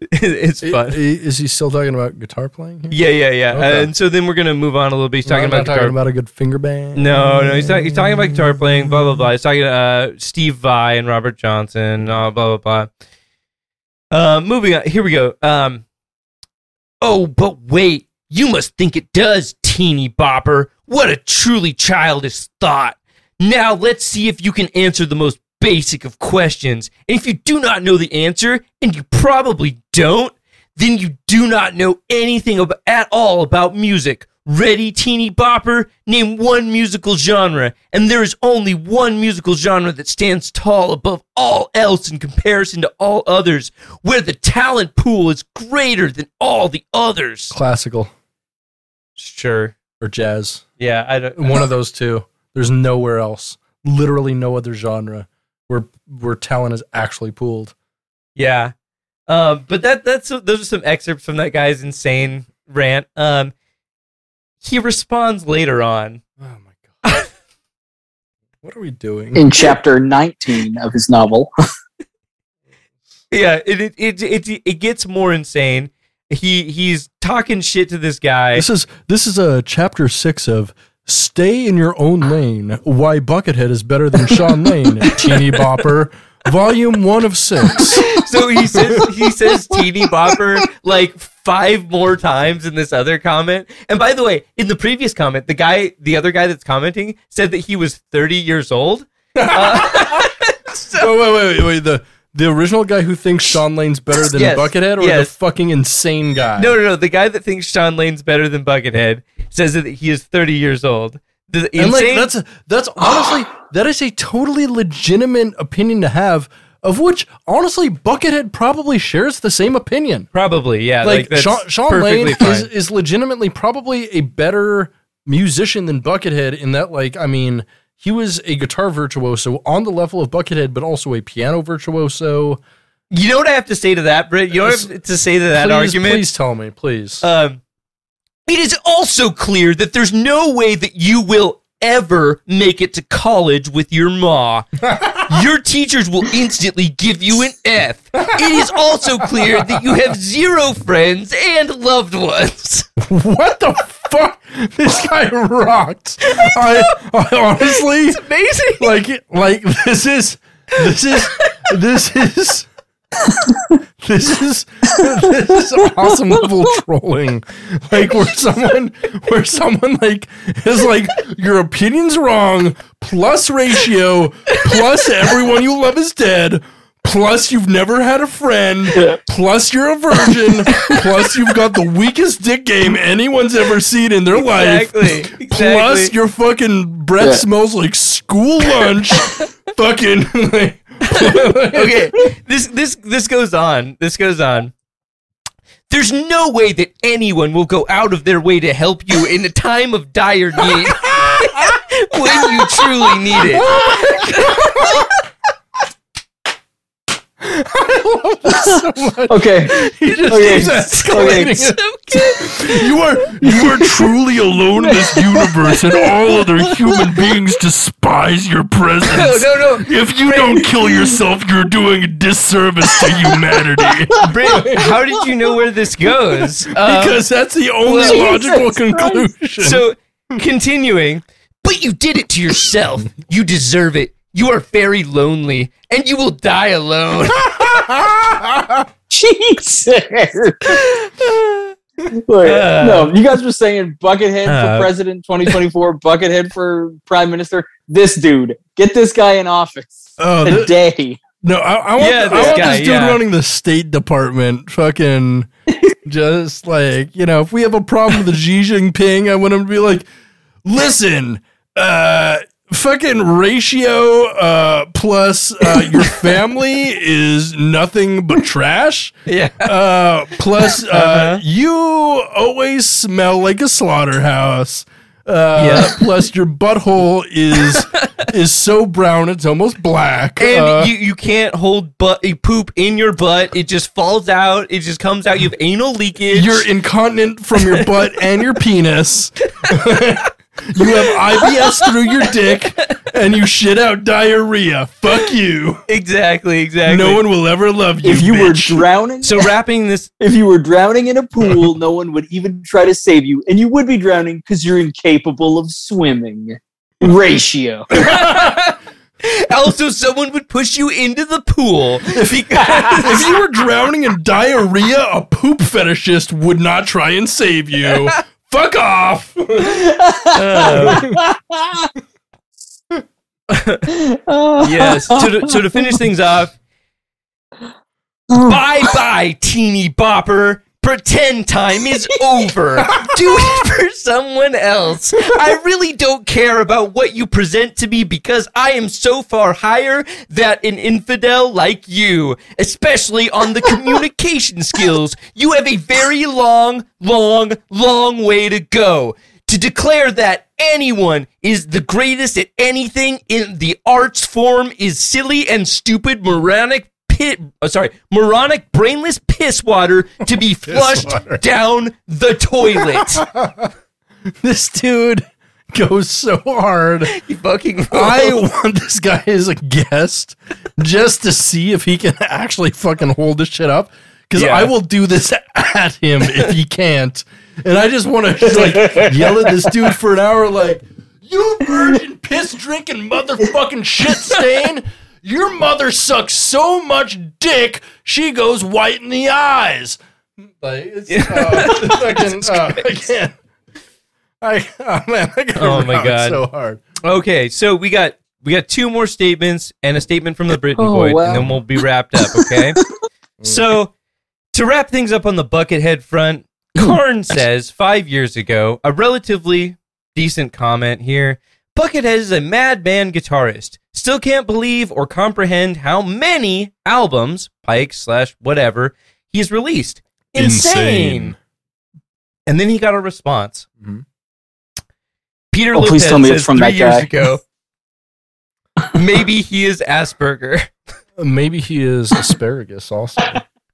Speaker 1: it's
Speaker 2: I-
Speaker 1: fun.
Speaker 2: i- Is he still talking about guitar playing? Here?
Speaker 1: Yeah, yeah, yeah.
Speaker 2: Okay.
Speaker 1: And so then we're gonna move on a little bit. He's
Speaker 2: No,
Speaker 1: talking
Speaker 2: I'm
Speaker 1: about
Speaker 2: not
Speaker 1: guitar.
Speaker 2: talking about a good finger band.
Speaker 1: No, no, he's, talk- he's talking about guitar playing, blah blah blah. He's talking uh, Steve Vai and Robert Johnson, uh, blah blah blah. Uh, moving on, here we go. Um, oh, but wait, you must think it does, teeny bopper. What a truly childish thought. Now let's see if you can answer the most basic of questions. And if you do not know the answer, and you probably don't, then you do not know anything ab- at all about music. Ready, teeny bopper? Name one musical genre, and there is only one musical genre that stands tall above all else in comparison to all others, where the talent pool is greater than all the others.
Speaker 2: Classical
Speaker 1: Sure.
Speaker 2: or jazz.
Speaker 1: Yeah, I don't.
Speaker 2: One of those two. There's nowhere else. Literally no other genre where where talent is actually pooled.
Speaker 1: Yeah. Um, but that that's those are some excerpts from that guy's insane rant. Um, he responds later on.
Speaker 2: Oh my god. what are we doing?
Speaker 3: in chapter 19 of his novel.
Speaker 1: Yeah, it it it it, it gets more insane. He he's talking shit to this guy.
Speaker 2: This is this is a chapter six of Stay in Your Own Lane. Why Buckethead is better than Sean Lane, Teeny Bopper. Volume one of six.
Speaker 1: So he says he says teeny bopper like five more times in this other comment. And by the way, in the previous comment, the guy the other guy that's commenting said that he was 30 years old.
Speaker 2: Oh wait, wait, wait, wait. The the original guy who thinks Sean Lane's better than
Speaker 1: Yes,
Speaker 2: Buckethead or
Speaker 1: yes.
Speaker 2: the fucking insane guy?
Speaker 1: No, no, no. The guy that thinks Sean Lane's better than Buckethead says that he is 30 years old. The
Speaker 2: And like
Speaker 1: insane-
Speaker 2: that's that's honestly that is a totally legitimate opinion to have, of which honestly Buckethead probably shares the same opinion.
Speaker 1: probably, yeah. Like,
Speaker 2: Like,
Speaker 1: that's
Speaker 2: Sean, Sean
Speaker 1: perfectly
Speaker 2: Lane
Speaker 1: fine.
Speaker 2: is, is legitimately probably a better musician than Buckethead in that like I mean he was a guitar virtuoso on the level of Buckethead, but also a piano virtuoso.
Speaker 1: you know what I have to say to that, Britt? You know what I have to say to that
Speaker 2: please,
Speaker 1: argument?
Speaker 2: please tell me, please.
Speaker 1: Um, it is also clear that there's no way that you will ever make it to college with your ma. Your teachers will instantly give you an F. It is also clear that you have zero friends and loved ones.
Speaker 2: What the fuck? This guy rocked. I, I honestly
Speaker 1: Amazing.
Speaker 2: like like this is this is this is this is this is awesome level trolling. Like where someone where someone like is like your opinion's wrong plus ratio plus everyone you love is dead. Plus, you've never had a friend. Plus, you're a virgin. plus, you've got the weakest dick game anyone's ever seen in their life.
Speaker 1: Exactly.
Speaker 2: Plus, your fucking breath
Speaker 3: Yeah.
Speaker 2: smells like school lunch. fucking. Like,
Speaker 1: okay. This this this goes on. This goes on. There's no way that anyone will go out of their way to help you in a time of dire need when you truly need it.
Speaker 3: Okay.
Speaker 2: he just
Speaker 3: Okay.
Speaker 2: keeps escalating.
Speaker 1: So good.
Speaker 2: You are you are truly alone in this universe, and all other human beings despise your presence.
Speaker 1: No, no, no.
Speaker 2: If you don't kill yourself, you're doing a disservice to humanity.
Speaker 1: Britt, how did you know where this goes? Um,
Speaker 2: Because that's the only
Speaker 3: well-
Speaker 2: logical
Speaker 3: Jesus Christ.
Speaker 2: conclusion.
Speaker 1: so continuing but you did it to yourself you deserve it you are very lonely and you will die alone
Speaker 3: Jesus. Like,
Speaker 1: Uh.
Speaker 3: no, you guys were saying Buckethead
Speaker 1: Uh.
Speaker 3: for president 2024, Buckethead for prime minister. This dude, get this guy in office
Speaker 2: Oh, th-
Speaker 3: today.
Speaker 2: no! I, I want,
Speaker 1: Yeah,
Speaker 2: I
Speaker 1: this
Speaker 2: want
Speaker 1: guy,
Speaker 2: this dude
Speaker 1: yeah.
Speaker 2: running the State Department. Fucking just like you know, if we have a problem with Xi Jinping, I want him to be like, listen, uh, fucking ratio uh, plus uh, your family is nothing but trash.
Speaker 1: yeah.
Speaker 2: Uh, plus, uh,
Speaker 1: Uh-huh.
Speaker 2: you always smell like a slaughterhouse. Uh,
Speaker 1: Yeah.
Speaker 2: Plus, your butthole is is so brown it's almost black.
Speaker 1: And
Speaker 2: Uh,
Speaker 1: you, you can't hold butt you poop in your butt. It just falls out. It just comes out. You have anal leakage.
Speaker 2: you're incontinent from your butt and your penis. you have IBS through your dick, and you shit out diarrhea. Fuck you.
Speaker 1: exactly exactly.
Speaker 2: No one will ever love you.
Speaker 3: If you were
Speaker 2: bitch.
Speaker 3: drowning,
Speaker 1: so wrapping this.
Speaker 3: if you were drowning in a pool, no one would even try to save you, and you would be drowning because you're incapable of swimming. Ratio.
Speaker 1: also, someone would push you into the pool.
Speaker 2: if you were drowning in diarrhea, a poop fetishist would not try and save you. Fuck off.
Speaker 1: uh, yes. So to, so to finish things off, bye bye, teeny bopper. Pretend time is over. Do it for someone else. I really don't care about what you present to me because I am so far higher that an infidel like you, especially on the communication skills, you have a very long, long, long way to go to declare that anyone is the greatest at anything in the arts form is silly and stupid moronic pit uh, sorry moronic brainless piss water to be flushed down the toilet
Speaker 2: This dude goes so hard.
Speaker 1: you fucking
Speaker 2: I want this guy as a guest just to see if he can actually fucking hold this shit up. Because
Speaker 1: Yeah.
Speaker 2: I will do this at him if he can't. And I just want to like yell at this dude for an hour, like, you virgin piss drinking motherfucking shit stain. Your mother sucks so much dick, she goes white in the eyes. Like, it's, uh, fucking, uh, I can't. I, oh man, I got
Speaker 1: Oh, my God.
Speaker 2: so hard.
Speaker 1: okay so we got we got two more statements and a statement from the Britain
Speaker 3: Oh,
Speaker 1: Void,
Speaker 3: wow.
Speaker 1: and then we'll be wrapped up okay so to wrap things up on the buckethead front Karn says five years ago, a relatively decent comment here. Buckethead is a madman guitarist. Still can't believe or comprehend how many albums, Pike slash whatever, he's released. Insane.
Speaker 2: Insane.
Speaker 1: And then he got a response.
Speaker 2: Mhm.
Speaker 1: Peter
Speaker 3: Oh,
Speaker 1: Lopez
Speaker 3: please tell me it's
Speaker 1: says
Speaker 3: from
Speaker 1: three
Speaker 3: that
Speaker 1: years
Speaker 3: guy.
Speaker 1: ago. Maybe he is Asperger.
Speaker 2: Maybe he is asparagus also.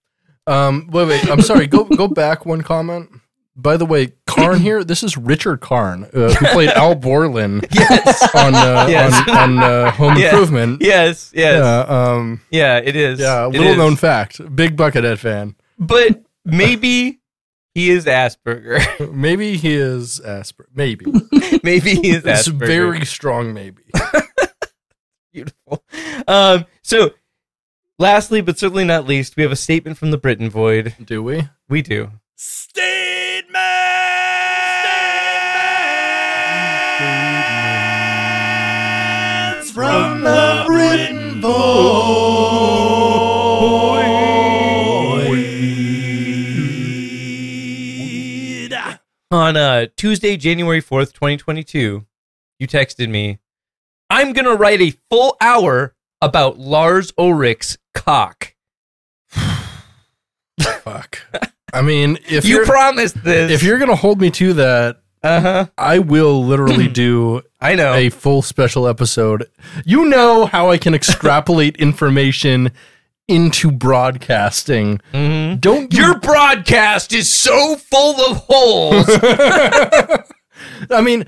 Speaker 2: um, wait, wait. I'm sorry. Go go back one comment. By the way, Karn here. This is Richard Karn, uh, who played Al Borland
Speaker 1: Yes.
Speaker 2: on uh,
Speaker 1: Yes.
Speaker 2: on, on uh, Home
Speaker 1: Yeah.
Speaker 2: Improvement.
Speaker 1: yes. Yes.
Speaker 2: Yeah, um,
Speaker 1: Yeah, it is.
Speaker 2: yeah.
Speaker 1: It
Speaker 2: Little
Speaker 1: is.
Speaker 2: known fact. Big Buckethead fan.
Speaker 1: But maybe he is Asperger.
Speaker 2: Maybe he is asper. Maybe
Speaker 1: Maybe he is
Speaker 2: it's
Speaker 1: Asperger.
Speaker 2: very strong. Maybe.
Speaker 1: beautiful. Um, so, lastly, but certainly not least, we have a statement from the Britain Void.
Speaker 2: Do we?
Speaker 1: We do.
Speaker 5: From the written void.
Speaker 1: On uh, Tuesday, January 4th, 2022, you texted me, I'm going to write a full hour about Lars Ulrich's cock.
Speaker 2: Fuck. I mean, if
Speaker 1: you
Speaker 2: you're
Speaker 1: promised this.
Speaker 2: if you're gonna hold me to that,
Speaker 1: Uh huh.
Speaker 2: I will literally do
Speaker 1: I know.
Speaker 2: a full special episode. You know how I can extrapolate information into broadcasting.
Speaker 1: Mhm.
Speaker 2: Don't you-
Speaker 1: Your broadcast is so full of holes.
Speaker 2: I mean,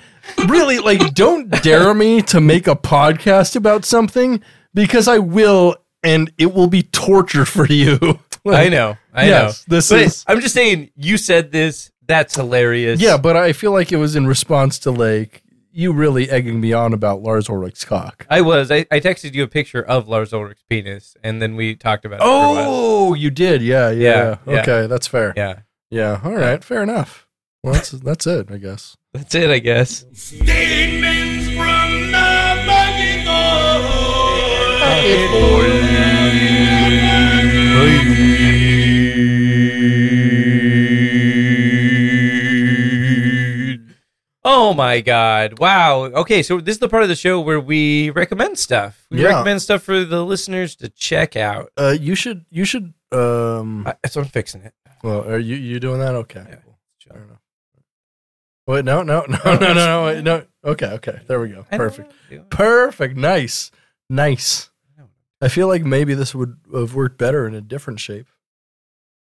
Speaker 2: really, like, don't dare me to make a podcast about something because I will, and it will be torture for you.
Speaker 1: I know. I
Speaker 2: Yes,
Speaker 1: know.
Speaker 2: this
Speaker 1: But
Speaker 2: is-
Speaker 1: I'm just saying, you said this. That's hilarious.
Speaker 2: Yeah, but I feel like it was in response to like you really egging me on about Lars Ulrich's cock.
Speaker 1: I was. I, I texted you a picture of Lars Ulrich's penis, and then we talked about it. for a while.
Speaker 2: Oh, you did. Yeah, yeah.
Speaker 1: Oh, Yeah, yeah.
Speaker 2: Okay, that's fair.
Speaker 1: yeah.
Speaker 2: Yeah. All right. Fair enough. Well, that's that's it, I guess.
Speaker 1: That's it, I guess.
Speaker 5: Demons from the bucket hole.
Speaker 2: Uh,
Speaker 1: Oh my god. Wow. Okay, so this is the part of the show where we recommend stuff. We
Speaker 2: Yeah.
Speaker 1: recommend stuff for the listeners to check out.
Speaker 2: Uh, you should you should um.
Speaker 1: I, so I'm fixing it.
Speaker 2: Well, are you you doing that? Okay.
Speaker 1: Yeah.
Speaker 2: Cool. I don't know. Wait. No. No. No. No. No. No. Wait, no. Okay. Okay. There we go.
Speaker 1: I don't know
Speaker 2: Perfect.
Speaker 1: what I'm doing.
Speaker 2: Perfect. Nice. Nice.
Speaker 1: I know.
Speaker 2: I feel like maybe this would have worked better in a different shape.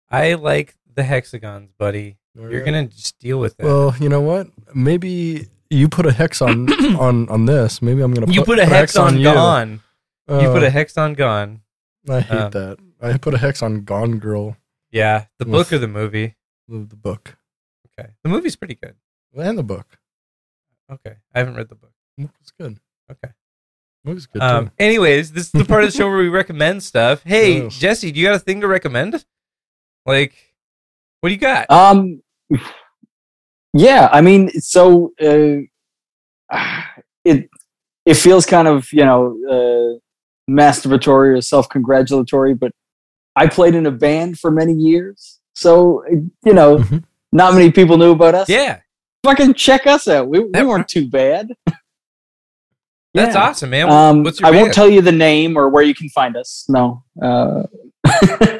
Speaker 1: I like the hexagons, buddy. You're gonna just deal with it.
Speaker 2: Well, you know what? Maybe you put a hex on on on this. Maybe I'm gonna
Speaker 1: you put a hex on gone.
Speaker 2: You,
Speaker 1: You put a hex on gone.
Speaker 2: Oh, I hate
Speaker 1: um,
Speaker 2: that. I put a hex on Gone Girl,
Speaker 1: Yeah, the
Speaker 2: Oof.
Speaker 1: book or the movie.
Speaker 2: the, the book,
Speaker 1: Okay, the movie's pretty good.
Speaker 2: and the book.
Speaker 1: Okay, I haven't read the book.
Speaker 2: It's good.
Speaker 1: Okay.
Speaker 2: Movie's good
Speaker 1: Um,
Speaker 2: too.
Speaker 1: anyways, this is the part of the show where we recommend stuff. Hey,
Speaker 2: Yes.
Speaker 1: Jesse, do you got a thing to recommend? Like, what do you got?
Speaker 3: Um, yeah, I mean, so uh, it it feels kind of you know uh, masturbatory or self congratulatory, but I played in a band for many years, so uh, you know,
Speaker 2: Mhm.
Speaker 3: not many people knew about us.
Speaker 1: Mm-hmm. yeah,
Speaker 3: fucking check us out. We, we
Speaker 1: That-
Speaker 3: weren't too bad.
Speaker 1: that's
Speaker 3: Yeah.
Speaker 1: awesome, man.
Speaker 3: Um,
Speaker 1: What's your
Speaker 3: I won't
Speaker 1: band?
Speaker 3: tell you the name or where you can find us. No, uh,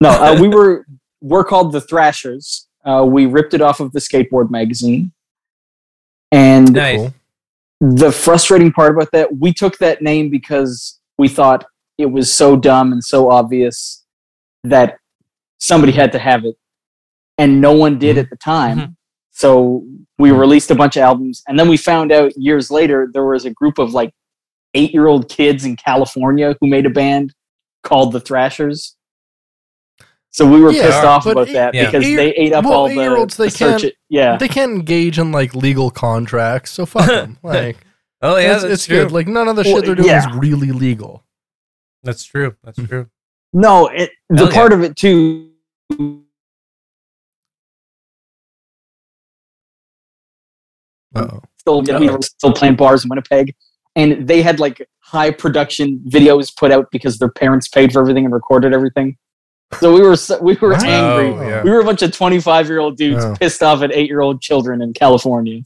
Speaker 3: no, uh, we were we're called the Thrashers. Uh, we ripped it off of the skateboard magazine, and
Speaker 1: nice.
Speaker 2: Cool.
Speaker 3: the frustrating part about that, we took that name because we thought it was so dumb and so obvious that somebody had to have it, and no one did at the time.
Speaker 1: Mhm.
Speaker 3: So we
Speaker 1: Mm-hmm.
Speaker 3: released a bunch of albums, and then we found out years later there was a group of like eight year old kids in California who made a band called the Thrashers. So we were
Speaker 2: Yeah,
Speaker 3: pissed off
Speaker 2: but
Speaker 3: about
Speaker 2: eight-
Speaker 3: that
Speaker 1: yeah.
Speaker 3: because
Speaker 2: eight-
Speaker 3: they ate up
Speaker 2: well,
Speaker 3: all the,
Speaker 2: eight-year-olds, they
Speaker 3: the search.
Speaker 2: can't-
Speaker 3: It. Yeah,
Speaker 2: They can't engage in like legal contracts, so fuck them. Like,
Speaker 1: Oh yeah,
Speaker 2: it's,
Speaker 1: that's
Speaker 2: it's
Speaker 1: true.
Speaker 2: good. Like none of the
Speaker 3: Well,
Speaker 2: shit they're doing
Speaker 3: yeah.
Speaker 2: is really legal.
Speaker 1: that's true. That's true.
Speaker 2: Mm-hmm.
Speaker 3: no, it, the
Speaker 1: Hell yeah.
Speaker 3: part of it too
Speaker 2: Uh-oh.
Speaker 3: still
Speaker 2: Yeah.
Speaker 3: we were still playing bars in Winnipeg, and they had like high production videos put out because their parents paid for everything and recorded everything. So we were so, we were
Speaker 2: Wow.
Speaker 3: angry.
Speaker 1: Oh, yeah.
Speaker 3: We were a bunch of twenty five year old dudes
Speaker 2: Oh.
Speaker 3: pissed off at eight year old children in California.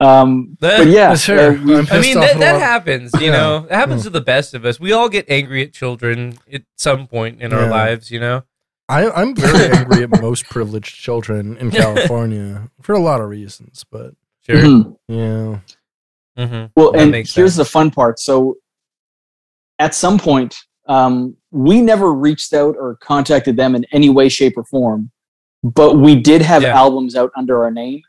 Speaker 3: Um,
Speaker 1: That-
Speaker 3: but yeah,
Speaker 2: Sure.
Speaker 3: uh, we-
Speaker 2: I'm
Speaker 1: I mean,
Speaker 2: pissed off
Speaker 1: that,
Speaker 2: at
Speaker 1: that
Speaker 2: all-
Speaker 1: happens. You
Speaker 2: Yeah.
Speaker 1: know, it happens
Speaker 2: Yeah. Mm.
Speaker 1: to the best of us. We all get angry at children at some point in our
Speaker 2: Yeah.
Speaker 1: lives. You know.
Speaker 2: I, I'm very angry at most privileged children in California for a lot of reasons, but
Speaker 1: Sure.
Speaker 3: Mhm.
Speaker 2: yeah,
Speaker 1: hmm
Speaker 2: Mm-hmm.
Speaker 3: well,
Speaker 1: That
Speaker 3: and
Speaker 1: makes
Speaker 3: here's
Speaker 1: sense.
Speaker 3: the fun part. So at some point, um, we never reached out or contacted them in any way, shape, or form, but we did have
Speaker 1: Yeah. Mm-hmm.
Speaker 3: albums out under our name.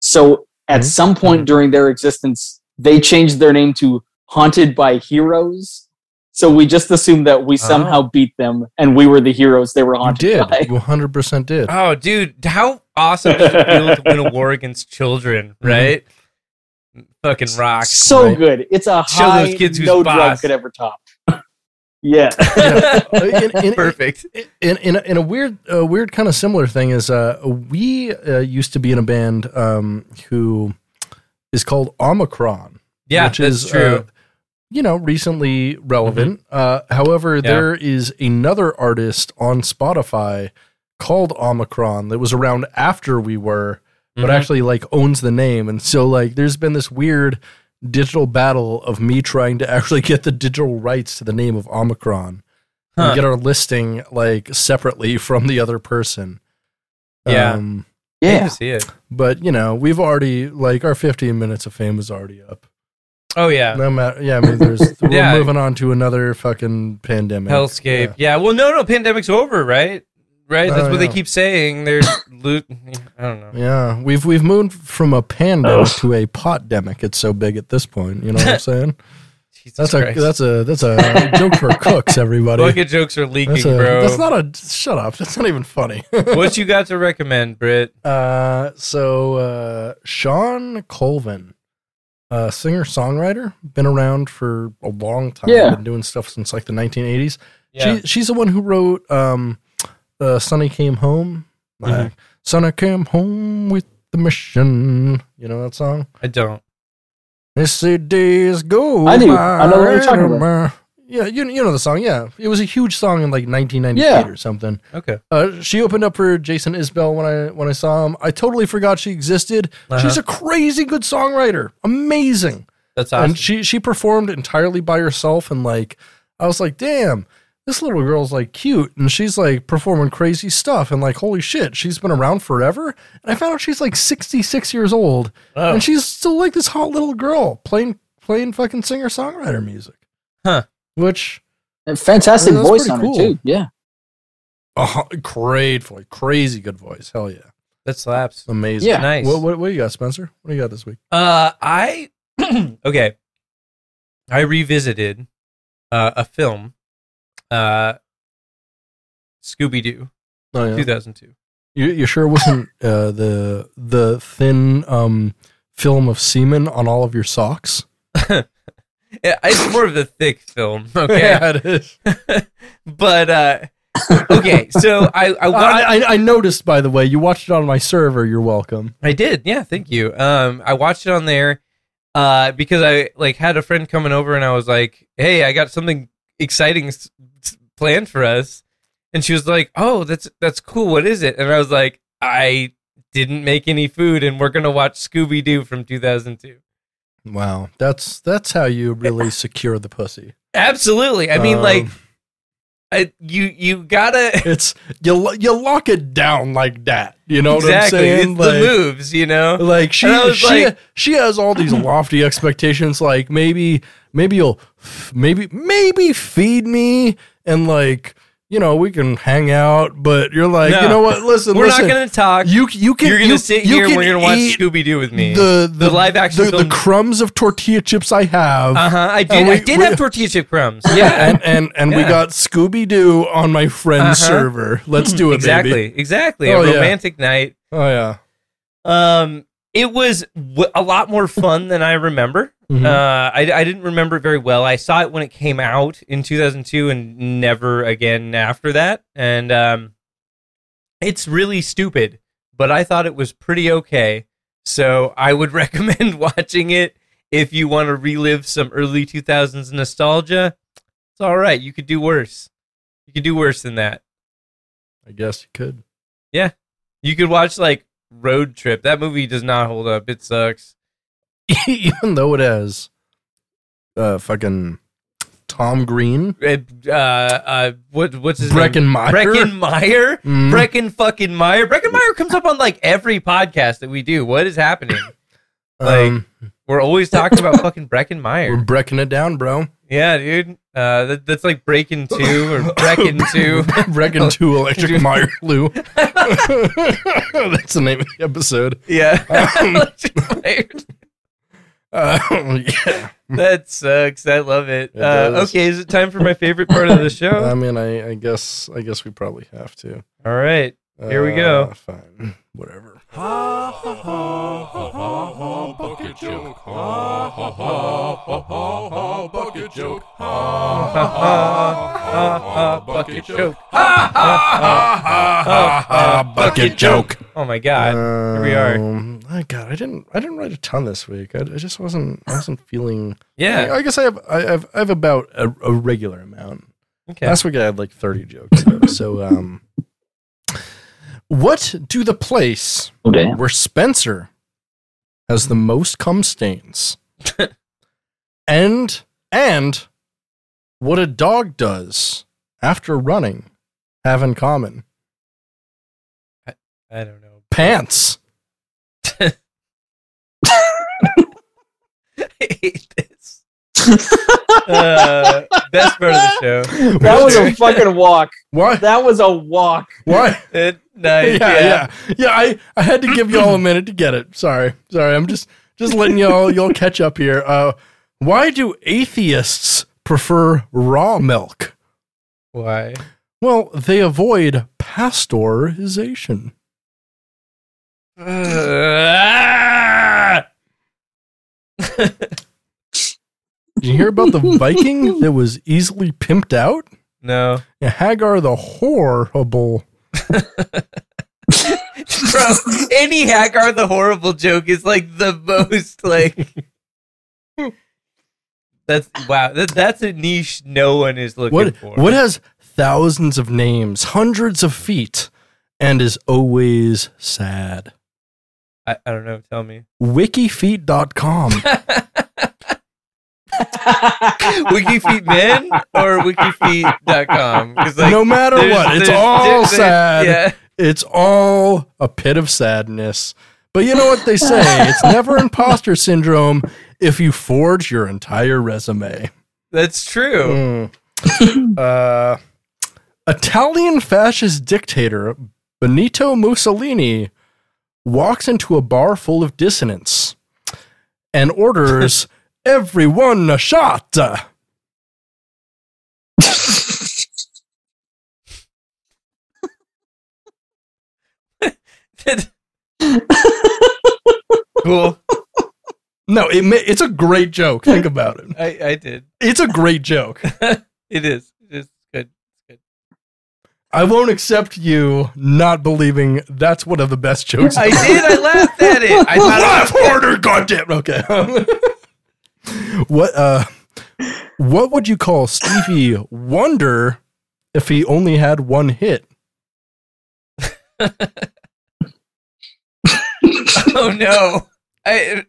Speaker 3: So at
Speaker 2: Mhm.
Speaker 3: some point during their existence, they changed their name to Haunted by Heroes. So we just assumed that we
Speaker 1: Oh.
Speaker 3: somehow beat them and we were the heroes they were
Speaker 2: you
Speaker 3: haunted
Speaker 2: did.
Speaker 3: by.
Speaker 2: You 100% did.
Speaker 1: Oh, dude, how awesome does it feel to win a war against children,
Speaker 2: Mm-hmm.
Speaker 1: right? Fucking rock.
Speaker 3: So
Speaker 2: Right.
Speaker 3: good. It's a
Speaker 1: Show
Speaker 3: high
Speaker 1: those kids who's
Speaker 3: no drug
Speaker 1: boss.
Speaker 3: could ever top. yeah.
Speaker 2: Uh, In- in-
Speaker 1: Perfect.
Speaker 2: in in a, in a weird a weird kind of similar thing is uh we uh, used to be in a band um who is called Omicron,
Speaker 1: Yeah,
Speaker 2: which
Speaker 1: that's
Speaker 2: is
Speaker 1: true. Mm-hmm.
Speaker 2: Uh, you know recently relevant. Uh, however,
Speaker 1: Yeah.
Speaker 2: there is another artist on Spotify called Omicron that was around after we were, but
Speaker 1: Mhm.
Speaker 2: actually like owns the name, and so like there's been this weird digital battle of me trying to actually get the digital rights to the name of Omicron and
Speaker 1: Huh.
Speaker 2: get our listing like separately from the other person.
Speaker 1: Yeah.
Speaker 2: Um,
Speaker 1: I
Speaker 3: Yeah.
Speaker 1: can see it.
Speaker 2: but you know, we've already like our 15 minutes of fame is already up.
Speaker 1: Oh yeah.
Speaker 2: No matter, yeah. I mean, there's we're
Speaker 1: Yeah.
Speaker 2: moving on to another fucking pandemic.
Speaker 1: Hellscape. Yeah. Well, no, no, pandemic's over, right? Right.
Speaker 2: I
Speaker 1: That's
Speaker 2: don't
Speaker 1: what
Speaker 2: know.
Speaker 1: they keep saying. There's loot. I don't know.
Speaker 2: Oh, Yeah. Yeah. we've we've moved from a pandemic
Speaker 3: Ugh.
Speaker 2: to a potdemic. It's so big at this point. You know what I'm saying?
Speaker 1: Jesus
Speaker 2: That's a
Speaker 1: Christ.
Speaker 2: that's a that's a joke for cooks, everybody.
Speaker 1: Bucket jokes are leaking,
Speaker 2: that's a,
Speaker 1: bro.
Speaker 2: That's not a shut up. That's not even funny.
Speaker 1: what you got to recommend, Britt?
Speaker 2: Uh, so uh, Sean Colvin, uh, singer songwriter, been around for a long time.
Speaker 3: Yeah.
Speaker 2: been doing stuff since like the 1980s. She, she's the one who wrote um, uh, Sonny came home. Uh,
Speaker 3: Mm-hmm.
Speaker 2: Sonny came home with the mission. You know that song?
Speaker 1: I don't.
Speaker 2: Missy days go.
Speaker 3: I do. I know what you're
Speaker 2: by
Speaker 3: talking about.
Speaker 2: and by. Yeah, you, you know the song. Yeah, it was a huge song in like 1998 or something.
Speaker 1: Okay.
Speaker 2: Uh, she opened up for Jason Isbell when I when I saw him. I totally forgot she existed. She's
Speaker 1: Uh-huh.
Speaker 2: a crazy good songwriter, amazing.
Speaker 1: That's awesome.
Speaker 2: And she she performed entirely by herself, and like I was like, damn, this little girl's like cute, and she's like performing crazy stuff, and like holy shit, she's been around forever. And I found out she's like 66 years old,
Speaker 1: Oh.
Speaker 2: and she's still like this hot little girl playing playing fucking singer songwriter music.
Speaker 1: Huh.
Speaker 2: Which
Speaker 3: And fantastic
Speaker 2: That's
Speaker 3: voice
Speaker 2: pretty
Speaker 3: on
Speaker 2: cool.
Speaker 3: her too. Yeah.
Speaker 2: oh, great voice, crazy good voice. Hell yeah.
Speaker 1: that slaps.
Speaker 2: Amazing.
Speaker 3: Yeah.
Speaker 1: Nice.
Speaker 2: What, what, what do you got, Spencer? What do you got this week?
Speaker 1: Uh, I okay. I revisited uh, a film, uh, Scooby Doo,
Speaker 2: Oh, yeah.
Speaker 1: two thousand two.
Speaker 2: You, you sure it wasn't uh, the the thin um, film of semen on all of your socks?
Speaker 1: Yeah, it's more of a thick film. Okay,
Speaker 2: it is.
Speaker 1: but uh, okay. So I I, wanted,
Speaker 2: I, I, I noticed, by the way, you watched it on my server. You're welcome.
Speaker 1: I did. Yeah, thank you. Um, I watched it on there uh, because I like had a friend coming over, and I was like, "Hey, I got something exciting s- s- planned for us," and she was like, "Oh, that's that's cool. What is it?" And I was like, "I didn't make any food, and we're gonna watch Scooby Doo from 2002."
Speaker 2: Wow, that's that's how you really secure the pussy.
Speaker 1: Absolutely. I mean,
Speaker 2: Um,
Speaker 1: like, I, you you gotta
Speaker 2: it's you lo- you lock it down like that. You know what I'm
Speaker 1: exactly
Speaker 2: saying?
Speaker 1: it's
Speaker 2: Like-
Speaker 1: the moves, you know.
Speaker 2: like she
Speaker 1: And I was
Speaker 2: she
Speaker 1: like-
Speaker 2: she has all these lofty expectations like maybe maybe you'll maybe maybe feed me and like you know we can hang out but you're like
Speaker 1: No.
Speaker 2: you know what listen
Speaker 1: We're
Speaker 2: listen
Speaker 1: not gonna talk.
Speaker 2: you you can
Speaker 1: you're gonna
Speaker 2: you-
Speaker 1: sit
Speaker 2: you
Speaker 1: here and
Speaker 2: can
Speaker 1: we're gonna watch
Speaker 2: eat
Speaker 1: Scooby Doo with me.
Speaker 2: the,
Speaker 1: the live action
Speaker 2: the, the
Speaker 1: film.
Speaker 2: crumbs of tortilla chips I have
Speaker 1: Uh huh. I did.
Speaker 2: And we-
Speaker 1: I did
Speaker 2: we-
Speaker 1: have tortilla chip crumbs. Yeah.
Speaker 2: and and and we
Speaker 1: Yeah.
Speaker 2: got Scooby Doo on my friend's
Speaker 1: Uh-huh.
Speaker 2: server let's do it
Speaker 1: exactly.
Speaker 2: baby.
Speaker 1: Exactly.
Speaker 2: Oh,
Speaker 1: a
Speaker 2: yeah.
Speaker 1: romantic night.
Speaker 2: oh yeah
Speaker 1: Um, it was w- a lot more fun than I remember.
Speaker 2: Mhm.
Speaker 1: Uh, I I didn't remember it very well. I saw it when it came out in 2002, and never again after that. And um, it's really stupid, but I thought it was pretty okay. So I would recommend watching it if you want to relive some early 2000s nostalgia. It's all right. You could do worse. You could do worse than that.
Speaker 2: I guess you could
Speaker 1: You could watch like Road Trip. That movie does not hold up. It sucks.
Speaker 2: even though it has uh fucking Tom Green
Speaker 1: It, uh, uh, what what's his name?
Speaker 2: Breckenmeyer.
Speaker 1: Breckenmeyer.
Speaker 2: Mhm.
Speaker 1: Brecken fucking Meyer. Breckenmeyer comes up on like every podcast that we do. What is happening?
Speaker 2: Um,
Speaker 1: We're always talking about fucking Breckenmeyer.
Speaker 2: we're breaking it down, bro.
Speaker 1: Yeah, dude. Uh, that, that's like Breaking Two or
Speaker 2: Oh,
Speaker 1: Brecken Two.
Speaker 2: Breaking to Electric Meyer Lou. That's the name of the episode.
Speaker 1: Yeah.
Speaker 2: Um, Uh, yeah.
Speaker 1: that sucks. I love it.
Speaker 2: It
Speaker 1: uh,
Speaker 2: does. Um,
Speaker 1: okay, is it time for my favorite part of the show?
Speaker 2: I mean, I, I guess I guess we probably have to.
Speaker 1: All right. Here we go.
Speaker 2: Uh, Fine. Whatever.
Speaker 4: Bucket joke. Ha ha ha ha ha ha. Bucket joke.
Speaker 1: Ha, ha, ha,
Speaker 2: Ah,
Speaker 1: ha,
Speaker 4: Bucket joke.
Speaker 2: ah, bucket joke.
Speaker 1: Oh my god.
Speaker 2: Here
Speaker 1: we are.
Speaker 2: My God, I didn't I didn't write a ton this week. I, I just wasn't I wasn't feeling.
Speaker 1: yeah.
Speaker 2: I, I guess I have I have I have about a, a regular amount.
Speaker 1: Okay.
Speaker 2: Last week I had like 30 jokes. though. so, um, what do the place
Speaker 3: Oh damn.
Speaker 2: where Spencer has the most cum stains and, and what a dog does after running have in common?
Speaker 1: I don't know.
Speaker 2: Pants.
Speaker 1: I hate this. uh, best part of the show.
Speaker 3: That was a fucking walk.
Speaker 2: Why?
Speaker 3: That was a walk.
Speaker 2: Why?
Speaker 1: It,
Speaker 2: Yeah,
Speaker 1: nice. Yeah.
Speaker 2: yeah, yeah. I, I had to give y'all a minute to get it. Sorry, sorry. I'm just just letting y'all y'all catch up here. Uh, why do atheists prefer raw milk?
Speaker 1: Why?
Speaker 2: Well, they avoid pasteurization.
Speaker 1: Uh,
Speaker 2: Did you hear about the Viking that was easily pimped out?
Speaker 1: no.
Speaker 2: Yeah, Hagar the horrible
Speaker 1: Bro, any Hackard the horrible joke is like the most like. That's wow. That, that's a niche no one is looking
Speaker 2: What
Speaker 1: for.
Speaker 2: what has thousands of names, hundreds of feet, and is always sad?
Speaker 1: I, I don't know. Tell me.
Speaker 2: Wikifeet.com.
Speaker 1: Wikifeet men or wikifeet.com? Because
Speaker 2: no matter what, it's all sad.
Speaker 1: Yeah.
Speaker 2: It's all a pit of sadness. But you know what they say? It's never imposter syndrome if you forge your entire resume.
Speaker 1: That's true.
Speaker 2: Mm. uh, Italian fascist dictator Benito Mussolini walks into a bar full of dissonance and orders everyone a shot. Mm.
Speaker 1: cool.
Speaker 2: No, it ma- it's a great joke. Think about it.
Speaker 1: I, I did.
Speaker 2: It's a great joke.
Speaker 1: It is. It is good.
Speaker 2: I won't accept you not believing that's one of the best jokes.
Speaker 1: I did. I laughed at it. I thought
Speaker 2: Laugh harder, goddamn. Okay. what uh what would you call Stevie Wonder if he only had one hit?
Speaker 1: Oh no. I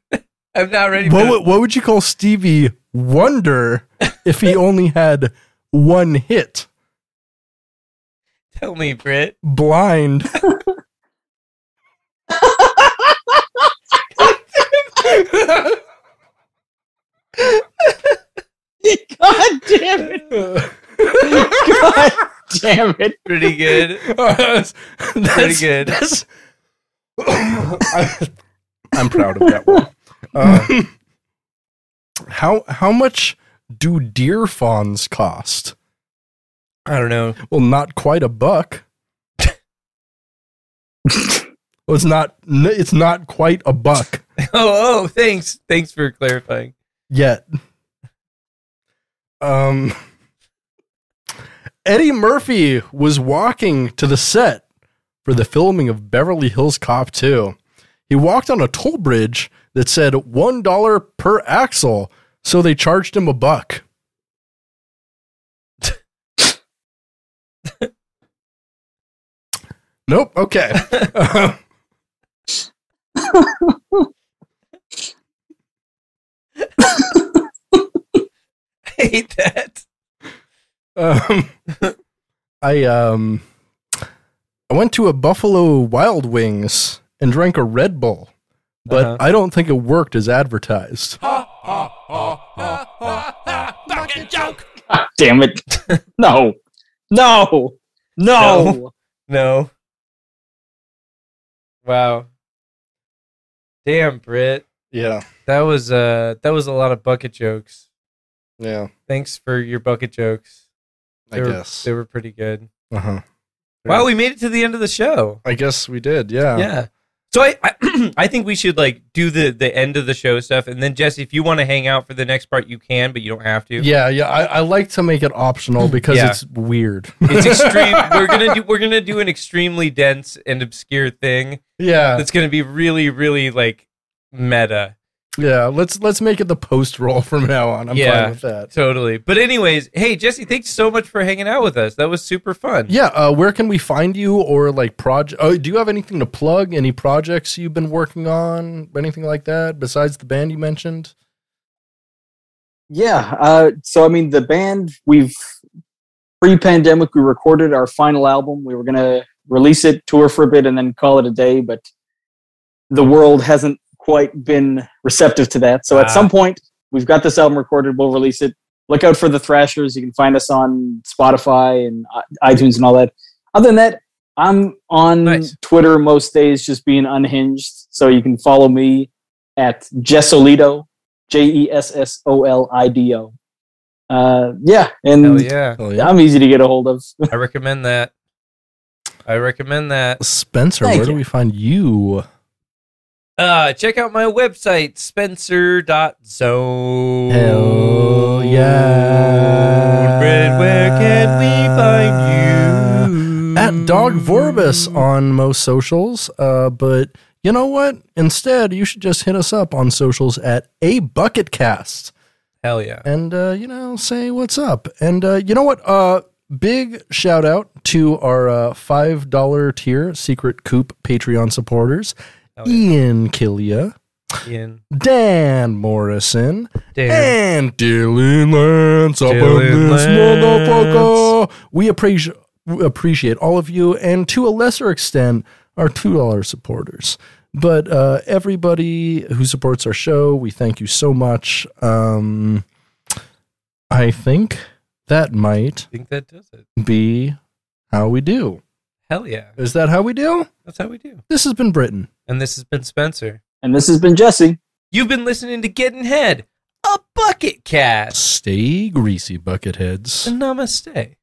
Speaker 1: I'm not ready for
Speaker 2: What would, what would you call Stevie Wonder if he only had one hit?
Speaker 1: this. Tell me, Britt.
Speaker 2: Blind.
Speaker 3: God damn it! God damn it!
Speaker 1: Pretty good.
Speaker 2: that's,
Speaker 1: Pretty good.
Speaker 2: that's- I, am proud of that one. Uh, how how much do deer fawns cost?
Speaker 1: I don't know.
Speaker 2: Well, not quite a buck. well, it's not. n- It's not quite a buck
Speaker 1: Oh, oh, thanks. Thanks for clarifying.
Speaker 2: yet. Um, Eddie Murphy was walking to the set for the filming of Beverly Hills Cop 2. He walked on a toll bridge that said one dollar per axle, so they charged him a buck. nope. Okay.
Speaker 1: I hate that.
Speaker 2: Um, I um, I went to a Buffalo Wild Wings and drank a Red Bull, but
Speaker 1: Uh-huh.
Speaker 2: I don't think it worked as advertised.
Speaker 4: Bucket joke.
Speaker 3: God damn it! No, no, no!
Speaker 1: No. Wow. Damn, Britt.
Speaker 2: Yeah,
Speaker 1: That was uh that was a lot of bucket jokes.
Speaker 2: yeah,
Speaker 1: Thanks for your bucket jokes.
Speaker 2: I
Speaker 1: They were-
Speaker 2: guess.
Speaker 1: they were pretty good.
Speaker 2: Uh-huh.
Speaker 1: Wow, we made it to the end of the show.
Speaker 2: I guess we did. Yeah.
Speaker 1: yeah. So I, I I think we should like do the the end of the show stuff, and then Jesse, if you want to hang out for the next part, you can, but you don't have to.
Speaker 2: Yeah, yeah. I, I like to make it optional because
Speaker 1: Yeah.
Speaker 2: it's weird.
Speaker 1: It's extreme. we're gonna do we're gonna do an extremely dense and obscure thing
Speaker 2: Yeah,
Speaker 1: that's gonna be really really like meta.
Speaker 2: yeah. Let's let's make it the post roll from now on. I'm
Speaker 1: Yeah.
Speaker 2: fine with that.
Speaker 1: Totally. But anyways, hey Jesse, thanks so much for hanging out with us. That was super fun.
Speaker 2: Yeah. Uh, where can we find you or like project? Oh, do you have anything to plug? Any projects you've been working on? Anything like that besides the band you mentioned?
Speaker 3: Yeah. Uh, so I mean, the band we've pre-pandemic we recorded our final album. We were gonna release it, tour for a bit, and then call it a day. But the world hasn't quite been receptive to that. So
Speaker 1: Ah.
Speaker 3: at some point, we've got this album recorded. We'll release it. Look out for the Thrashers. You can find us on Spotify and i- iTunes and all that. Other than that, I'm on
Speaker 1: Nice.
Speaker 3: Twitter most days, just being unhinged. So you can follow me at Jessolito, J E S S O L I D O. Uh, yeah, and
Speaker 1: Hell yeah.
Speaker 2: Oh
Speaker 3: I'm easy to get a hold of.
Speaker 1: I recommend that. I recommend that.
Speaker 2: Spencer,
Speaker 3: Thank
Speaker 2: where do
Speaker 3: you.
Speaker 2: we find you?
Speaker 1: Uh, check out my website, spencer.zone.
Speaker 2: Hell yeah.
Speaker 1: Fred, where can we find you?
Speaker 2: at Dog Vorbis on most socials. Uh, but you know what? Instead, you should just hit us up on socials at a bucketcast
Speaker 1: Hell yeah.
Speaker 2: and uh, you know say what's up. And uh, you know what? Uh, big shout out to our uh, five dollar tier secret coop Patreon supporters:
Speaker 1: Hell yeah.
Speaker 2: Ian Killia,
Speaker 1: Ian.
Speaker 2: Dan Morrison,
Speaker 1: Damn.
Speaker 2: and Dylan Lance up in
Speaker 1: Dylan
Speaker 2: this
Speaker 1: Lance.
Speaker 2: motherfucker. We appreciate appreciate all of you, and to a lesser extent, our two dollar supporters. But uh, everybody who supports our show, we thank you so much. Um, I think that might
Speaker 1: I think that does it.
Speaker 2: be how we do.
Speaker 1: Hell yeah.
Speaker 2: Is that how we do?
Speaker 1: That's how we do.
Speaker 2: This has been Britain.
Speaker 1: And this has been Spencer.
Speaker 3: And this has been Jesse.
Speaker 1: You've been listening to Getting Head, a bucket cast.
Speaker 2: Stay greasy, bucket heads.
Speaker 1: Namaste.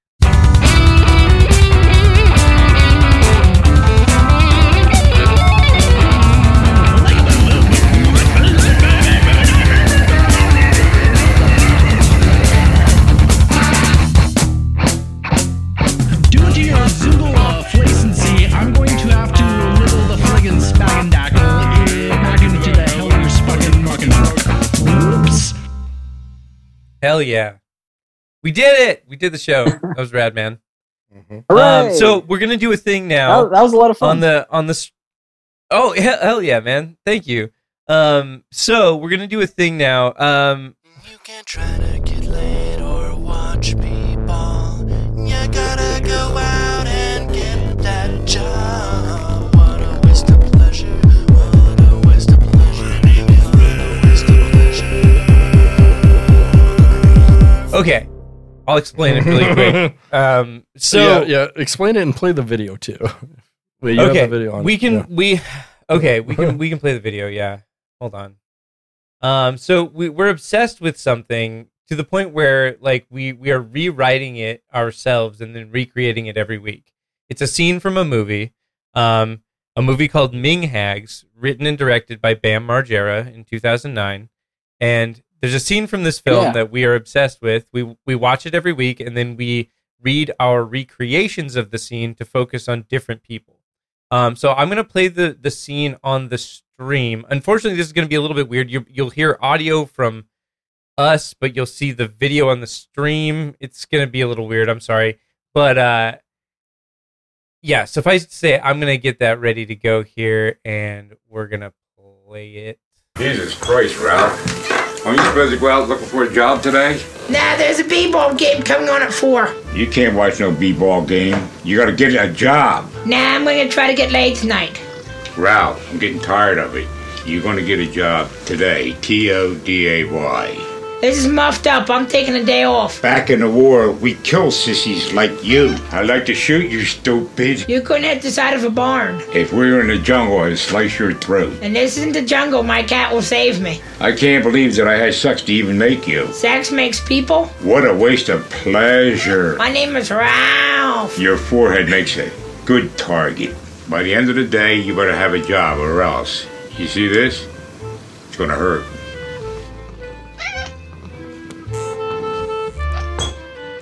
Speaker 6: Due to your Google complacency, I'm going to have to little the fliggin' spaggin' dackle eh, back into the hellish fucking fucking rock. Oops.
Speaker 1: Hell yeah. We did it. We did the show. That was rad, man.
Speaker 3: Hooray!
Speaker 1: Um, so we're gonna do a thing now.
Speaker 3: that, that was a lot of fun.
Speaker 1: on the on the s- oh he- hell yeah man thank you um so we're gonna do a thing now um
Speaker 7: You can try to get laid or watch people. You gotta go out and get that job. What a waste of pleasure. What a waste of pleasure. What a waste of pleasure.
Speaker 1: okay i'll explain it really quick um so
Speaker 2: yeah, yeah, explain it and play the video too. Wait, you
Speaker 1: okay
Speaker 2: have the video on.
Speaker 1: we can
Speaker 2: yeah.
Speaker 1: we okay we can we can play the video yeah hold on um so we, we're obsessed with something to the point where like we we are rewriting it ourselves and then recreating it every week it's a scene from a movie um a movie called ming hags written and directed by bam margera in 2009 and there's a scene from this film
Speaker 3: Yeah.
Speaker 1: that we are obsessed with we we watch it every week and then we read our recreations of the scene to focus on different people um, so I'm gonna play the the scene on the stream. Unfortunately, this is gonna be a little bit weird. You you'll hear audio from us, but you'll see the video on the stream. It's gonna be a little weird. I'm sorry, but uh, yeah. Suffice to say, I'm gonna get that ready to go here, and we're gonna play it.
Speaker 8: Jesus Christ, Ralph. Aren't you supposed to go out looking for a job today?
Speaker 9: Nah, there's a b-ball game coming on at four.
Speaker 8: You can't watch no b-ball game. You gotta get a job.
Speaker 9: Nah, I'm gonna try to get laid tonight.
Speaker 8: Ralph, I'm getting tired of it. You're gonna get a job today. T-O-D-A-Y.
Speaker 9: This is muffed up. I'm taking a day off.
Speaker 8: Back in the war, we kill sissies like you. I like to shoot you, stupid.
Speaker 9: You couldn't hit the side of a barn.
Speaker 8: If we were in the jungle, I'd slice your throat.
Speaker 9: And this isn't the jungle. My cat will save me.
Speaker 8: I can't believe that I had sex to even make you.
Speaker 9: Sex makes people.
Speaker 8: What a waste of pleasure.
Speaker 9: My name is Ralph.
Speaker 8: Your forehead makes a good target. By the end of the day, you better have a job or else. You see this? It's gonna hurt.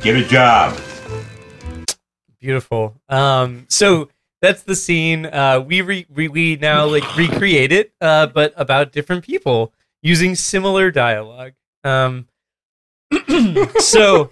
Speaker 8: Get a job.
Speaker 1: Beautiful. Um, so that's the scene. Uh, we re- we we now like recreate it, uh, but about different people using similar dialogue. Um, so,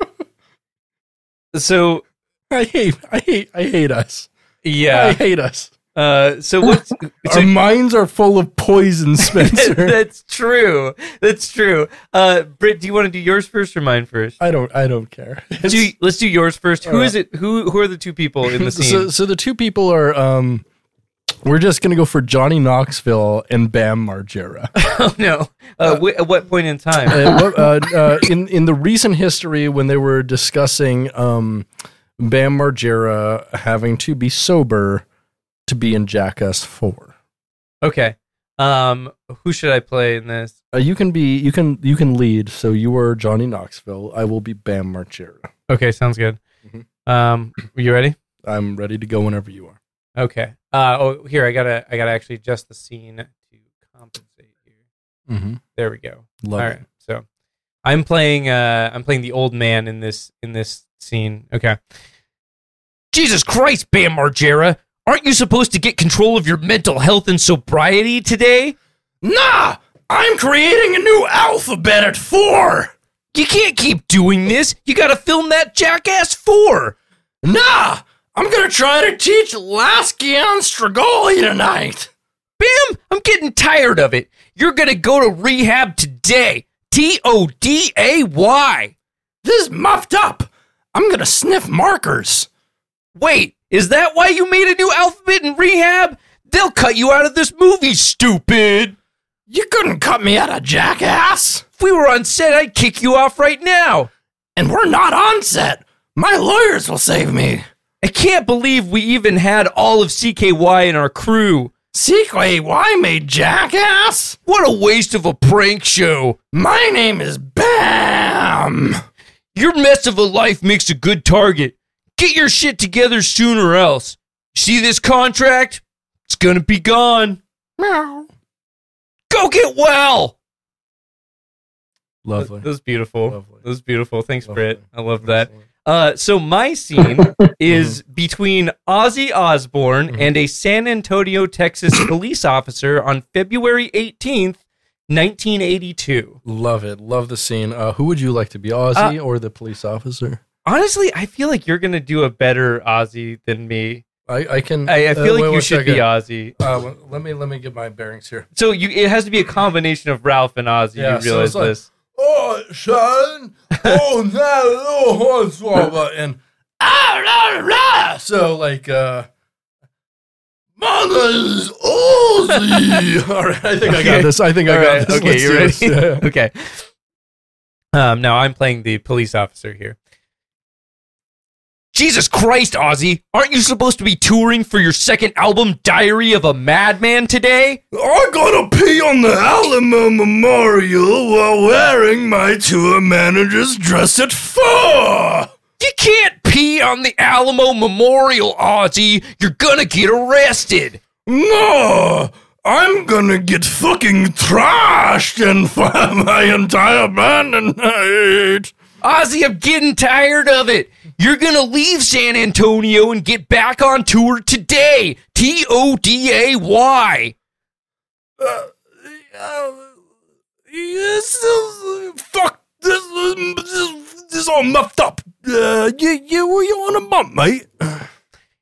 Speaker 1: so
Speaker 2: I hate, I hate, I hate us. I
Speaker 1: yeah.
Speaker 2: hate us.
Speaker 1: Uh, so what's so
Speaker 2: Our minds are full of poison, Spencer.
Speaker 1: that's true. That's true. Uh, Britt, do you want to do yours first or mine first?
Speaker 2: I don't, I don't care.
Speaker 1: Let's do, let's do yours first. Who
Speaker 2: Alright.
Speaker 1: is it? Who who are the two people in the scene?
Speaker 2: So, so the two people are. Um, we're just gonna go for Johnny Knoxville and Bam Margera.
Speaker 1: oh no! Uh, wh- at what point in time?
Speaker 2: Uh, what- uh, uh, in in the recent history, when they were discussing um, Bam Margera having to be sober to be in Jackass Four.
Speaker 1: Okay. Um, who should I play in this?
Speaker 2: Uh, you can be you can you can lead. So you are Johnny Knoxville. I will be Bam Margera.
Speaker 1: Okay, sounds good.
Speaker 2: Mhm.
Speaker 1: Um, are you ready?
Speaker 2: I'm ready to go whenever you are.
Speaker 1: Okay. Uh, oh, here I gotta I gotta actually adjust the scene to compensate here.
Speaker 2: Mm-hmm.
Speaker 1: There we go.
Speaker 2: Love
Speaker 1: All
Speaker 2: it.
Speaker 1: right. So I'm playing uh I'm playing the old man in this in this scene. Okay. Jesus Christ, Bam Margera. Aren't you supposed to get control of your mental health and sobriety today?
Speaker 10: Nah! I'm creating a new alphabet at four!
Speaker 1: You can't keep doing this. You gotta film that jackass four.
Speaker 10: Nah! I'm gonna try to teach Laskian Strigoli tonight!
Speaker 1: Bam, I'm getting tired of it. You're gonna go to rehab today. T O D A Y.
Speaker 10: This is muffed up! I'm gonna sniff markers!
Speaker 1: Wait, is that why you made a new alphabet in rehab? They'll cut you out of this movie, stupid.
Speaker 10: You couldn't cut me out of jackass!
Speaker 1: If we were on set, I'd kick you off right now.
Speaker 10: And we're not on set! My lawyers will save me!
Speaker 1: I can't believe we even had all of CKY in our crew.
Speaker 10: Sequay, why me jackass?
Speaker 1: What a waste of a prank show.
Speaker 10: My name is Bam!
Speaker 1: Your mess of a life makes a good target. Get your shit together soon or else. See this contract? It's gonna be gone.
Speaker 10: Meow.
Speaker 1: Go get well.
Speaker 2: Lovely.
Speaker 1: That was beautiful.
Speaker 2: Lovely.
Speaker 1: That was beautiful. Thanks,
Speaker 2: Lovely.
Speaker 1: Britt. I love that. Uh, so my scene is
Speaker 2: Mm-hmm.
Speaker 1: between Ozzy Osbourne and a San Antonio, Texas police officer on February 18th, 1982.
Speaker 2: Love it. Love the scene. Uh, who would you like to be,
Speaker 1: Uh,
Speaker 2: Ozzy or the police officer?
Speaker 1: Honestly, I feel like you're gonna do a better Ozzy than me.
Speaker 2: I, I can.
Speaker 1: I, I
Speaker 2: uh,
Speaker 1: feel like
Speaker 2: wait
Speaker 1: you
Speaker 2: one
Speaker 1: should be
Speaker 2: second.
Speaker 1: Ozzy.
Speaker 2: Uh, well, let me let me get my bearings here.
Speaker 1: So you, it has to be a combination of Ralph and Ozzy.
Speaker 2: Yeah,
Speaker 1: you
Speaker 2: so
Speaker 1: realize
Speaker 2: it's like-
Speaker 1: this?
Speaker 2: Oh, son! Oh, that little hornswoggle and ah, rah, rah, rah. so like uh, mother's Ozzy. All right, I think I got
Speaker 1: Okay.
Speaker 2: this. I think I
Speaker 1: All
Speaker 2: got
Speaker 1: right,
Speaker 2: this.
Speaker 1: okay,
Speaker 2: Let's
Speaker 1: you
Speaker 2: do
Speaker 1: ready?
Speaker 2: this. Yeah.
Speaker 1: okay. Um, now I'm playing the police officer here. Jesus Christ, Ozzy! Aren't you supposed to be touring for your second album, Diary of a Madman, today?
Speaker 10: I gotta pee on the Alamo Memorial while wearing my tour manager's dress at four!
Speaker 1: You can't pee on the Alamo Memorial, Ozzy. You're gonna get arrested.
Speaker 10: No! I'm gonna get fucking trashed and fire my entire band tonight!
Speaker 1: Ozzy, I'm getting tired of it. You're gonna leave San Antonio and get back on tour today. T O D A Y.
Speaker 10: Uh, uh, this is, fuck, this, this, this is all muffed up. Uh, you, you, were you on a bump, mate?
Speaker 1: In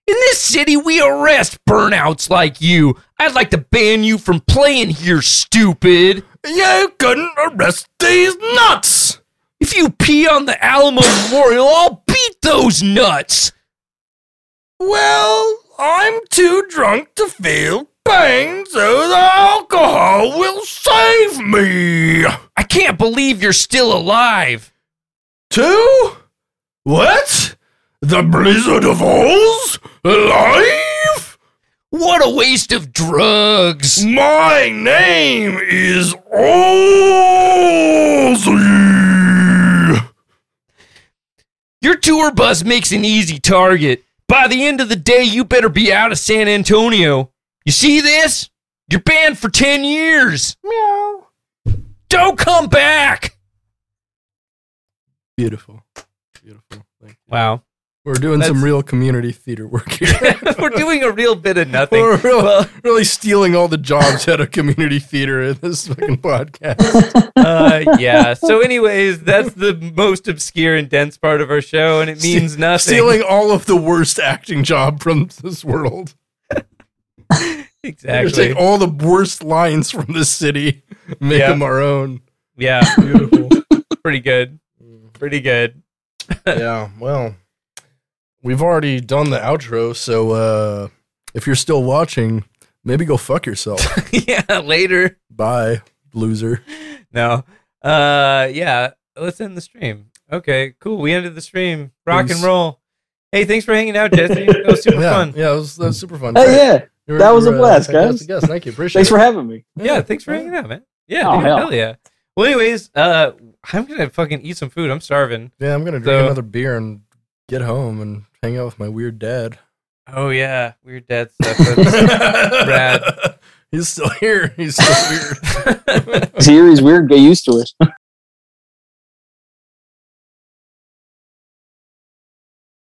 Speaker 1: this city, we arrest burnouts like you. I'd like to ban you from playing here, stupid.
Speaker 10: You couldn't arrest these nuts!
Speaker 1: If you pee on the Alamo Memorial, I'll beat those nuts.
Speaker 10: Well, I'm too drunk to feel pain, so the alcohol will save me.
Speaker 1: I can't believe you're still alive.
Speaker 10: Two? What? The Blizzard of Oz? Alive?
Speaker 1: What a waste of drugs.
Speaker 10: My name is Ozzy.
Speaker 1: Your tour bus makes an easy target. By the end of the day, you better be out of San Antonio. You see this? You're banned for 10 years.
Speaker 10: Meow.
Speaker 1: Don't come back.
Speaker 2: Beautiful, beautiful. Thank you.
Speaker 1: Wow.
Speaker 2: We're doing
Speaker 1: That's-
Speaker 2: some real community theater work here.
Speaker 1: We're doing a real bit of nothing.
Speaker 2: We're really, really stealing all the jobs out of community theater in this fucking podcast.
Speaker 1: uh, yeah. So, anyways, that's the most obscure and dense part of our show, and it means nothing.
Speaker 2: Stealing all of the worst acting job from this world. We're gonna
Speaker 1: exactly.
Speaker 2: Take all the worst lines from the city, make
Speaker 1: Yeah.
Speaker 2: them our own.
Speaker 1: Yeah,
Speaker 2: Beautiful.
Speaker 1: pretty good. Pretty good.
Speaker 2: yeah. Well, we've already done the outro, so uh, if you're still watching, maybe go fuck yourself.
Speaker 1: yeah. Later.
Speaker 2: Bye, loser.
Speaker 1: No. Uh. Yeah. Let's end the stream. Okay. Cool. We ended the stream. Rock and
Speaker 2: Peace.
Speaker 1: roll. Hey, thanks for hanging out, Jesse. That was super
Speaker 2: yeah,
Speaker 1: fun.
Speaker 2: yeah, that was, that was super fun.
Speaker 3: Hey, yeah.
Speaker 2: You were-
Speaker 3: that
Speaker 2: you
Speaker 3: was a
Speaker 2: were, uh,
Speaker 3: blast,
Speaker 2: fantastic
Speaker 3: guys.
Speaker 2: guest. Thank you. Appreciate
Speaker 3: Thanks
Speaker 2: it.
Speaker 3: for having me.
Speaker 1: Yeah. Thanks for hanging out, man. Yeah.
Speaker 3: Oh,
Speaker 1: dude,
Speaker 3: hell.
Speaker 1: hell yeah. Well, anyways, uh, I'm gonna fucking eat some food. I'm starving.
Speaker 2: Yeah, I'm gonna drink
Speaker 1: So-
Speaker 2: another beer and get home and hang out with my weird dad.
Speaker 1: Oh yeah, weird dad stuff. That's- Brad.
Speaker 2: He's still here. He's still weird.
Speaker 3: He's here, he's weird. Get used to it.